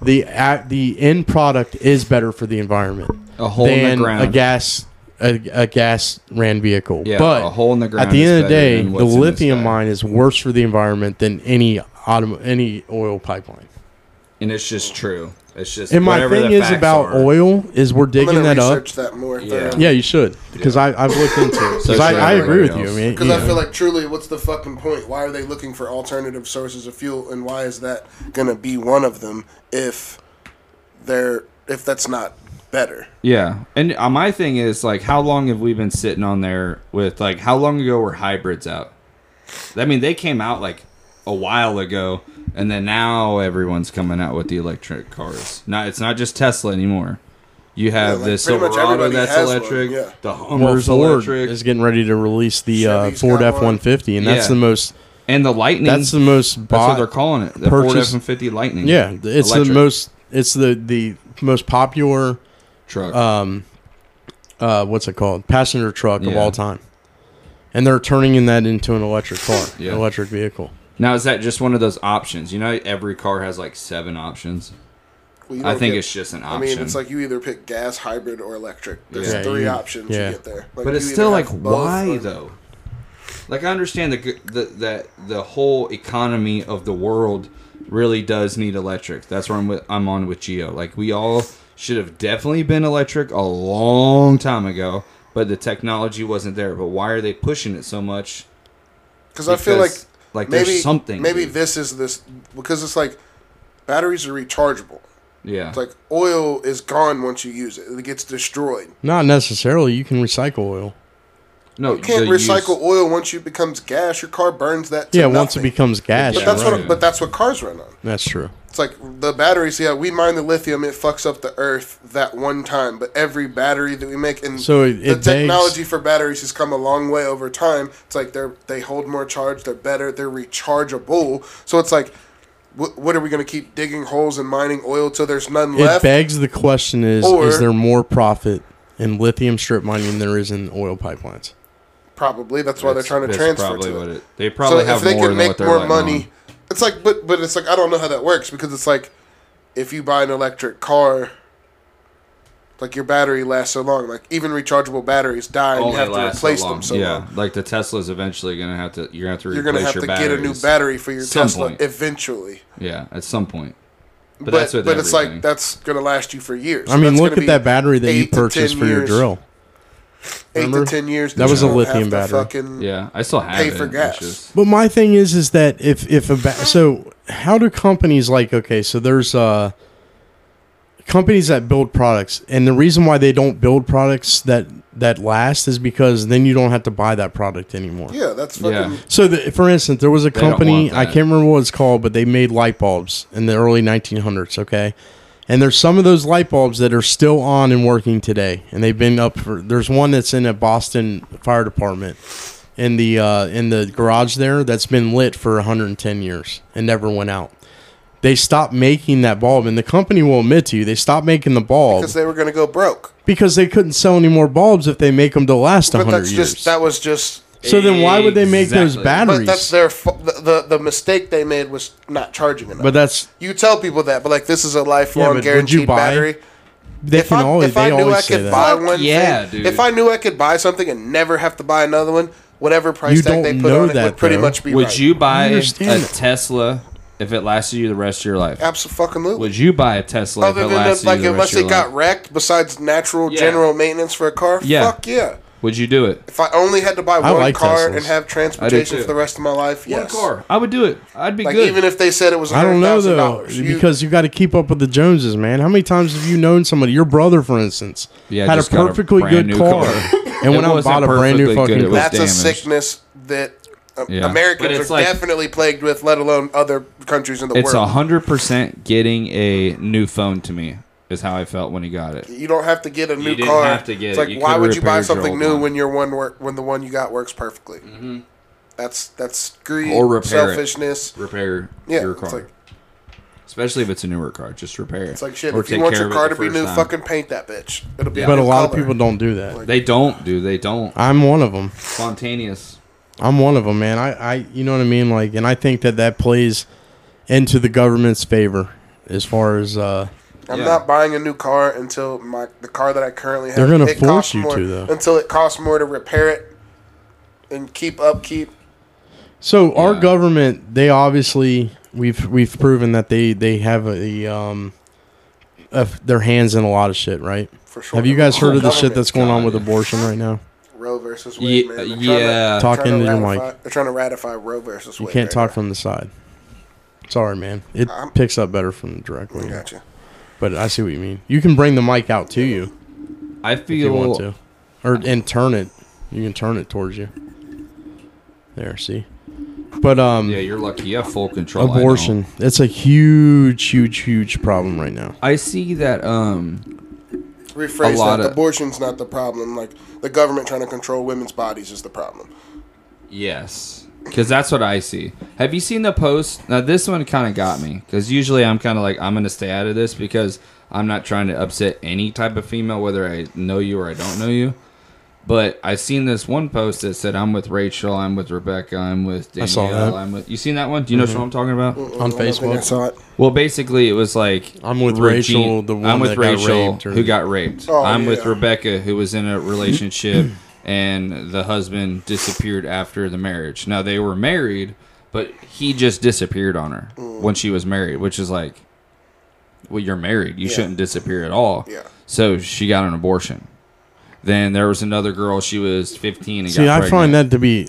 the at the end product is better for the environment
A hole in the
than
ground.
a gas a, a gas ran vehicle.
Yeah,
but
a hole in the ground
At the
is
end of the
better
day,
than
the
what's in this
lithium
guy.
mine is worse for the environment than any autom- any oil pipeline.
and it's just true. It's just.
And my
whatever
thing
the
is
facts
about
are.
oil is we're
I'm
digging
gonna
that up.
research that more.
Yeah.
thoroughly.
Yeah, you should because I I've looked into it. 'Cause
So
I,
should
I agree with
everybody
you. I
else.
mean,
Because
you
I
know.
feel like truly, what's the fucking point? Why are they looking for alternative sources of fuel, and why is that gonna be one of them if they're if that's not better?
Yeah, and uh, my thing is like, how long have we been sitting on there with like, how long ago were hybrids out? I mean, they came out like a while ago, and then now everyone's coming out with the electric cars. Not it's not just Tesla anymore. You have
like,
this
pretty much
Silverado
everybody
that's
has one,
electric,
yeah.
the
Well,
Hummer's
Ford
electric,
is getting ready to release the uh,
Chevy's
Ford
got
F
one.
one fifty, and that's
Yeah.
the most.
and the Lightning.
That's the most.
that's what
Bought,
they're calling it. The Ford
purchase-
F one fifty Lightning.
yeah, th- it's the
electric
most. It's the the most popular.
truck.
Um, uh, what's it called? Passenger truck of
Yeah.
all time, and they're turning in that into an electric car,
Yeah.
an electric vehicle.
now is that just one of those options? You know, every car has like seven options.
Well, you
I
don't
think
get-
it's just an
I
option.
mean, it's like you either pick gas, hybrid, or electric. There's
Yeah,
three
you-
options
yeah.
you get there. Like,
But it's
you
still
either
like,
have both
why
or-
though? Like I understand the, g- the that the whole economy of the world really does need electric. That's where I'm with, I'm on with Geo. Like we all should have definitely been electric a long time ago, but the technology wasn't there. But why are they pushing it so much?
Because I feel like
Because, like,
maybe
there's something,
Maybe
dude.
this is this because it's like batteries are rechargeable.
Yeah,
It's like oil is gone once you use it; it gets destroyed.
Not necessarily. You can recycle oil.
no,
You can't
the use-
recycle oil once it becomes gas. Your car burns that. To
yeah, once it
nothing.
becomes gas.
But
yeah,
that's
right.
what. But that's what cars run on.
That's true.
It's like the batteries. Yeah, we mine the lithium. It fucks up the earth that one time. But every battery that we make, and
So it- it
the
begs-
technology for batteries has come a long way over time. It's like they're they hold more charge. They're better. They're rechargeable. So it's like, wh- what are we gonna keep digging holes and mining oil till there's none
It
left?
begs the question: Is
Or-
is there more profit in lithium strip mining than there is in oil pipelines?
probably. That's why
That's-
they're trying to
that's
transfer
probably
to
what
it.
it- They probably
so
have
if they
more
can
than what
make
they're
more
letting on.
money, it's like, but but it's like I don't know how that works because it's like, if you buy an electric car, like your battery lasts so long. Like even rechargeable batteries die and you
Only
have to
lasts
replace
so long.
them. So
yeah,
long.
like the Tesla's eventually gonna have to. You're gonna have to
you're
replace
gonna have
your
to
batteries.
get a new battery for your
Some
Tesla
point.
eventually.
Yeah, at some point. But,
But
that's with
but, it's like
everything.
that's gonna last you for years.
I mean,
That's
look
gonna
at
be
that battery that you
eight to 10
purchased for your
years-
drill.
Eight
remember?
to ten years.
That was
you
a
don't have
lithium
to
battery.
Fucking,
Yeah, I still have
Pay
it.
for
It's
gas.
just-
But my thing is, is that if if a ba- so how do companies like okay, so there's uh companies that build products and the reason why they don't build products that that last is because then you don't have to buy that product anymore.
Yeah, that's
Yeah.
fucking.
So, the, for instance, there was a
don't
company
want
I
that.
can't remember what it's called, but they made light bulbs in the early 1900s. Okay, and there's some of those light bulbs that are still on and working today, and they've been up for. There's one that's in a Boston fire department in the uh, in the garage there that's been lit for 110 years and never went out. They stopped making that bulb, and the company will admit to you they stopped making the bulb
Because
because
they were going to go broke.
they, couldn't sell any more bulbs if they make them to last
But
100
that's
years.
just. That was just.
so then why would they make those
Exactly.
batteries?
But that's their. fa- The, the, the mistake they made was not charging enough.
but that's
you tell people that, but like this is a
Yeah, but
lifelong
would you
guaranteed
buy-
battery.
They
If
can
I,
always.
if
They
I knew I
always say
could
that.
buy
Fuck
one
yeah,
thing,
dude.
if I knew I could buy something and never have to buy another one, whatever price
You
tag
don't
they put
know
on it would
that,
pretty
though.
much be
Would
right.
you buy a
understand it.
Tesla if it lasted you the rest of your life?
Absolutely.
Would you buy a Tesla
Other
if it
than that,
lasted
like
you the rest
unless
of
it
your
got
life?
wrecked, besides natural
Yeah.
general maintenance for a car,
Yeah.
fuck yeah.
Would you do it?
If I only had to buy
I
one
like
car
Teslas.
and have transportation
too.
for the rest of my life, yes.
One car.
I would do it. I'd be
Like
good.
even if they said it was,
I don't know though,
$100,000, you-
because you got to keep up with the Joneses, man. How many times have you known somebody? Your brother, for instance,
Yeah,
had a
just got a
perfectly
brand
good
new
car, *laughs* and
car. It
went out and
wasn't
bought a brand new
perfectly
fucking.
good, it was-
that's
damaged.
a sickness that uh,
Yeah.
But
Americans
it's
are
like-
definitely plagued with, let alone other countries in the
it's a
world.
hundred percent getting a new phone to me is how I felt when he got it.
you don't have to get a new
didn't
car.
have to get
it's
it.
like
You
why
could've
would you buy
repaired your
something
old
new
one.
when your one work when the one you got works perfectly? Mm-hmm. That's that's greed,
Or repair it.
selfishness.
Repair
Yeah,
your
it's
car,
like-
especially if it's a newer car. Just repair it.
It's like shit.
Or
if you
take
want
care
your
of it
car
the
to be
first
new,
time.
fucking paint that bitch. It'll be. a
But a
new
lot of
color.
people don't do that.
They don't, dude. They don't.
I'm one of them.
Spontaneous.
I'm one of them, man. I, I, you know what I mean, like, and I think that that plays into the government's favor as far as uh,
I'm
Yeah.
not buying a new car until my the car that I currently have.
They're gonna
it
force
costs
you
more,
to, though.
Until it costs more to repair it and keep upkeep.
So our
Yeah.
government, they obviously we've we've proven that they they have a um, a, their hands in a lot of shit, right?
For sure.
Have you guys heard of the shit
Government.
that's going on with
God.
abortion right now?
Roe versus Wade,
Ye-
man. They're trying
yeah.
Talk
trying
into your
ratify-
mic.
They're trying to ratify Roe versus
You
Wade.
can't
right
talk from the side. Sorry, man. It
I'm-
picks up better from directly.
now. Gotcha.
But I see what you mean. You can bring the mic out to you
I
if
feel
you want to, or and turn it. You can turn it towards you. There, see. But um,
Yeah, you're lucky. You have full control. I know.
abortion. It's a huge, huge, huge problem right now.
I see that. Um.
Rephrase
A lot
that.
of-
Abortion's not the problem. Like the government trying to control women's bodies is the problem.
Yes. Because that's what I see. Have you seen the post? Now this one kind of got me. Because usually I'm kind of like I'm gonna stay out of this because I'm not trying to upset any type of female, whether I know you or I don't know you. But I seen this one post that said I'm with Rachel, I'm with Rebecca, I'm with Danielle,
saw that. Mm-hmm.
I'm with. You seen that one? Do you know what I'm talking about?
On
I don't think I
Facebook,
saw it.
Well, basically, it was like
I'm with
Regine-
Rachel, the one
I'm with
that got
Rachel
raped or-
who got raped.
Oh,
I'm with
yeah.
Rebecca who
*laughs*
was in a relationship and the husband disappeared after the marriage. Now they were married, but he just disappeared on her
Mm.
when she was married, which is like, well, you're married, you
Yeah.
shouldn't disappear at all.
Yeah.
So she got an abortion. Then there was another girl. She was 15 and
see,
got
I
pregnant.
find that to be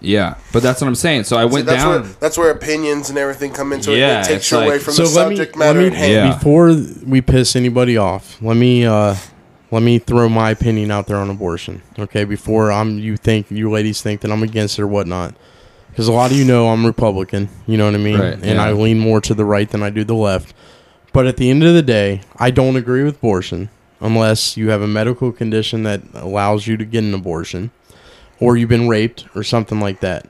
yeah, but that's what I'm saying. So I
See,
went
that's
down.
where that's where opinions and everything come into it.
Yeah,
it takes
it's
you
like-
away from the
let me-
subject matter
let
at
me,
hand.
Yeah.
Before we piss anybody off, let me uh, let me throw my opinion out there on abortion. Okay, before I'm you think you ladies think that I'm against it or whatnot, because a lot of you know I'm Republican. You know what I mean,
Right,
and
yeah.
I lean more to the right than I do the left. But at the end of the day, I don't agree with abortion unless you have a medical condition that allows you to get an abortion, or you've been raped or something like that.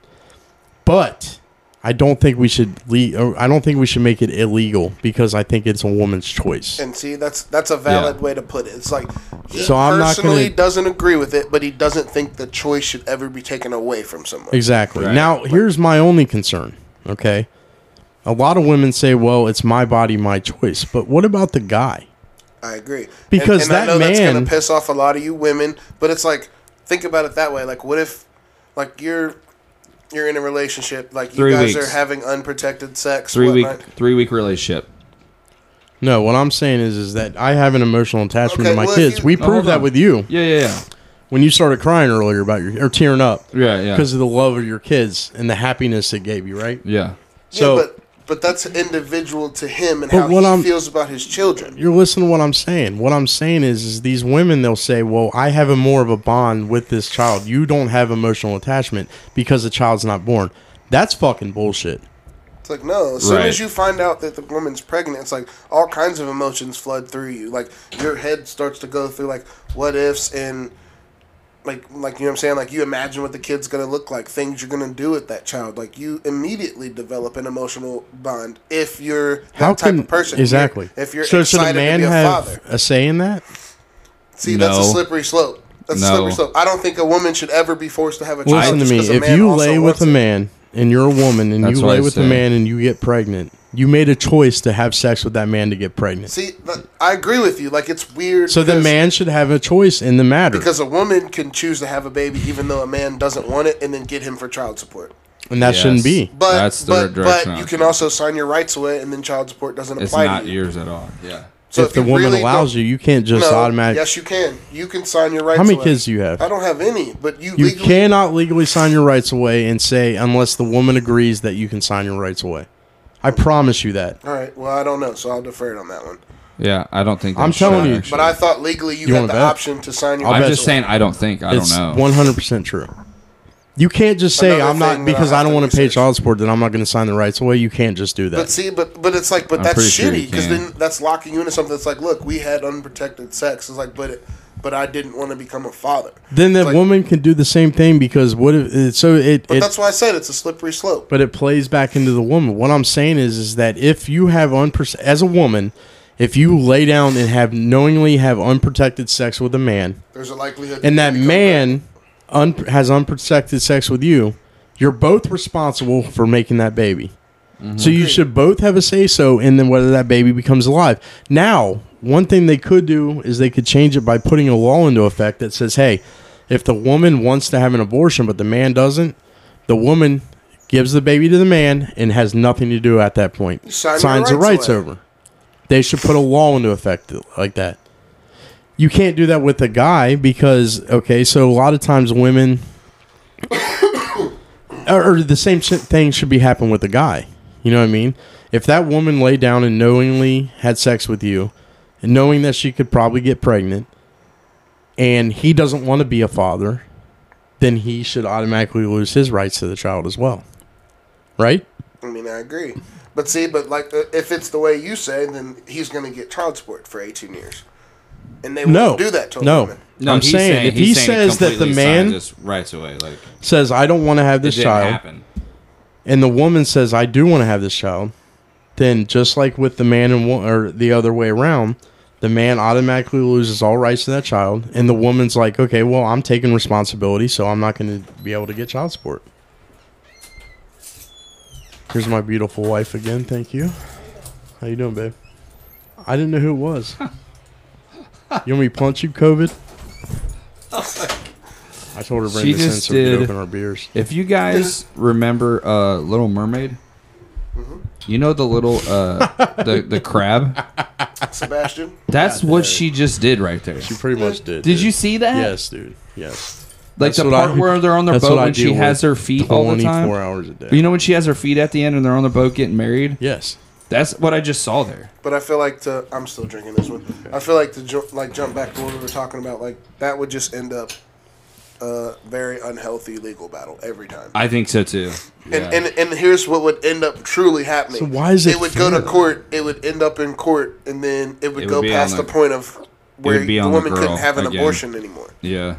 But I don't think we should le- or I don't think we should make it illegal because I think it's a woman's choice.
And see, that's that's a valid
Yeah.
way to put it. It's like he
So I'm not
personally
gonna-
doesn't agree with it, but he doesn't think the choice should ever be taken away from someone.
Exactly.
Right.
Now, here's my only concern, okay? A lot of women say, "Well, it's my body, my choice." But what about the guy?
I agree.
Because
and, and I
that
know that's gonna
man-
piss off a lot of you women, but it's like think about it that way. Like, what if, like you're you're in a relationship, like you
Three
guys
weeks.
are having unprotected sex,
Three week,
whatnot.
three week relationship.
No, what I'm saying is is that I have an emotional attachment
Okay,
to my
well, if
kids.
you-
we
Oh, hold
proved that
on.
with you
Yeah, yeah, yeah.
when you started crying earlier about your or tearing up
Yeah, yeah.
because of the love of your kids and the happiness it gave you, right?
Yeah.
Yeah,
So
but But that's individual to him and
But
how
what
he
I'm-
feels about his children.
You're listening to what I'm saying. What I'm saying is, is these women, they'll say, well, I have a more of a bond with this child. You don't have emotional attachment because the child's not born. That's fucking bullshit.
It's like no. As soon
Right.
as you find out that the woman's pregnant, it's like all kinds of emotions flood through you. Like your head starts to go through like what ifs and like like you know what I'm saying. Like you imagine what the kid's gonna look like, things you're gonna do with that child. Like you immediately develop an emotional bond if you're that
How
type
can
of person.
exactly?
If you're
so, should
excited
a man
to be a
have
father.
a say in that?
See, that's a
No.
slippery slope. That's a
No.
slippery slope. I don't think a woman should ever be forced to have a child.
Listen to
just
me.
'cause a
If
man
you
also
lay
wants
with a
it.
man and you're a woman and
That's
you
what
lay
I
with a
say.
man and you get pregnant, you made a choice to have sex with that man to get pregnant.
See, th- I agree with you. Like it's weird.
so the
because-
man should have a choice in the matter,
because a woman can choose to have a baby even though a man doesn't want it and then get him for child support.
and that shouldn't
Yes.
be.
But
That's the
but,
direction
but
I
you
was
can
going.
also sign your rights away and then child support doesn't
It's
apply
not
to you.
yours at all. Yeah.
So
if the
you
woman
really
allows
don't-
you, you can't just
no,
automatically.
Yes, you can. You can sign your rights
How many
away.
kids do you have?
I don't have any, but you,
You
legally
cannot legally sign your rights away and say unless the woman agrees that you can sign your rights away. I promise you that.
All right. Well, I don't know, so I'll defer it on that one.
Yeah, I don't think.
I'm
that's
telling
true,
you.
actually.
But I thought legally you,
You
had
wanna
the
bet?
option to sign your
I'll
I'm
rights
bet.
just
away.
saying. I don't think. I
It's
don't know.
100% true. You can't just say
Another
I'm not
thing that
because
I'll
I don't
have
want to
to
pay
research.
child support. Then I'm not going to sign the rights away. You can't just do
But
that.
see, but but it's like, but
I'm
that's
pretty sure
shitty
you
because
can.
then that's locking you into something that's like, look, we had unprotected sex. It's like, but it, but I didn't want to become a father.
Then that
like-
woman can do the same thing because what if it, so it
But
it,
that's why I said it's a slippery slope.
but it plays back into the woman. What I'm saying is is that if you have unpro- as a woman, if you lay down and have knowingly have unprotected sex with a man,
There's a likelihood.
and that
you become
man un- has unprotected sex with you, you're both responsible for making that baby. So you should both have a say so in then whether that baby becomes alive. Now, one thing they could do is they could change it by putting a law into effect that says, hey, if the woman wants to have an abortion but the man doesn't, the woman gives the baby to the man and has nothing to do at that point.
sign your
Signs the
rights
rights
away.
over. They should put a law into effect like that you can't do that with a guy because okay so a lot of times women or, or the same shi- thing should be happening with a guy you know what i mean if that woman lay down and knowingly had sex with you and knowing that she could probably get pregnant and he doesn't want to be a father then he should automatically lose his rights to the child as well right
I mean, I agree. But see, but like, uh, if it's the way you say, then he's going to get child support for 18 years, and they
no
won't do that to a
no
woman.
No,
i'm
he's
saying, if
he's
he
saying
says that the
completely
man
signs this rights away, like
says i don't want to have
it
this
didn't
child
happen.
and the woman says, "I do want to have this child," then just like with the man and wo- or the other way around, the man automatically loses all rights to that child, and the woman's like, "Okay, well, I'm taking responsibility, so I'm not going to be able to get child support." Here's my beautiful wife again. Thank you. How you doing, babe? I didn't know who it was. you want me to punch you, COVID?
*laughs*
I told her to bring
She
this in
just
so we could
did-
open our beers.
If you guys remember uh, Little Mermaid, you know the little uh, the *laughs* the crab.
Sebastian,
That's what she just did right there.
She pretty much did.
Did
dude.
you see
Uh,
that?
Yes, dude. Yes.
Like
That's
the
what I-
part where they're on their
that's
boat
what I
when she
deal
has
with
her feet all the time.
hours a day.
You know when she has her feet at the end and they're on the boat getting married.
yes.
That's what I just saw there.
but I feel like to. I'm still drinking this one. I feel like to ju- like jump back to what we were talking about. Like that would just end up a very unhealthy legal battle every time.
I think so too.
And, and and here's what would end up truly happening.
So why is it
It would go
fair?
to court. It would end up in court, and then it would
It would
go
be
past
on
the,
the-
point of where
would be
the
on the
woman couldn't
girl
have an
again.
abortion anymore.
Yeah.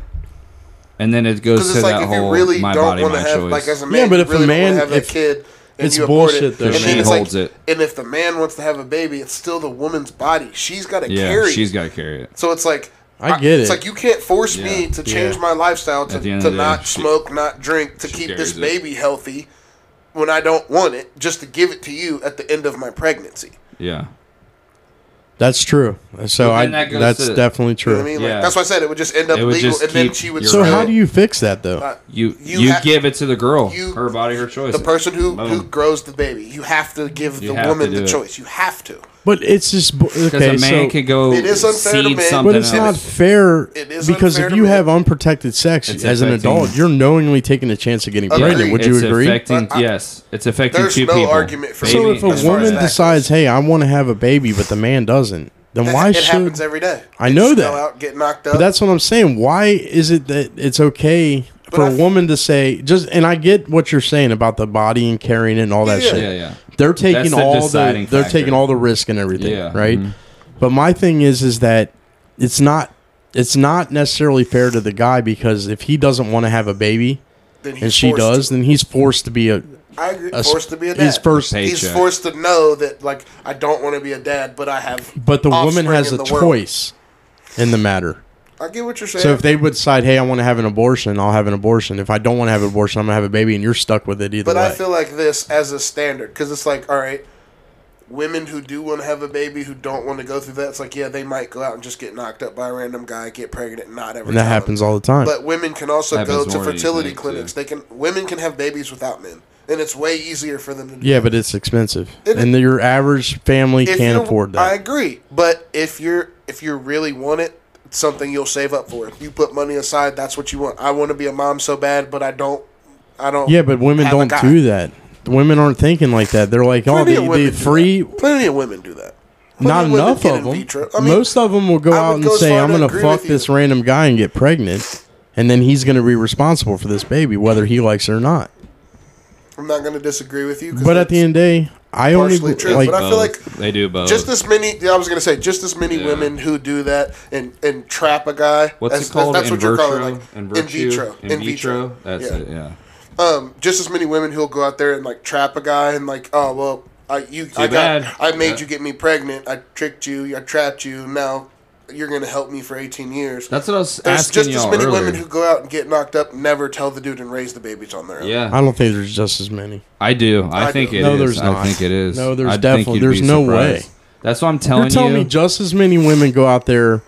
And then it goes
Because
to
it's
that
like if
whole
you really
my
don't
body,
want
my
to have,
choice.
like, as a man,
Yeah, but if
you really
a
don't wanna
man-
have that
if-
kid, and
it's
you abort
bullshit,
it,
though,
and
man.
then
She
it's like-
holds it.
And if the man wants to have a baby, it's still the woman's body. She's got to
yeah,
carry.
she's
it.
got to carry it.
So it's like
I get
It's
it.
like you can't force me
Yeah.
to change
Yeah.
my lifestyle to,
At the end
to
of the day,
not
she-
smoke, not drink, to
she
keep this
carries it.
baby healthy when I don't want it, just to give it to you at the end of my pregnancy.
Yeah.
That's true. So
But
I
then that goes
that's
to-
definitely
You
true.
know what I mean? Like,
Yeah.
that's why I said it would just end up
It would
legal,
just
and then
keep
she would.
your
So
still-
how do you fix that though?
uh,
You
You
you,
ha-
give it to the girl.
you-
her body, her choice.
the person who, who
Boom.
grows the baby, you have to give
You
the
have to
woman
do
the
it.
choice. You have to.
But it's just bu-
Because
okay.
a man
so,
could go
It is unfair to
seed
men.
something
but it's not
else.
fair
It is
because
unfair
if
to
you
men.
have unprotected sex
It's
as an
affecting-
adult, you're knowingly taking a chance of getting
Agreed.
pregnant. Would you
It's
agree?
affecting-
I- I-
yes, it's affecting
There's
two
no
people.
argument for me.
so if
as
a
far as
woman
that
decides,
goes.
hey, I want to have a baby, but the man doesn't, then why
it
should?
happens every day.
I
They
know
just
that.
Go out, get knocked up.
But that's what I'm saying. Why is it that it's okay for
I
a
th-
woman to say just? And I get what you're saying about the body and carrying it and all that
Yeah.
shit.
yeah, yeah.
They're taking
the
all the,
deciding
they're
factor.
taking all the risk and everything,
Yeah. Mm-hmm.
right? But my thing is is that it's not it's not necessarily fair to the guy because if he doesn't want to have a baby
Then he's
and she
forced
does, then he's forced to be a
to- I agree.
a s-
forced to be a dad.
his first-
He's
Paycheck.
forced to know that, like, I don't want to be a dad, but I have.
but the woman
offspring
has
in
a
the world.
choice in the matter.
I get what you're saying.
So if they would decide, hey, I want to have an abortion, I'll have an abortion. If I don't want to have an abortion, I'm gonna have a baby, and you're stuck with it either
But
way.
I feel like this as a standard because it's like, all right, women who do want to have a baby who don't want to go through that, it's like, yeah, they might go out and just get knocked up by a random guy, get pregnant, and not ever.
and that
tell
happens
them.
all the time.
But women can also go
Happens
to
more than you
fertility
think,
clinics.
too.
They can women can have babies without men, and it's way easier for them to. do
yeah,
that.
but it's expensive,
It-
and your average family
If
can't
you're-
afford
I
that.
agree, but if you're if you really want it, it's something you'll save up for. If you put money aside, that's what you want. I want to be a mom so bad, but I don't. I don't.
yeah, but women
have a
don't
guy.
do that. Women aren't thinking like that. They're like, oh,
Plenty
the,
of women
the
do
free.
that. Plenty of women do that. Plenty
Not
of women
enough
get
of
in
them.
vitro. I mean,
Most of them will go
I
out
would
and
go as
say,
far
"I'm
to
going to
agree
fuck
with you.
this random guy and get pregnant," and then he's going to be responsible for this baby, whether he likes it or not.
I'm not going to disagree with you. 'cause
But at the
that's
end of the day, I only
partially true.
like
but I feel like
Both. they do both.
just as many. yeah, I was going to say just as many
Yeah.
women who do that and and trap a guy.
What's
that's,
it called?
That's,
in
what you're
vitro?
calling like
in,
in
virtue?
vitro.
In vitro. That's
Yeah.
it. Yeah.
um, just as many women who'll go out there and like trap a guy and like, oh well, I you I
bad.
got I made
Yeah.
you get me pregnant. I tricked you. I trapped you. Now you're gonna help me for 18 years.
That's what I was
There's
asking
just as
y'all
many
earlier.
women who go out and get knocked up, never tell the dude and raise the babies on their own.
yeah,
I don't think there's just as many.
I do. I,
I
think
do.
it is.
No, there's
I
not.
think it is.
No, there's
I'd think
definitely-
you'd
there's
be
no
surprised.
way.
That's what I'm telling
You're telling
you.
me just as many women go out there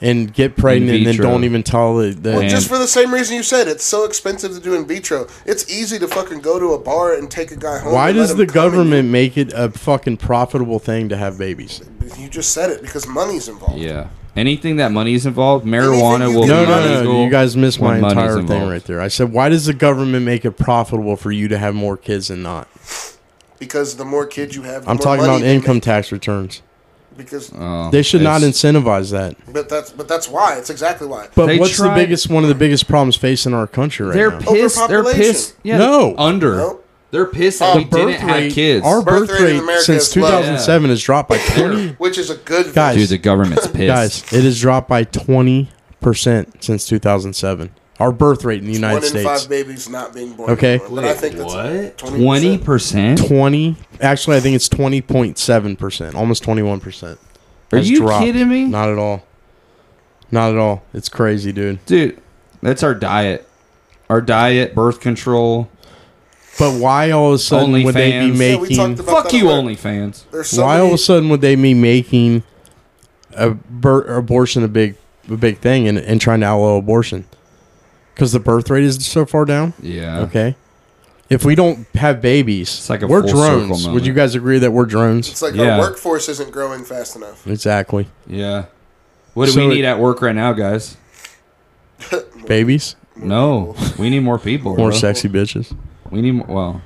and get pregnant and then
vitro.
don't even tell the, the
Man.
Just for the same reason you said, it's so expensive to do in vitro. It's easy to fucking go to a bar and take a guy home.
Why
and let
does
him
the
come and
government make it a fucking profitable thing to have babies?
You, you just said it because money's involved.
yeah. Anything that money's involved,
Anything
marijuana
you
will.
No,
can-
be
no,
legal
no. You guys missed my
when money's
entire thing
involved.
right there. I said, why does the government make it profitable for you to have more kids and not?
Because the more kids you have, the
I'm
more
talking
money
about
they
income
make.
tax returns.
Because,
Oh,
They should not
it's-
incentivize that.
but that's but that's why. It's exactly why.
But
They
what's
tried-
the biggest one of the biggest problems facing our country right
They're
now?
pissed. They're
Overpopulation.
pissed. Yeah,
No.
under.
Nope.
They're pissed that
Uh,
we didn't have kids.
Our
Birth
birth,
rate in
rate,
America
since
is low.
2007 has dropped by 20.
which is a good
Guys,
Dude, the
*laughs*
government's pissed.
guys, it has dropped by 20 percent since 2007. Our birth rate in the
one in
United States.
five babies not being born.
Okay.
anymore. but I think that's
What?
20%.
Twenty percent.
20 actually i think it's 20.7% almost 21%
Are
has
you kidding me?
not at all not at all it's crazy dude
Dude, that's our diet. Our diet, birth control.
but why all of a sudden would they be
OnlyFans.
Yeah, we
making
talked about-
Fuck
that
you,
already.
OnlyFans.
There's so
why
many,
all of a sudden would they be making a bir- abortion a big a big thing and, and trying to outlaw abortion because the birth rate is so far down
Yeah.
okay if we don't have babies
like a
we're
full circle
drones would
moment.
you guys agree that we're drones
it's like
Yeah.
our workforce isn't growing fast enough.
exactly
Yeah. What do
So
we
it-
need at work right now, guys?
babies
No, we need more people.
more
bro.
sexy bitches
We need more. Well,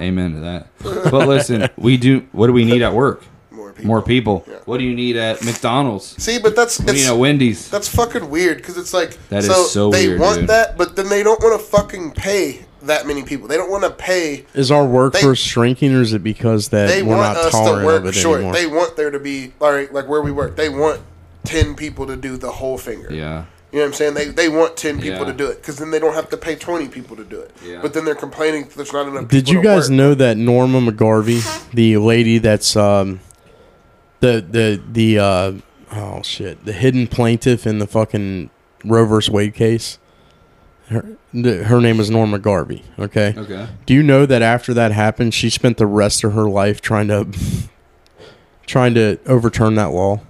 amen to that. But listen, we do. What do we need at work?
More people.
More people.
Yeah.
What do you need at McDonald's?
See, but that's
We need
it's,
at Wendy's.
that's fucking weird because it's like
That is
so,
so
they
weird,
want
dude.
that, but then they don't want to fucking pay that many people. They don't want to pay.
Is our workforce shrinking, or is it because that
They
we're
want
not
us to
tolerant of
work
it
short.
anymore?
They want there to be all right, like where we work. They want ten people to do the whole finger.
Yeah.
You know what I'm saying? They they want ten people
Yeah.
to do it because then they don't have to pay twenty people to do it.
Yeah.
But then they're complaining that there's not enough.
Did
people
you
to
guys
work.
know that Norma McGarvey, the lady that's um, the the the uh, oh shit, the hidden plaintiff in the fucking Roe vs. Wade case? Her, the- her name is Norma Garvey. Okay.
Okay.
Do you know that after that happened, she spent the rest of her life trying to *laughs* trying to overturn that law?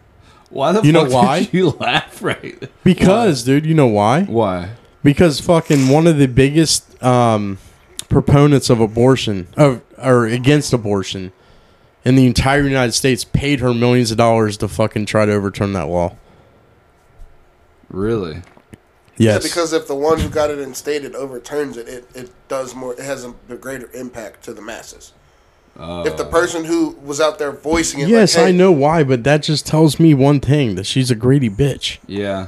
Why the
You know
fuck
why?
did you laugh right? there?
Because, dude, you know why?
Why?
because fucking one of the biggest um, proponents of abortion of or against abortion in the entire United States paid her millions of dollars to fucking try to overturn that law.
Really?
Yes.
Yeah, because if the one who got it instated overturns it, it, it does more. It has a greater impact to the masses. if
Oh.
the person who was out there voicing it,
yes,
like,
I
"Hey,"
know why, but that just tells me one thing that she's a greedy bitch.
Yeah.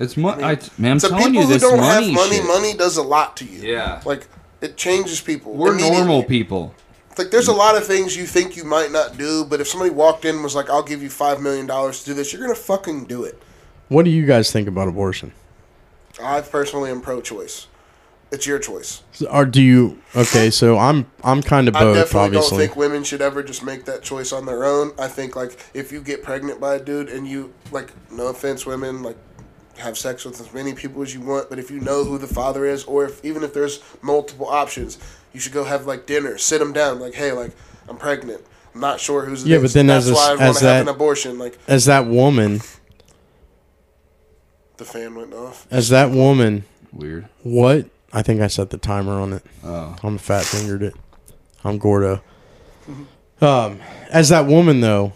It's mo- I, man. I'm
To
telling
people
you,
who
this
don't
money
have money,
shit.
money does a lot to you.
Yeah.
like it changes people.
We're
immediately.
normal people.
Like there's a lot of things you think you might not do, but if somebody walked in and was like, "I'll give you five million dollars to do this," you're gonna fucking do it.
What do you guys think about abortion?
I personally am pro-choice. It's your choice.
Or do you? Okay, so I'm I'm kind of
I
both,
definitely
obviously.
don't think women should ever just make that choice on their own. I think like if you get pregnant by a dude and you like, no offense, women like have sex with as many people as you want, but if you know who the father is, or if even if there's multiple options, you should go have like dinner, sit them down, like, hey, like I'm pregnant, I'm not sure who's
Yeah, but then
that's
as a-
why I
as
want to have an
that-
abortion. Like
as that woman,
the fan went off.
as that woman,
Weird.
what? I think I set the timer on it.
Oh.
I'm fat fingered it. I'm Gordo. Um, as that woman though,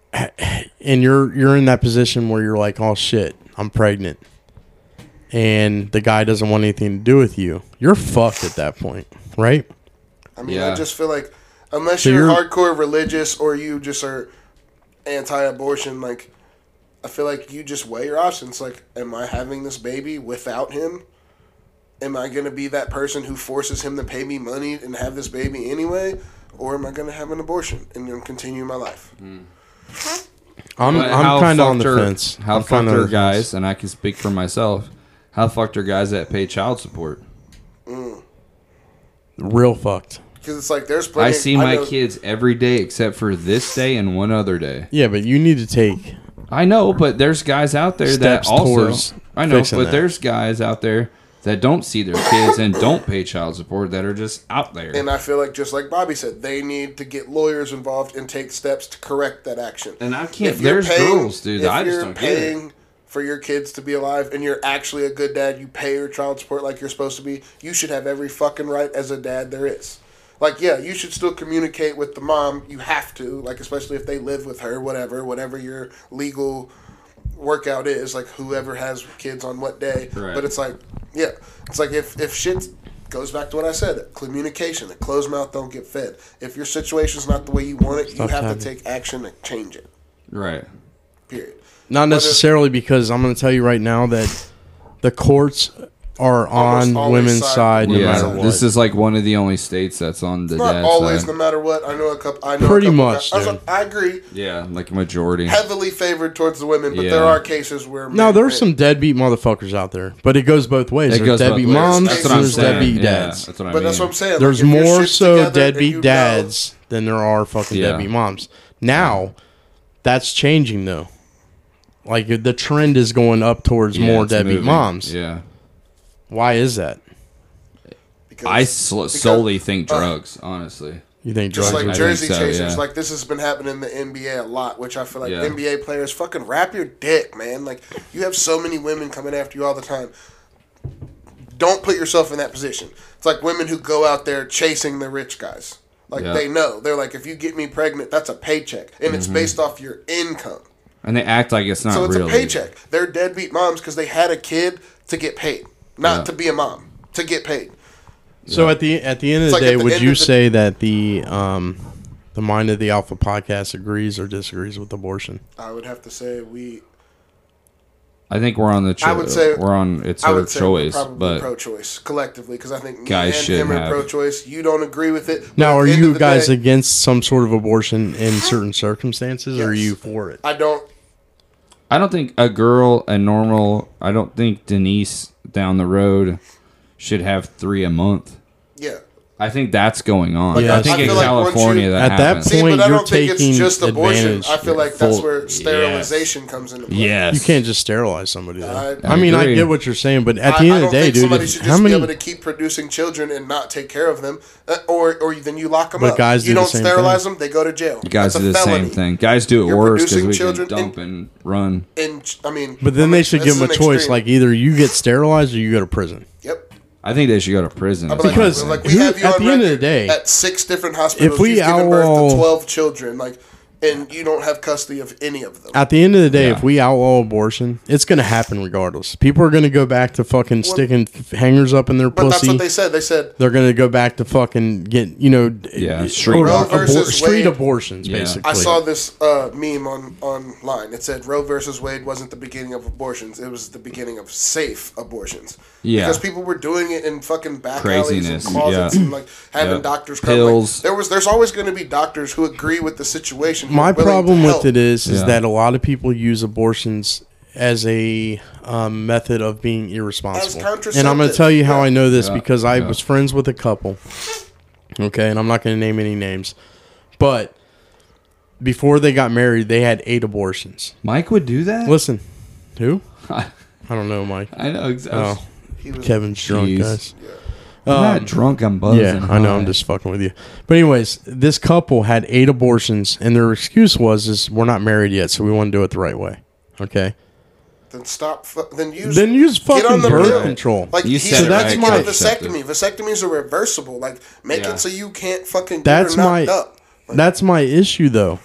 *sighs* and you're you're in that position where you're like, oh shit, I'm pregnant, and the guy doesn't want anything to do with you. You're fucked at that point, right?
I mean, I
Yeah.
just feel like unless
So
you're,
you're-
hardcore religious or you just are anti-abortion, like I feel like you just weigh your options. Like, am I having this baby without him? Am I gonna be that person who forces him to pay me money and have this baby anyway, or am I gonna have an abortion and then continue my life?
Mm.
I'm
But how
I'm kind of on
fucked
the
are-
fence.
How
I'm
fucked
kinda on
are
the fence.
guys, and I can speak for myself. How fucked are guys that pay child support?
Real fucked.
Because it's like there's plenty.
I see my
know-
kids every day except for this day and one other day.
Yeah, but you need to take
I know, but there's guys out there
Steps
that also
towards
I know,
fixing
but
that.
there's guys out there that don't see their kids and don't pay child support that are just out there.
And I feel like just like Bobby said, they need to get lawyers involved and take steps to correct that action.
And I can't.
you're
There's
paying-
girls, dude. that I just don't get it.
for your kids to be alive, and you're actually a good dad, you pay your child support like you're supposed to be. You should have every fucking right as a dad there is. Like, yeah, you should still communicate with the mom. You have to, like, especially if they live with her, whatever, whatever your legal workout is, like whoever has kids on what day.
Right.
But it's like, yeah, it's like if if shit goes back to what I said, communication, a closed mouth don't get fed. If your situation's not the way you want it, you
Stop
have
talking.
to take action to change it.
Right.
Period.
Not necessarily because I'm going to tell you right now that the courts are
Almost
on
always
women's
side
side, no
women's
yeah.
matter
side.
what.
This is like one of the only states that's on the
Not
dad
always,
side.
no matter what. I know a couple. I know
Pretty
a couple
much,
guys- I, was
dude.
like, I agree.
yeah, like majority.
Heavily favored towards the women, but
Yeah.
there are cases where
now
men-
there's some deadbeat motherfuckers out there, but it goes both ways.
It
there's
both
deadbeat
ways.
moms,
That's what I'm
there's
saying.
deadbeat
Yeah,
dads.
that's what I
But that's
mean.
what I'm saying.
there's
like, if your
more
shit's
so
together and you
deadbeat
know-
dads than there are fucking
Yeah.
deadbeat moms. Now, that's changing though. Like the trend is going up towards
Yeah,
more
it's
deadbeat
moving.
moms.
Yeah.
Why is that?
because- uh,
I sl- solely think drugs, honestly.
You think drugs?
Just
are
like
I
jersey
think so,
chasers,
yeah.
like this has been happening in the NBA a lot, which I feel like
Yeah.
NBA players fucking wrap your dick, man. Like you have so many women coming after you all the time. Don't put yourself in that position. It's like women who go out there chasing the rich guys. Like
Yeah.
they know they're like, if you get me pregnant, that's a paycheck, and it's based off your income.
And they act like it's Mm-hmm. not
So it's
real.
a paycheck. They're deadbeat moms because they had a kid to get paid, not
Yeah.
to be a mom to get paid.
So at the at the end of the
It's like
day,
at the
would
end
you
of the-
say that the um, the mind of the alpha podcast agrees or disagrees with abortion?
I would have to say we.
I think we're on the cho-
I would say-
we're on it's
I
her
would say we're
choice,
probably
but
pro-choice collectively because I think me
Guys
and
should
him are
have-
pro-choice. You don't agree with it. but
Now,
at
are
the end of
you
the
guys
day,
against some sort of abortion in certain circumstances, or are
Yes.
you for it?
I don't.
I don't think a girl, a normal, I don't think Denise down the road should have three a month.
Yeah.
I think that's going on.
Like,
I
I
think in
feel like
once you-
California that
At that
happens.
point-
See, but I
you're
don't think it's
taking
just abortion.
advantage.
I feel like
Full-
that's where
yes.
sterilization comes into play.
yes,
You can't just sterilize somebody.
I-
Though. I, mean, I
agree.
get what you're saying, but at the
I, I
end
don't
of the day,
think
dude,
somebody
if-
should
how
just be able to
many?
keep producing children and not take care of them, uh, or or then you lock them
But
up.
guys
you
do the
don't
same
sterilize them; they go to jail.
You guys
That's a
do the
felony.
same thing. Guys do it
You're
worse because
producing
we can
children
dump and run.
And I mean,
But
I
then
mean,
they should
this
give them a
is an
choice,
extreme.
like either you get sterilized or you go to prison.
yep,
I think they should go to prison.
But like-
Because
like, we
who-
have you
at
on
the end of the
record
day,
at six different hospitals,
if we
you've given birth
outlaw-
to twelve children, like, and you don't have custody of any of them.
At the end of the day, if we outlaw abortion, it's going to happen regardless. People are going to go back to fucking sticking f- hangers up in their
But that's
pussy.
what they said. They said
They're going to go back to fucking get you know d-
Yeah,
or-
street
or
Roe
abor-
versus
street
Wade.
abortions
Yeah.
basically.
I saw this uh, meme on online. It said Roe versus Wade wasn't the beginning of abortions; it was the beginning of safe abortions.
Yeah.
because people were doing it in fucking back
Craziness,
alleys and closets
yeah.
and like having
Yep.
doctors come.
Pills.
Like, there was there's always going to be doctors who agree with the situation. who
My
are willing to
problem with
help.
it is, is
Yeah.
that a lot of people use abortions as a um, method of being irresponsible. And I'm going to
contraceptive,
tell you how
yeah.
I know this because I
yeah.
was friends with a couple. Okay, and I'm not going to name any names, but before they got married, they had eight abortions.
Mike would do that.
Listen,
*laughs*
who? I don't know, Mike.
I know exactly.
Oh,
He was-
Kevin's drunk,
Jeez.
guys.
I'm
Um,
not drunk. I'm buzzing.
Yeah, I know.
high.
I'm just fucking with you. But anyways, this couple had eight abortions, and their excuse was, "Is we're not married yet, so we want to do it the right way." Okay.
Then stop. fu- Then use.
Then use
get
fucking
on the
birth
pill.
control.
Like
You
he
said
it
said, that's
right,
my
contraceptive.
vasectomy. Vasectomies are reversible. Like make
Yeah.
it so you can't fucking.
That's
That's get her
my
knocked up. Like,
that's my issue though,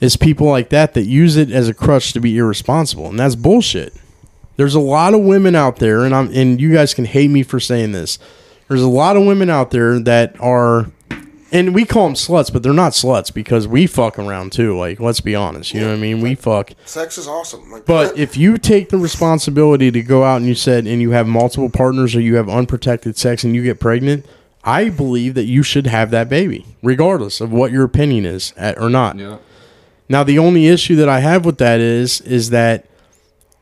is people like that that use it as a crutch to be irresponsible, and that's bullshit. There's a lot of women out there, and I'm and you guys can hate me for saying this. There's a lot of women out there that are, and we call them sluts, but they're not sluts because we fuck around too. Like, let's be honest, you know what I mean? We fuck.
sex is awesome. Like,
But if you take the responsibility to go out and you said and you have multiple partners or you have unprotected sex and you get pregnant, I believe that you should have that baby, regardless of what your opinion is at, or not.
Yeah.
Now, the only issue that I have with that is is that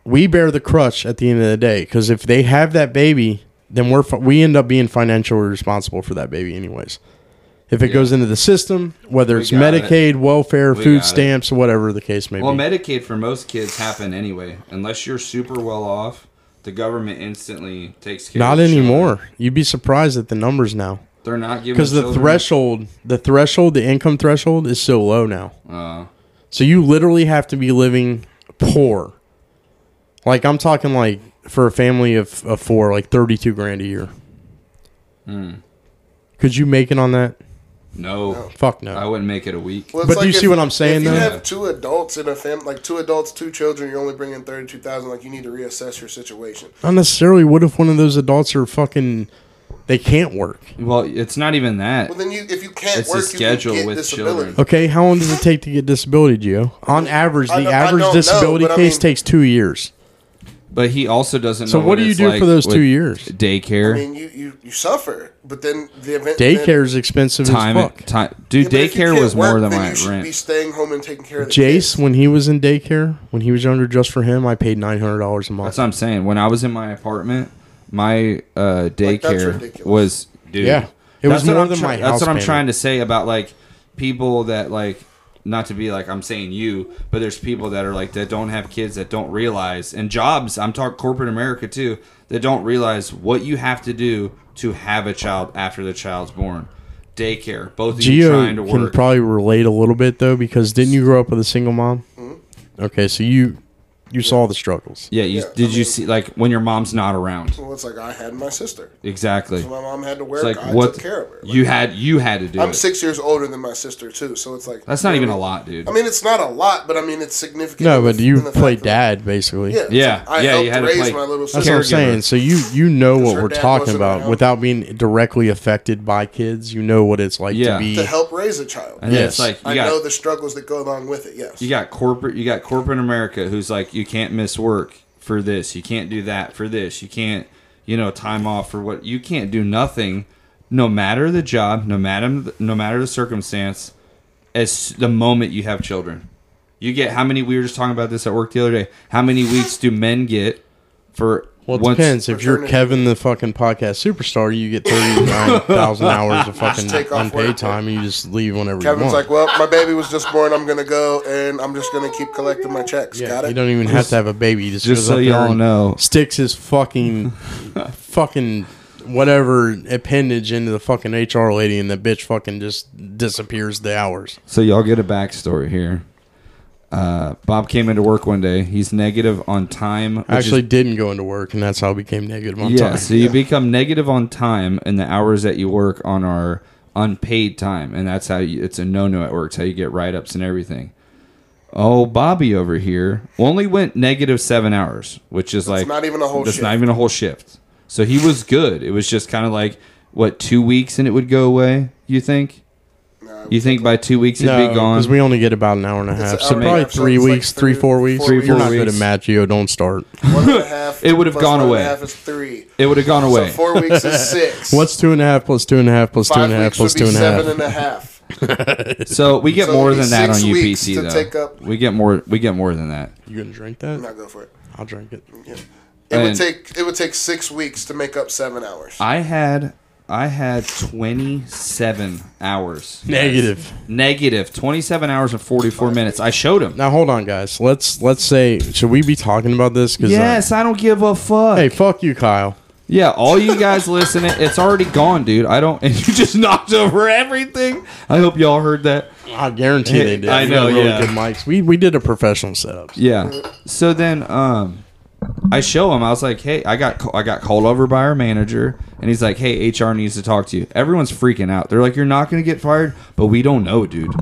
we bear the crutch at the end of the day because if they have that baby, then we're fi- we end up being financially responsible for that baby anyways. If it goes into the system, whether it's
got it.
Medicaid, welfare,
We
food
got it.
stamps, whatever the case may
Well,
be.
Medicaid for most kids happen anyway, unless you're super well off. The government instantly takes care.
Not
of the children.
anymore. You'd be surprised at the numbers now
They're not giving
because the
children-
threshold, the threshold, the income threshold is so low now.
Uh,
So you literally have to be living poor. Like I'm talking like for a family of, of four, like thirty two grand a year.
Hmm.
Could you make it on that?
no,
Fuck
I
no.
wouldn't make it a week.
Well, it's
But do you see what I'm saying,
If you
though?
have two adults in a family, like two adults, two children, you're only bringing thirty-two thousand. Like you need to reassess your situation.
Not necessarily. What if one of those adults are fucking? They can't work.
Well, it's not even that.
Well, then you if you can't
It's a
work,
schedule
you can
with
get disability.
children.
Okay, how long does it take to get disability, Gio? On average,
I
the
don't- I
average
don't know,
disability
but I
case
mean-
takes two years.
But he also doesn't.
So
know
what, do you
it's
do
like
for those
with
two years?
Daycare,
I mean, you, you you suffer, but then the event
Daycare is expensive
time,
as fuck.
time. Dude, daycare was more than my
you should Be
rent.
staying home and taking care of the
Jace,
kids.
when he was in daycare, when he was younger, just for him, I paid nine hundred dollars a month.
That's what I'm saying. When I was in my apartment, my uh, daycare
ridiculous.
was dude.
Yeah. It was
That's what
more
I'm
than
try-
my
That's
house
what I'm
payment.
trying to say about like people that like not to be like I'm saying you, but there's people that are like that don't have kids that don't realize and jobs. I'm talking corporate America too. That don't realize what you have to do to have a child after the child's born. Daycare, both of you trying to
Geo can
work.
probably relate a little bit though, because didn't you grow up with a single mom? Okay, so you you saw the struggles.
yeah, you,
Mm-hmm. Yeah,
did
I
you
mean-
see like when your mom's not around?
Well, it's like I had my sister.
Exactly.
So my mom had to work.
It's like
I
what
took care of her. Like,
you had you had to do.
I'm
it.
six years older than my sister too, so it's like
That's not even a lot, dude.
I mean, it's not a lot, but I mean, it's significant.
No,
in the-
but you
in the
played
fact that-
dad basically.
Yeah, it's
Yeah,
like, I
yeah, you
helped
had to
raise
play-
my little sister.
That's what I'm
Caregiver.
saying. So you you know what
her
we're
dad
talking
wasn't
about
around.
without being directly affected by kids. You know what it's like
Yeah.
to be.
to help raise a child.
and then
Yes.
it's like you
I
got
know the struggles that go along with it. Yes.
you got corporate you got corporate America who's like you can't miss work for this, you can't do that for this, you can't you know time off for what you can't do nothing, no matter the job, no matter no matter the circumstance, as the moment you have children, you get how many? We were just talking about this at work the other day. How many weeks do men get for?
Well, it
once-
depends. If you're
Paternity.
Kevin, the fucking podcast superstar, you get thirty nine
*laughs*
thousand hours of fucking
take off
unpaid
work.
time, and you just leave whenever you
Kevin's
want.
like, well, my baby was just born. I'm gonna go, and I'm just gonna keep collecting my checks.
yeah,
Got
you
it.
don't even have to have a baby. He Just,
Just
goes
so
up there
y'all
and
know.
sticks his
*laughs*
fucking, fucking whatever appendage into the fucking HR lady, and the bitch fucking just disappears the hours.
So y'all get a backstory here. Uh, Bob came into work one day. He's negative on time. which
I
is
actually didn't go into work, and that's how I became negative on
yeah,
time.
so you become negative on time and the hours that you work on are unpaid time, and that's how you, it's a no-no at work. It's how you get write-ups and everything. Oh, Bobby over here only went negative seven hours, which is like
not even a whole
That's
shift.
not even a whole shift. So he was good. It was just kind of like what two weeks and it would go away. You think?
No,
You think by two weeks it'd
no,
be gone?
because we only get about an hour and a half,
an
so
hour and a
probably
half, so
three
it's like
weeks, three,
three-
four weeks.
four
You're not
weeks.
good at math, Geo. Don't
*laughs*
start.
one and a half.
It would have
plus
gone
one
away.
And a half is three.
it would have gone away.
So four weeks is
*laughs*
six.
What's two and a half plus two and a half plus two
Five
and a half plus
weeks would
two and
be
a half?
seven and a half.
So we get
So
more
it'd
than
be
that on
six weeks
UPC
to
though.
take up-
We get more. We get more than that.
You gonna drink that?
Not go for it.
I'll drink it.
It would
And-
take it would take six weeks to make up seven hours.
I had I had 27 hours.
Negative.
Negative 27 hours and 44 minutes. I showed him.
Now hold on, guys. Let's let's say should we be talking about this? 'Cause, uh,
Yes, I don't give a fuck.
hey, fuck you, Kyle.
Yeah, all you guys listening, it's already gone, dude. I don't *laughs* and you just knocked over everything. I hope y'all heard that.
I guarantee they did.
I
We got
know,
Really
yeah.
good mics. We we did a professional setup.
Yeah. So then um I show him. I was like, "Hey, I got ca- I got called over by our manager." And he's like, "Hey, HR needs to talk to you." Everyone's freaking out. They're like, "You're not going to get fired." But we don't know, dude.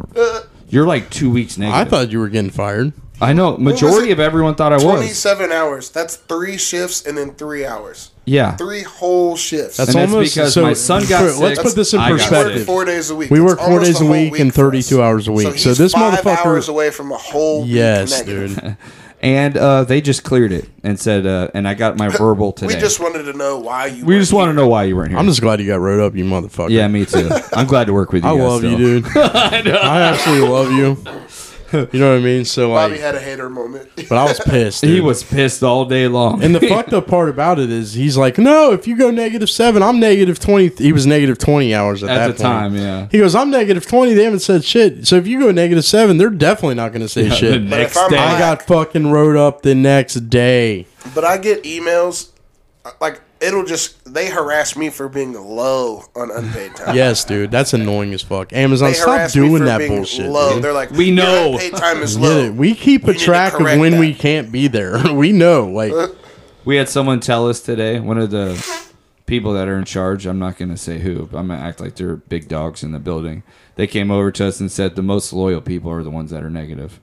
You're like 2 weeks negative.
Uh, I thought you were getting fired.
I know. Majority
it?
of everyone thought I was.
Twenty-seven hours. That's three shifts and then three hours.
Yeah.
Three whole shifts.
That's
And it's
almost
because
so,
my son got
so Let's
sick.
put this in
I got
we work
perspective.
four days a week.
We
That's
work four
almost
days
the
a
whole
week and
for
32
us.
hours a week.
So,
So
he's
this
five
motherfucker-
hours away from a whole
Yes,
week negative.
*laughs*
dude.
And uh, they just cleared it and said, uh, and I
*laughs*
got my verbal today.
We just wanted to know why you.
we
were
just want to
here.
know why you weren't here.
I'm just glad you got rode up, you motherfucker.
yeah, me
*laughs*
too. I'm glad to work with you.
I
guys
love you,
still.
dude.
*laughs*
I, absolutely love you. You know what I mean? So
Bobby
like,
had a hater moment.
but I was pissed.
*laughs* He
dude.
was pissed all day long. *laughs*
And the fucked up part about it is he's like, no, if you go negative seven, I'm negative 20. He was negative 20 hours at,
At
that
the
point.
time, yeah.
He goes, I'm negative 20. They haven't said shit. So if you go negative seven, they're definitely not going to say
the
shit.
next
if I'm
day.
I
black-
got fucking rode up the next day.
*laughs* But I get emails, like it'll just they harass me for being low on unpaid time.
Yes, dude. That's annoying as fuck. Amazon,
they
stop
harass me
doing
for
that
being
bullshit.
Low,
dude.
they're like,
We
"Your
know."
unpaid time
*laughs*
is
Get
low.
it. We keep a
need to
track of
correct
when
that.
we can't be there. *laughs* we know. Like,
we had someone tell us today, one of the people that are in charge, I'm not going to say who, but I'm going to act like they're big dogs in the building. They came over to us and said the most loyal people are the ones that are negative.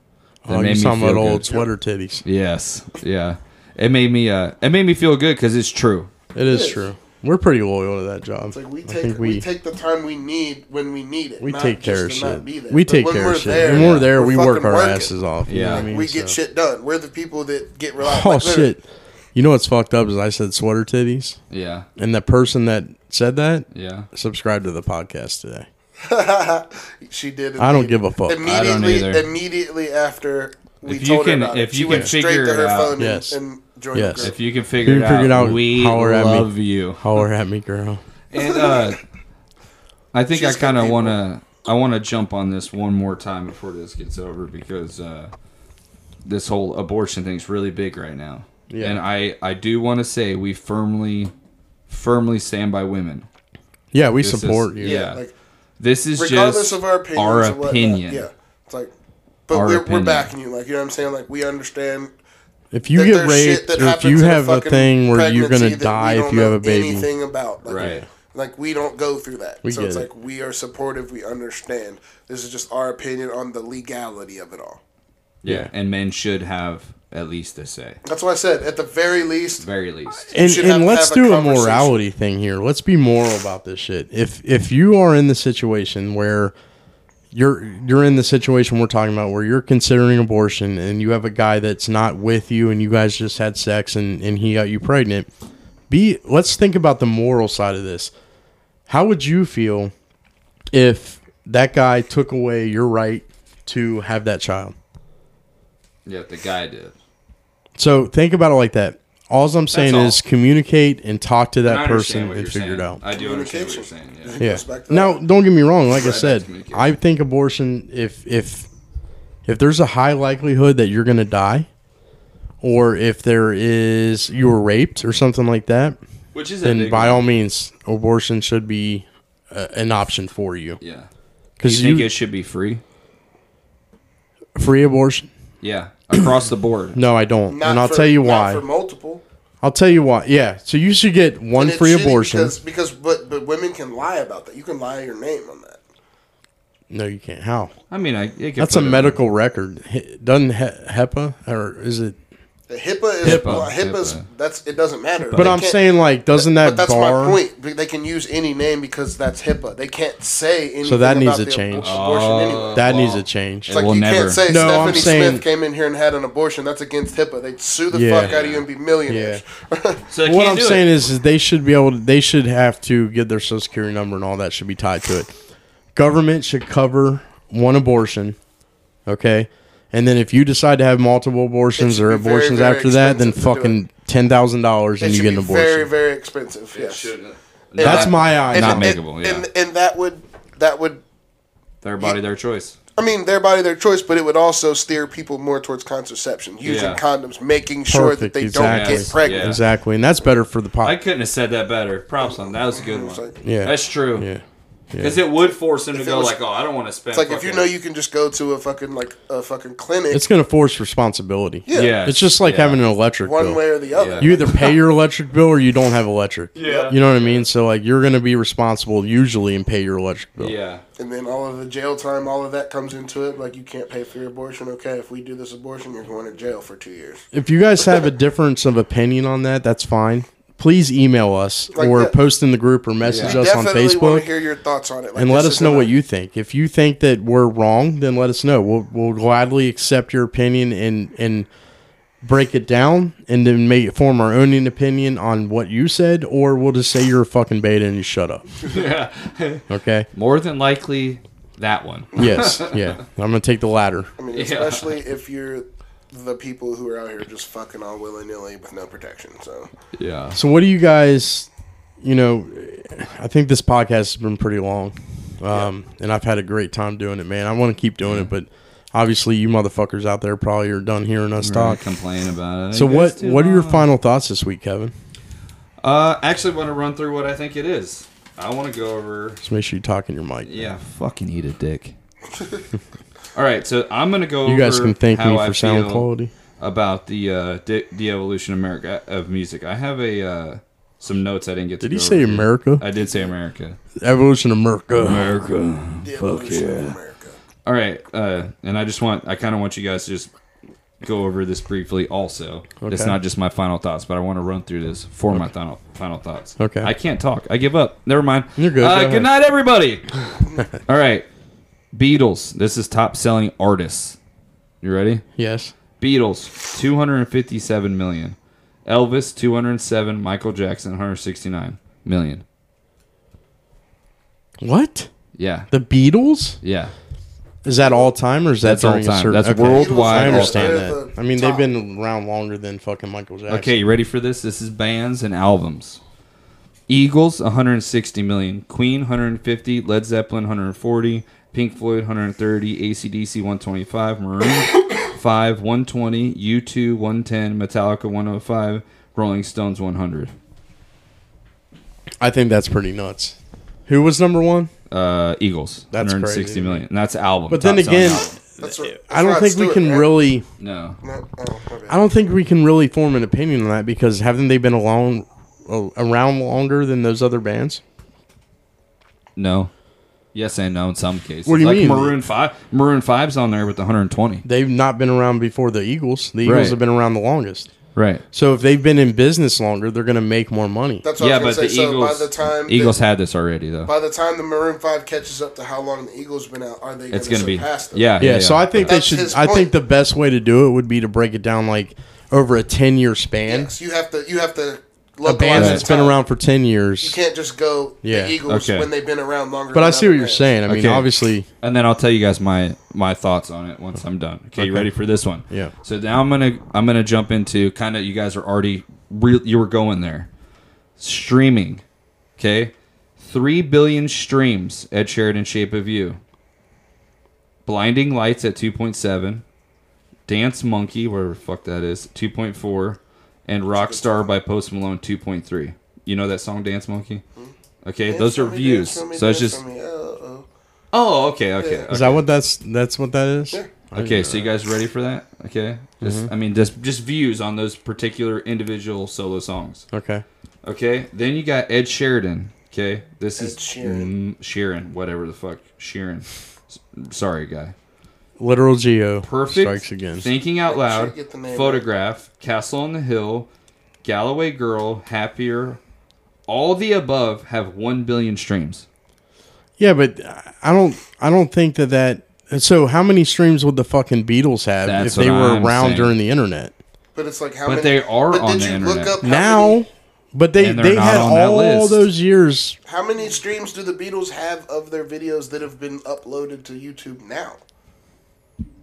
That
oh, you're
made me
talking
feel
about
good.
old sweater titties.
Yes. Yeah. It made me. Uh, it made me feel good because it's true.
It is true. We're pretty loyal to that job.
Like we
I think
take we, take the time we need when we need it.
We
not
take
just
care of
to
shit.
not be there.
We
But
take
when
care
we're
of shit. When we're there, we work
fucking
our
working.
asses off. You
Yeah.
know what I
Like,
mean?
We get
So-
shit done. We're the people that get relied.
Oh
like, literally,
shit! You know what's fucked up is I said sweater titties,
Yeah.
and the person that said that
Yeah.
subscribed to the podcast today.
*laughs* She did.
I don't
indeed.
give a fuck.
Immediately,
I don't either.
immediately after we
If you
told
can-
her about it,
if you
she
can
went straight
figure
to
it
her
out.
phone and-
Yes.
and, joined
Yes.
If
the group.
you can figure
You
it,
figured
out,
out-
we
holler at me.
love you.
Holler at me, girl.
And uh, I think
She's
I kind
good
of
people.
want to. I want to jump on this one more time before this gets over because uh, this whole abortion thing's really big right now.
Yeah.
And I I do want to say we firmly firmly stand by women.
Yeah, we
This is-
support you.
Yeah.
like,
this is
regardless
just
of our opinions,
our
and whatnot,
opinion.
Yeah, it's like, but
Our
we're we're
opinion.
backing you. Like you know what I'm saying. Like we understand.
If you
that
get
there's
raped,
shit that
or if
happens
you
in
have a
fucking
thing where you're gonna
pregnancy that we
die if
don't
you have
know
a baby,
anything about like,
Right.
Like we don't go through that, so
get
it's
it.
like we are supportive. We understand. This is just our opinion on the legality of it all.
yeah. And men should have at least a say.
That's why I said at the very least,
Very least.
and,
should have
and
to
let's
have a
do a
conversation.
morality thing here. Let's be moral about this shit. If if you are in the situation where you're you're in the situation we're talking about where you're considering abortion and you have a guy that's not with you and you guys just had sex and, and he got you pregnant, be let's think about the moral side of this. How would you feel if that guy took away your right to have that child?
Yeah, the guy did.
So think about it like that. All I'm saying
all.
is communicate and talk to that
I
person
understand what
and
you're
figure it
saying.
out.
I do understand what you're saying.
Communication.
Yeah.
Yeah.
goes back to
Now,
that.
don't get me wrong. Like I
Right,
said,
that's communication.
I think abortion. If if if there's a high likelihood that you're going to die, or if there is you were raped or something like that,
Which is a
then
big
by
one.
all means, abortion should be uh, an option for you.
Yeah. Do you
Because you,
think it should be free?
free abortion.
Yeah, across the board.
No, I don't.
Not
and I'll
for-
tell you
not
why.
for multiple.
I'll tell you why. Yeah. So you should get one
And it's
free
shitty
abortion.
because, because but but women can lie about that. You can lie your name on that.
no, you can't. How?
I mean, I it could
That's a
put it-
medical record. H- Doesn't he- HEPA or is it?
The HIPAA is
HIPAA.
well, HIPAA's
HIPAA.
that's it doesn't matter.
But
They
I'm
can't-
saying like, doesn't that
But that's
bar?
my point. But They can use any name because that's HIPAA. They can't say anything.
that needs
about
to
the
change.
abor- Abortion anyway.
That needs a change.
It's like
will
you
Oh. never-
can't say
No, I'm
Stephanie
saying-
Smith came in here and had an abortion. That's against HIPAA. They'd sue the
Yeah.
fuck out of you and be millionaires. *laughs*
So
what I'm saying is, is they should be able to, they should have to give their social security number and all that should be tied to it. Government should cover one abortion, okay? And then if you decide to have multiple abortions
should
or
be very,
abortions
very
after that, then
expensive to do it.
fucking ten thousand dollars
It
and you
should
get
be
an abortion.
very, very expensive. Yes.
Shouldn't.
That's
Not-
my eye.
And-
Not
and-
makeable, yeah.
And, and that would that would
their body, their choice.
I mean their body their choice, but it would also steer people more towards contraception, using
Yeah.
condoms, making sure that
Perfect,
they
exactly.
don't get pregnant.
Yeah.
exactly, and that's better for the pop.
I couldn't have said that better. Props on that was a good
It's
one.
like-
yeah,
That's true.
yeah.
Because it would force him to
it
go
was-
like, oh, I don't want to spend.
It's like if you
fucking-
know you can just go to a fucking like a fucking clinic
It's gonna force responsibility.
Yeah.
Yeah.
It's just like
Yeah.
having an electric
one
bill.
way or the other.
Yeah.
You either pay your electric bill or you don't have electric.
Yeah.
You know what I mean? So like you're gonna be responsible usually and pay your electric bill.
Yeah. *laughs*
And then all of the jail time, all of that comes into it. Like you can't pay for your abortion. Okay, if we do this abortion, you're going to jail for two years.
If you guys have a difference of opinion on that, that's fine. Please email us
Like
or
that.
post in the group or message us on
Definitely want to
Facebook
hear your thoughts on it. Like,
and let
this
us know
isn't
what
a-
you think. If you think that we're wrong, then let us know. We'll we'll gladly accept your opinion and and break it down and then make form our own opinion on what you said, or we'll just say you're a fucking beta and you shut up.
Yeah.
Okay.
More than likely, that one.
Yes.
*laughs*
Yeah. I'm gonna take the latter.
I mean,
Yeah.
especially if you're the people who are out here just fucking all willy nilly with no protection. So
Yeah.
So, what do you guys, you know, I think this podcast has been pretty long, um, and I've had a great time doing it, man. I want to keep doing it, but obviously, you motherfuckers out there probably are done hearing us
Stop
talk.
complaining about it.
So,
It
what
goes too
what are your
long.
final thoughts this week, Kevin?
Uh, actually, want to run through what I think it is. I want to go over.
Just make sure you talk in your mic.
Yeah. Fucking eat a *laughs* dick. All right, so I'm gonna go.
You guys
over
can thank
how
me
I
for sound
feel
quality.
about the uh, de- the evolution of America of music. I have a uh, some notes I didn't get. to
Did he
go
say
over.
America?
I did say America.
Evolution of America.
America.
the evolution of America.
All right, uh, and I just want I kind of want you guys to just go over this briefly. Also, it's
Okay.
not just my final thoughts, but I want to run through this for my final final thoughts.
Okay.
I can't talk. I give up. Never mind.
You're good. Go
Uh,
ahead.
good night,
*laughs*
everybody. All right, Beatles. This is top selling artists. You ready?
Yes.
Beatles, 257 million. Elvis, 207. Michael Jackson, 169 million.
What?
Yeah.
The Beatles?
Yeah.
Is that all time or is that
That's all
during a
time.
certain-
That's
okay.
worldwide.
I
all
understand
time.
They're
that.
the
I mean,
top.
they've been around longer than fucking Michael Jackson.
Okay, you ready for this? This is bands and albums. Eagles, 160 million. Queen, 150. Led Zeppelin, 140. Pink Floyd, 130. ACDC, 125. Maroon *coughs* 5, 120. U2, 110. Metallica, 105. Rolling Stones, 100.
I think that's pretty nuts. Who was number one?
Uh, Eagles,
That's
hundred
crazy.
sixty million. And that's album.
But then
top-selling
again,
album.
That's what, that's
I don't
Rod
think we
Stewart,
can
right?
really.
no.
No, oh, my bad.
I don't think we can really form an opinion on that because haven't they been alone, oh, around longer than those other bands?
No. Yes and no in some cases.
What do you
like
mean?
Maroon Five. Maroon Five's on there with 120.
They've not been around before the Eagles. The Eagles
Right.
have been around the longest.
Right.
So if they've been in business longer, they're going to make more money.
That's what
Yeah,
I was
but the
gonna say. so by
Eagles.
the time
Eagles
the,
had this already though.
by the time the Maroon Five catches up to how long the Eagles been out, are they? Gonna
it's gonna be. Yeah,
surpass them?
yeah.
yeah, So I think they
That's
should.
his
I think
point.
the best way to do it would be to break it down like over a ten year span.
Yes, you have to. You have to.
A band
localize
that's
the
been
talent.
around for ten years.
You can't just go
Yeah,
the Eagles
okay.
when they've been around longer.
but
than
I see
other
what you're
bands.
saying. I mean,
Okay.
obviously,
and then I'll tell you guys my my thoughts on it once I'm done. Okay, you
Okay.
ready for this one?
Yeah.
So now I'm gonna I'm gonna jump into kind of you guys are already real you were going there, streaming. Okay, three billion streams Ed Sheridan Shape of You. Blinding Lights at 2.7, Dance Monkey whatever the fuck that is 2.4, and Rockstar by Post Malone 2.3. You know that song Dance Monkey? Okay,
Hmm? Dance
those
for
are
me,
views.
dance for me, uh,
so it's
dance
just
for me, uh-oh.
oh okay okay.
Yeah.
is that what that's that's what that is?
Yeah.
Okay, so you guys ready for that? Okay, just
Mm-hmm.
I mean, just just views on those particular individual solo songs.
Okay.
Okay, then you got Ed Sheridan. Okay, this
Ed
is Mm,
Sheeran.
Sheeran, whatever the fuck, Sheeran. S- Sorry, guy.
Literal Geo
Perfect.
strikes again.
Thinking out
Make sure you
loud.
get the name
photograph. Castle on the Hill. Galloway Girl. Happier. All the above have one billion streams.
Yeah, but I don't. I don't think that that. So how many streams would the fucking Beatles have
That's
if they
what
were
I'm
around
saying.
during the internet?
But it's like how
But
many?
they are
but
on
did
the
you
internet.
Look up how
now,
many,
but they
And they're
they
not
had
on that
all
list.
those years.
how many streams do the Beatles have of their videos that have been uploaded to YouTube now?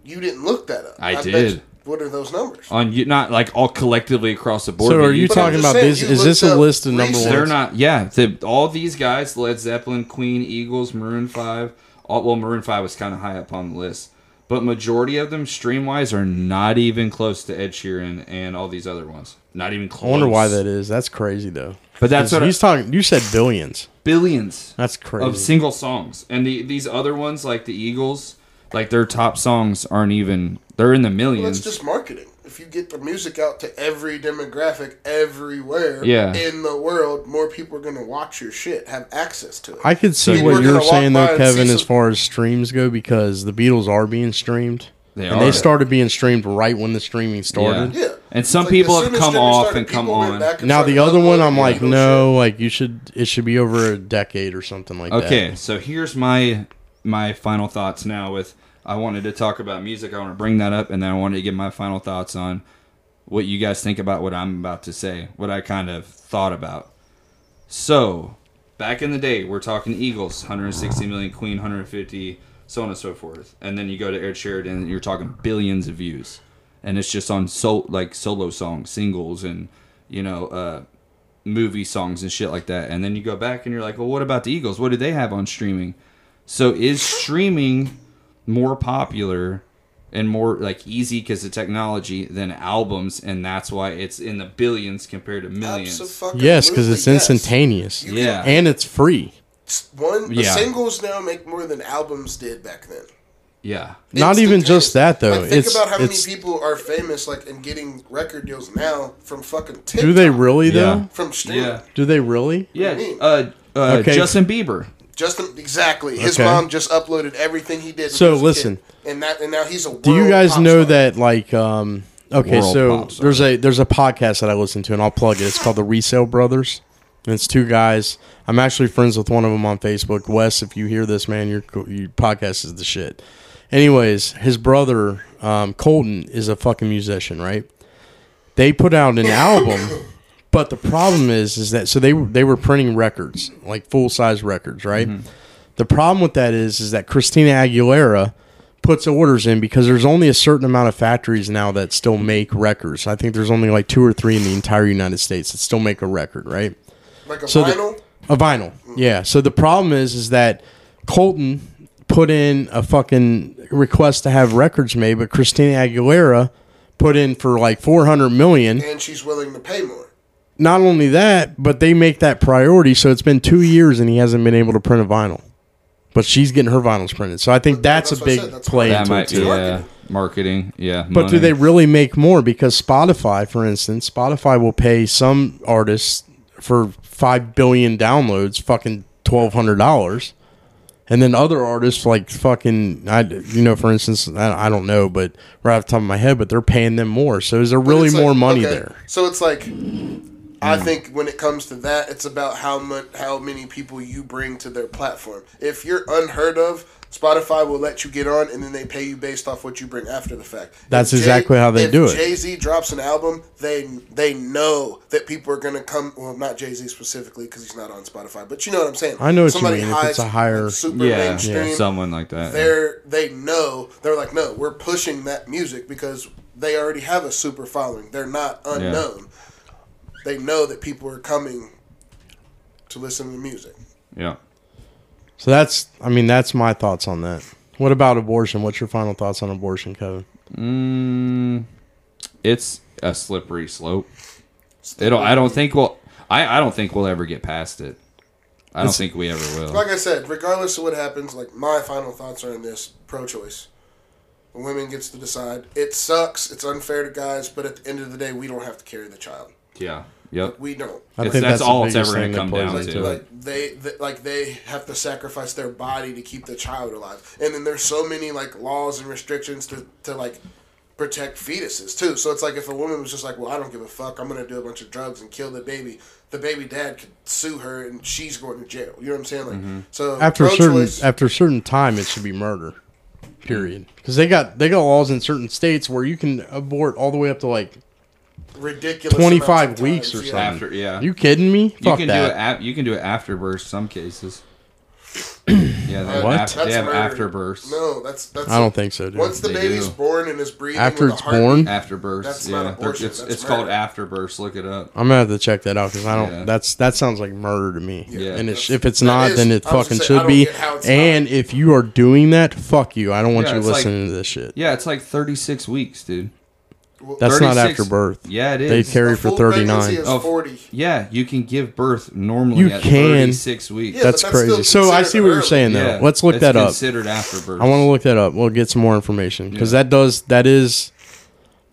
You didn't look that up.
I
bet
did.
you- what are those numbers?
On you, not like all collectively across the board.
So
but
are you
But I'm
talking
just
about
saying,
this?
you
Is this
looked
a
up
list of number
recent-
one?
They're not. Yeah, the, all these guys: Led Zeppelin, Queen, Eagles, Maroon Five. All, well, Maroon Five was kind of high up on the list, but majority of them stream wise are not even close to Ed Sheeran and all these other ones. Not even
I
close.
wonder why that is. That's crazy though.
But that's what I-
he's talking. You said billions.
billions
That's crazy.
of single songs, and the these other ones like the Eagles, like their top songs aren't even. They're in the
Well, that's
millions.
just marketing. If you get the music out to every demographic everywhere
Yeah.
in the world, more people are going to watch your shit, have access to it.
I could see
People
what
are
you're
gonna walk
saying
by
though,
and
Kevin,
see
as
some-
far as streams go, because the Beatles are being streamed,
They
and
are.
they started being streamed right when the streaming started.
yeah.
And some
It's like,
people
as
have
soon as
come
streaming
off
started,
and come
people went
on.
back and
Now
started
the other one,
uploading
I'm like,
Beatles
no, like you should. It should be over a decade or something like that.
Okay, so here's my my final thoughts now with I wanted to talk about music. I want to bring that up and then I wanted to get my final thoughts on what you guys think about what I'm about to say, what I kind of thought about. So, back in the day, we're talking Eagles, 160 million, Queen 150, so on and so forth. And then you go to Ed Sheridan and you're talking billions of views. And it's just on so like solo songs, singles and you know, uh movie songs and shit like that. And then you go back and you're like, well, what about the Eagles? What do they have on streaming? So is streaming more popular and more like easy because of technology than albums? And that's why it's in the billions compared to millions.
Abso-fucking-lutely,
Yes, because it's
yes.
instantaneous.
You
Yeah.
And it's free.
It's One the
Yeah.
singles now make more than albums did back then.
yeah.
Not even just that though.
Like, think
it's
about how many
it's.
people are famous, like, and getting record deals now from fucking TikTok.
Do they really
Yeah.
though?
From streaming.
Yeah.
Do they really?
Yeah.
do you mean?
Uh, uh,
Okay.
Justin Bieber.
Justin, exactly. His
Okay.
mom just uploaded everything he did. when
So,
he was a
listen.
kid. and that, and now he's a.
Do you
world
guys
pop
know
star.
that like um okay,
World
so
pop star.
there's a there's a podcast that I listen to and I'll plug it. It's called The Resale Brothers. And it's two guys. I'm actually friends with one of them on Facebook. Wes, if you hear this, man, your co- your podcast is the shit. Anyways, his brother um, Colton is a fucking musician, right? They put out an album, but the problem is, is that so they they were printing records, like full size records, right? The problem with that is is that Christina Aguilera puts orders in because there's only a certain amount of factories now that still make records. I think there's only like two or three in the entire United States that still make a record, right?
Like a
so the-
vinyl.
A vinyl. Yeah. So the problem is is that Colton put in a fucking request to have records made, but Christina Aguilera put in for like 400 million
and she's willing to pay more.
not only that, but they make that priority. So it's been two years and he hasn't been able to print a vinyl, but she's getting her vinyls printed. So I think
But
that's,
that's
a
what I
big
said, that's
play
what I
That
into
might
it
be
too.
yeah, marketing. Yeah.
But do they really make more? Because Spotify, for instance, Spotify will pay some artists for five billion downloads, fucking twelve hundred dollars, and then other artists like fucking, I you know, for instance, I, I don't know, but right off the top of my head, but they're paying them more. So is there
But
really
it's like-
more money
okay,
there? Hmm.
So it's like, I think when it comes to that, it's about how much, how many people you bring to their platform. If you're unheard of, Spotify will let you get on, and then they pay you based off what you bring after the fact.
That's exactly how they do it.
Jay Z drops an album, they they know that people are gonna come. Well, not Jay Z specifically because he's not on Spotify, but you know what I'm saying.
I know what you
Somebody
mean, if it's
high-
a higher-
super
Yeah,
mainstream,
Someone like that. yeah.
they're they know they're like no we're pushing that music because they already have a super following they're not unknown they know that people are coming to listen to music
Yeah.
So that's, I mean, that's my thoughts on that. What about abortion? What's your final thoughts on abortion, Kevin?
Mm, it's a slippery slope. It'll. I don't think we'll. I, I don't think we'll ever get past it. I don't think we ever will.
like i said regardless of what happens like my final thoughts are in this pro-choice Women gets to decide. It sucks. It's unfair to guys, but at the end of the day, we don't have to carry the child.
Yeah. Yep.
We don't.
I think
It's- that's
that's the
all it's
biggest
ever
thing
going to
that
come
plays
down
into
to.
it.
like they th- like they have to sacrifice their body to keep the child alive and then there's so many like laws and restrictions to, to like protect fetuses too so it's like if a woman was just like well i don't give a fuck i'm gonna do a bunch of drugs and kill the baby the baby dad could sue her and she's going to jail you know what i'm saying like
Mm-hmm.
so
after a certain
pro-choice-
after a certain time it should be murder period because they got they got laws in certain states where you can abort all the way up to like
ridiculous
25
amounts of
weeks
times,
or
yeah.
something.
After yeah.
you kidding me
You
fuck
can do it.
that
Ap- you can do it after birth.
*clears throat*
Some cases. yeah, they have,
What?
af- they have
murder.
afterbirths.
no that's that's
i don't think so dude
once the
They
baby's
do.
born and is breathing
after
with a
it's
heartbeat,
born
Afterbirths.
That's
yeah,
not
They're-
abortion,
it's
that's
it's called
murder.
afterbirths. Look it up.
i'm gonna have to check that out because i don't
Yeah.
that's that sounds like murder to me
Yeah.
and it's,
That's-
if it's
that
not
is-
then it
I was
fucking
gonna say, I
should
don't
be
get how it's not.
and if you are doing that fuck you i don't want
Yeah,
you
it's like-
listening to this shit
Yeah, it's like 36 weeks, dude.
that's not
36
after birth
Yeah, it is.
they
A
carry for
full pregnancy
39
is
Oh,
40
Yeah, you can give birth normally
You
at
can.
36 weeks.
Yeah, but
that's
that's
crazy
still
so i see
considered
what you're
early.
saying though let's look
it's
that up
considered afterbirths.
I want to look that up. We'll get some more information because
Yeah.
that does that is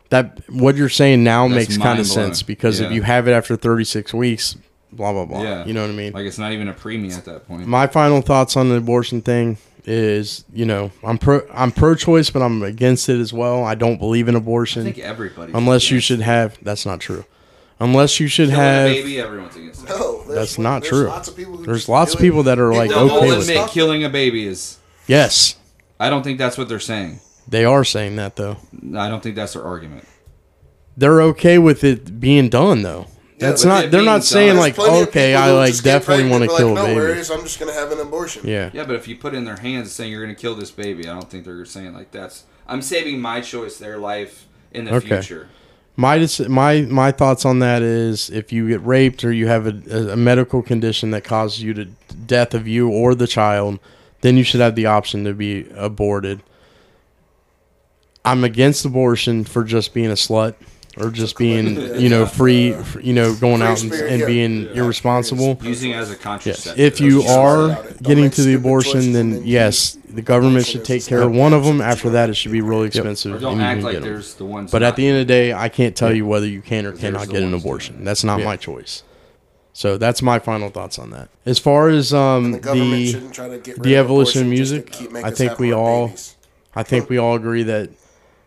that what you're saying now
That's
makes kind of
mind-blowing.
sense because if
Yeah.
you have it after 36 weeks, blah blah blah.
Yeah.
You know what I mean?
Like it's not even a preemie at that point.
My final thoughts on the abortion thing is, you know, I'm pro I'm pro-choice, but I'm against it as well. I don't believe in
I
abortion
think everybody.
unless you should have. That's not true. Unless you should
Killing a
have.
baby. Everyone's against it.
No, there's-
That's not
there's
true.
Lots of people who
There's
just
lots
do
of people
it.
that are
It
like
don't
They'll
okay
always
with it.
admit
stop.
killing a baby is.
Yes,
I don't think that's what they're saying.
they are saying that though.
I don't think that's their argument.
they're okay with it being done though. That's
with
not.
it
They're
being
not
done.
saying
There's
like,
plenty of
okay,
people
I
who
like
just get
definitely want
pregnant
to kill
and be like,
a
No
baby.
worries, I'm just gonna have an abortion.
Yeah.
Yeah, but if you put it in their hands saying you're going to kill this baby, I don't think they're saying like that's. I'm saving my choice, their life in the
Okay.
future.
My dis- my my thoughts on that is if you get raped or you have a, a medical condition that causes you to death of you or the child, then you should have the option to be aborted. I'm against abortion for just being a slut or
*laughs*
just being, you know, free, f- you know, going
Free
out and,
spirit,
and
yeah.
being
Yeah.
irresponsible.
Using it as a
Yes.
contraceptive.
If you
That's-
are
about it. Don't
getting
make
to the
stupid
abortion,
choices and
then
then
yes, the government should take care of one of them. After that, it should be really
or
expensive.
don't
and you
act
can
like
get 'em.
there's the ones.
But
not.
at the end of the day, I can't tell you whether you can or cannot
the
get an
ones doing
abortion. That's not my choice. So that's my final thoughts on that. As far as um,
The government
the,
shouldn't try to get rid
the
of
evolution of
abortion just to
music,
keep making
I
us
think
have
we
more
all-
babies.
I think we all agree that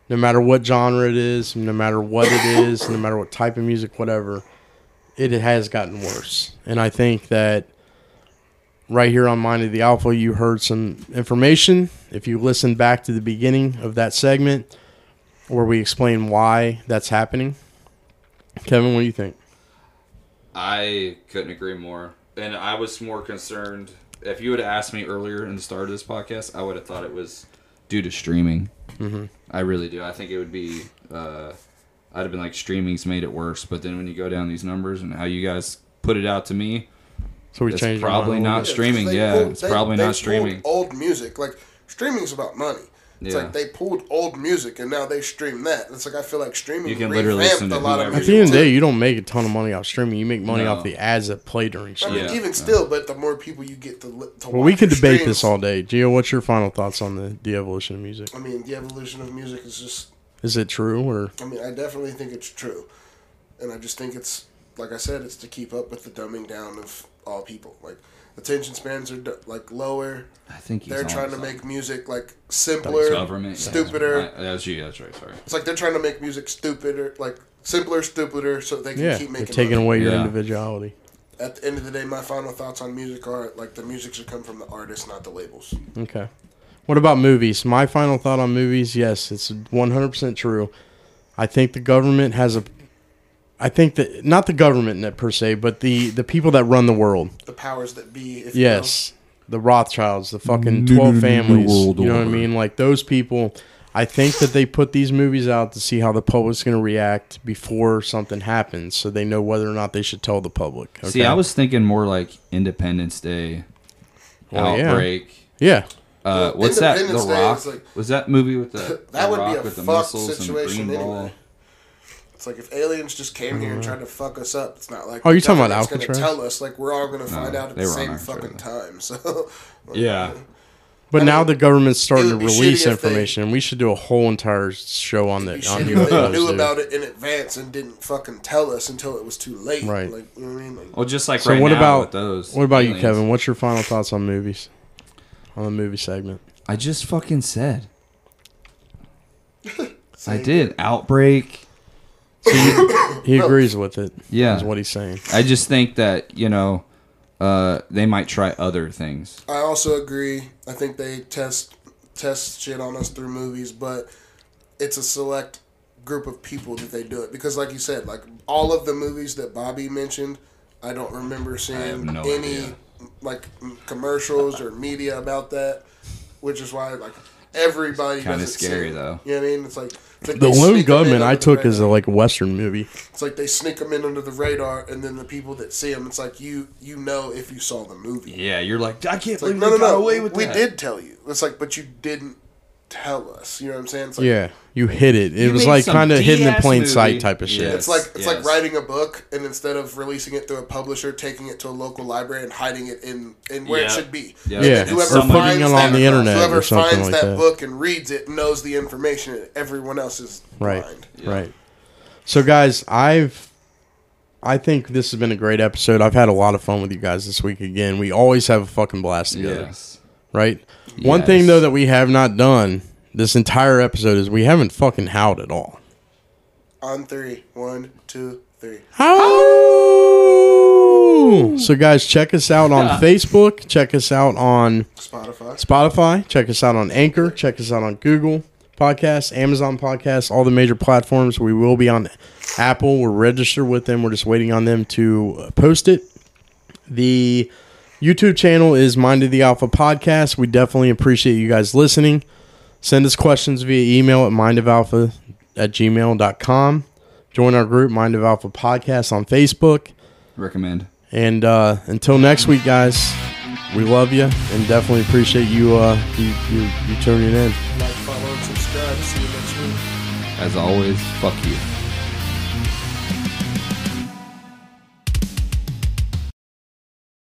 no matter what genre it is, no matter what it is, no matter what type of music, whatever, it has gotten worse. And I think that right here on Mind of the Alpha, you heard some information. If you listen back to the beginning of that segment, where we explain why that's happening. Kevin, what do you think?
I couldn't agree more. And I was more concerned. If you would have asked me earlier in the start of this podcast, I would have thought it was due to streaming. Mm-hmm. I really do. I think it would be. Uh, I'd have been like, streaming's made it worse. But then when you go down these numbers and how you guys put it out to me,
So we
It's
changed. our
probably
mind a little
not
bit.
Yeah,
streaming,
they
yeah,
pulled-
it's probably
they
not
pulled
streaming.
Old music, like streaming's about money. It's
Yeah.
like they pulled old music and now they stream that. It's like I feel like streaming.
You can literally
revamped
listen to
a lot of
whoever
At the
music.
end of the
too.
day, you don't make a ton of money off streaming. You make money
No.
off the ads that play during
I
streaming.
mean,
Yeah.
even still, but the more people you get to, li- to
Well, we
watch
could
your
debate
streams-
this all day. Gio, what's your final thoughts on the, the evolution of music?
I mean, the evolution of music is just
Is it true or
I mean, I definitely think it's true, and I just think it's like I said, it's to keep up with the dumbing down of all people. Like attention spans are d- like lower.
I think he's
They're
on
trying to
something.
make music like simpler,
government yeah.
stupider.
I- That's you. That's right. Sorry.
It's like they're trying to make music stupider, like simpler, stupider, so they can
yeah?
keep
They're
making.
taking
money.
away your
Yeah.
individuality.
At the end of the day, my final thoughts on music are like the music should come from the artist, not the labels.
Okay. What about movies? My final thought on movies, yes, it's 100% true. I think the government has a I think that not the government per se, but the the people that run the world.
The powers that be. If you will.
Yes. The Rothschilds, the fucking 12 families. You know what I mean? Like those people, I think that they put these movies out to see how the public's going to react before something happens so they know whether or not they should tell the public. Okay?
See, I was thinking more like Independence Day,
Well, yeah.
outbreak.
Yeah.
Uh, what's that? The
Independence Day
Rock
is like-
was that movie with the
*laughs* That
the
would be
Rock
a
with the
fuck
missiles
situation
and the green
anyway.
ball?
It's like if aliens just came here and tried to fuck us up, it's not like
Oh, you're
the
talking about
government's gonna
Alcatraz?
Tell us like we're all gonna find out at
they
the *laughs*
were on
same
Alcatraz.
fucking time. So
Yeah,
But now the government's starting
it
to
would be
release
shitty if they-
information, and we should do a whole entire show on
You
that.
*laughs* should
On
have
UFOs,
knew
dude.
about it in advance and didn't fucking tell us until it was too late.
Right.
Like, you know what I mean? Like,
Well, just like
So
right
what
now
about-
with those.
What about you,
aliens.
Kevin? What's your final thoughts on movies? On the movie segment,
I just fucking said.
*laughs*
I
Same.
did outbreak.
he agrees with it.
Yeah.
is what he's saying.
I just think that you know uh, they might try other things.
I also agree. I think they test test shit on us through movies, but it's a select group of people that they do it because, like you said, like all of the movies that Bobby mentioned, I don't remember seeing
no
any
idea.
like m- commercials or media about that, which is why like everybody
Kinda
doesn't
scary,
see it.
though.
You know what I mean? It's like. it's like
The
they
Lone
sneak 'em in
Gunman
under
I
the
took
radar.
as a like Western movie.
It's like they sneak them in under the radar, and then the people that see them, it's like you you know if you saw the movie.
Yeah, you're like I can't
It's like,
believe
no,
they
no,
got
no.
away with
we
that.
did tell you. It's like, but you didn't tell us. You know what I'm saying? It's like,
Yeah, you hid it. It
You
was
made
like
some
kind of hidden in
DS
plain
movie.
sight type of
Yeah.
shit.
It's like it's like
yes.
writing a book, and instead of releasing it through a publisher, taking it to a local library and hiding it in, in where it
Yeah.
should be.
Yeah.
And then
Yeah,
whoever
or putting
finds
it on
that,
the internet
whoever
or something
finds
like
that,
that.
book and reads it knows the information, and everyone else is
Right.
blind.
Right. So guys, I've I think this has been a great episode. I've had a lot of fun with you guys this week again. We always have a fucking blast together,
Yes.
right? One thing
Yes.
though that we have not done this entire episode is we haven't fucking howled at all.
On three, one, two, three.
Howl! So guys, check us out on
*laughs*
Facebook, check us out on
Spotify.
Spotify. Check us out on Anchor. Check us out on Google Podcasts, Amazon Podcasts, all the major platforms. We will be on Apple. We're registered with them. We're just waiting on them to uh, post it. The YouTube channel is Mind of the Alpha Podcast. We definitely appreciate you guys listening. Send us questions via email at mindofalpha at gmail.com. Join our group, Mind of Alpha Podcast, on Facebook.
Recommend.
And uh, until next week, guys, we love you and definitely appreciate you uh, you, you you tuning in.
Like, follow, and subscribe. See you next week.
As always, fuck you.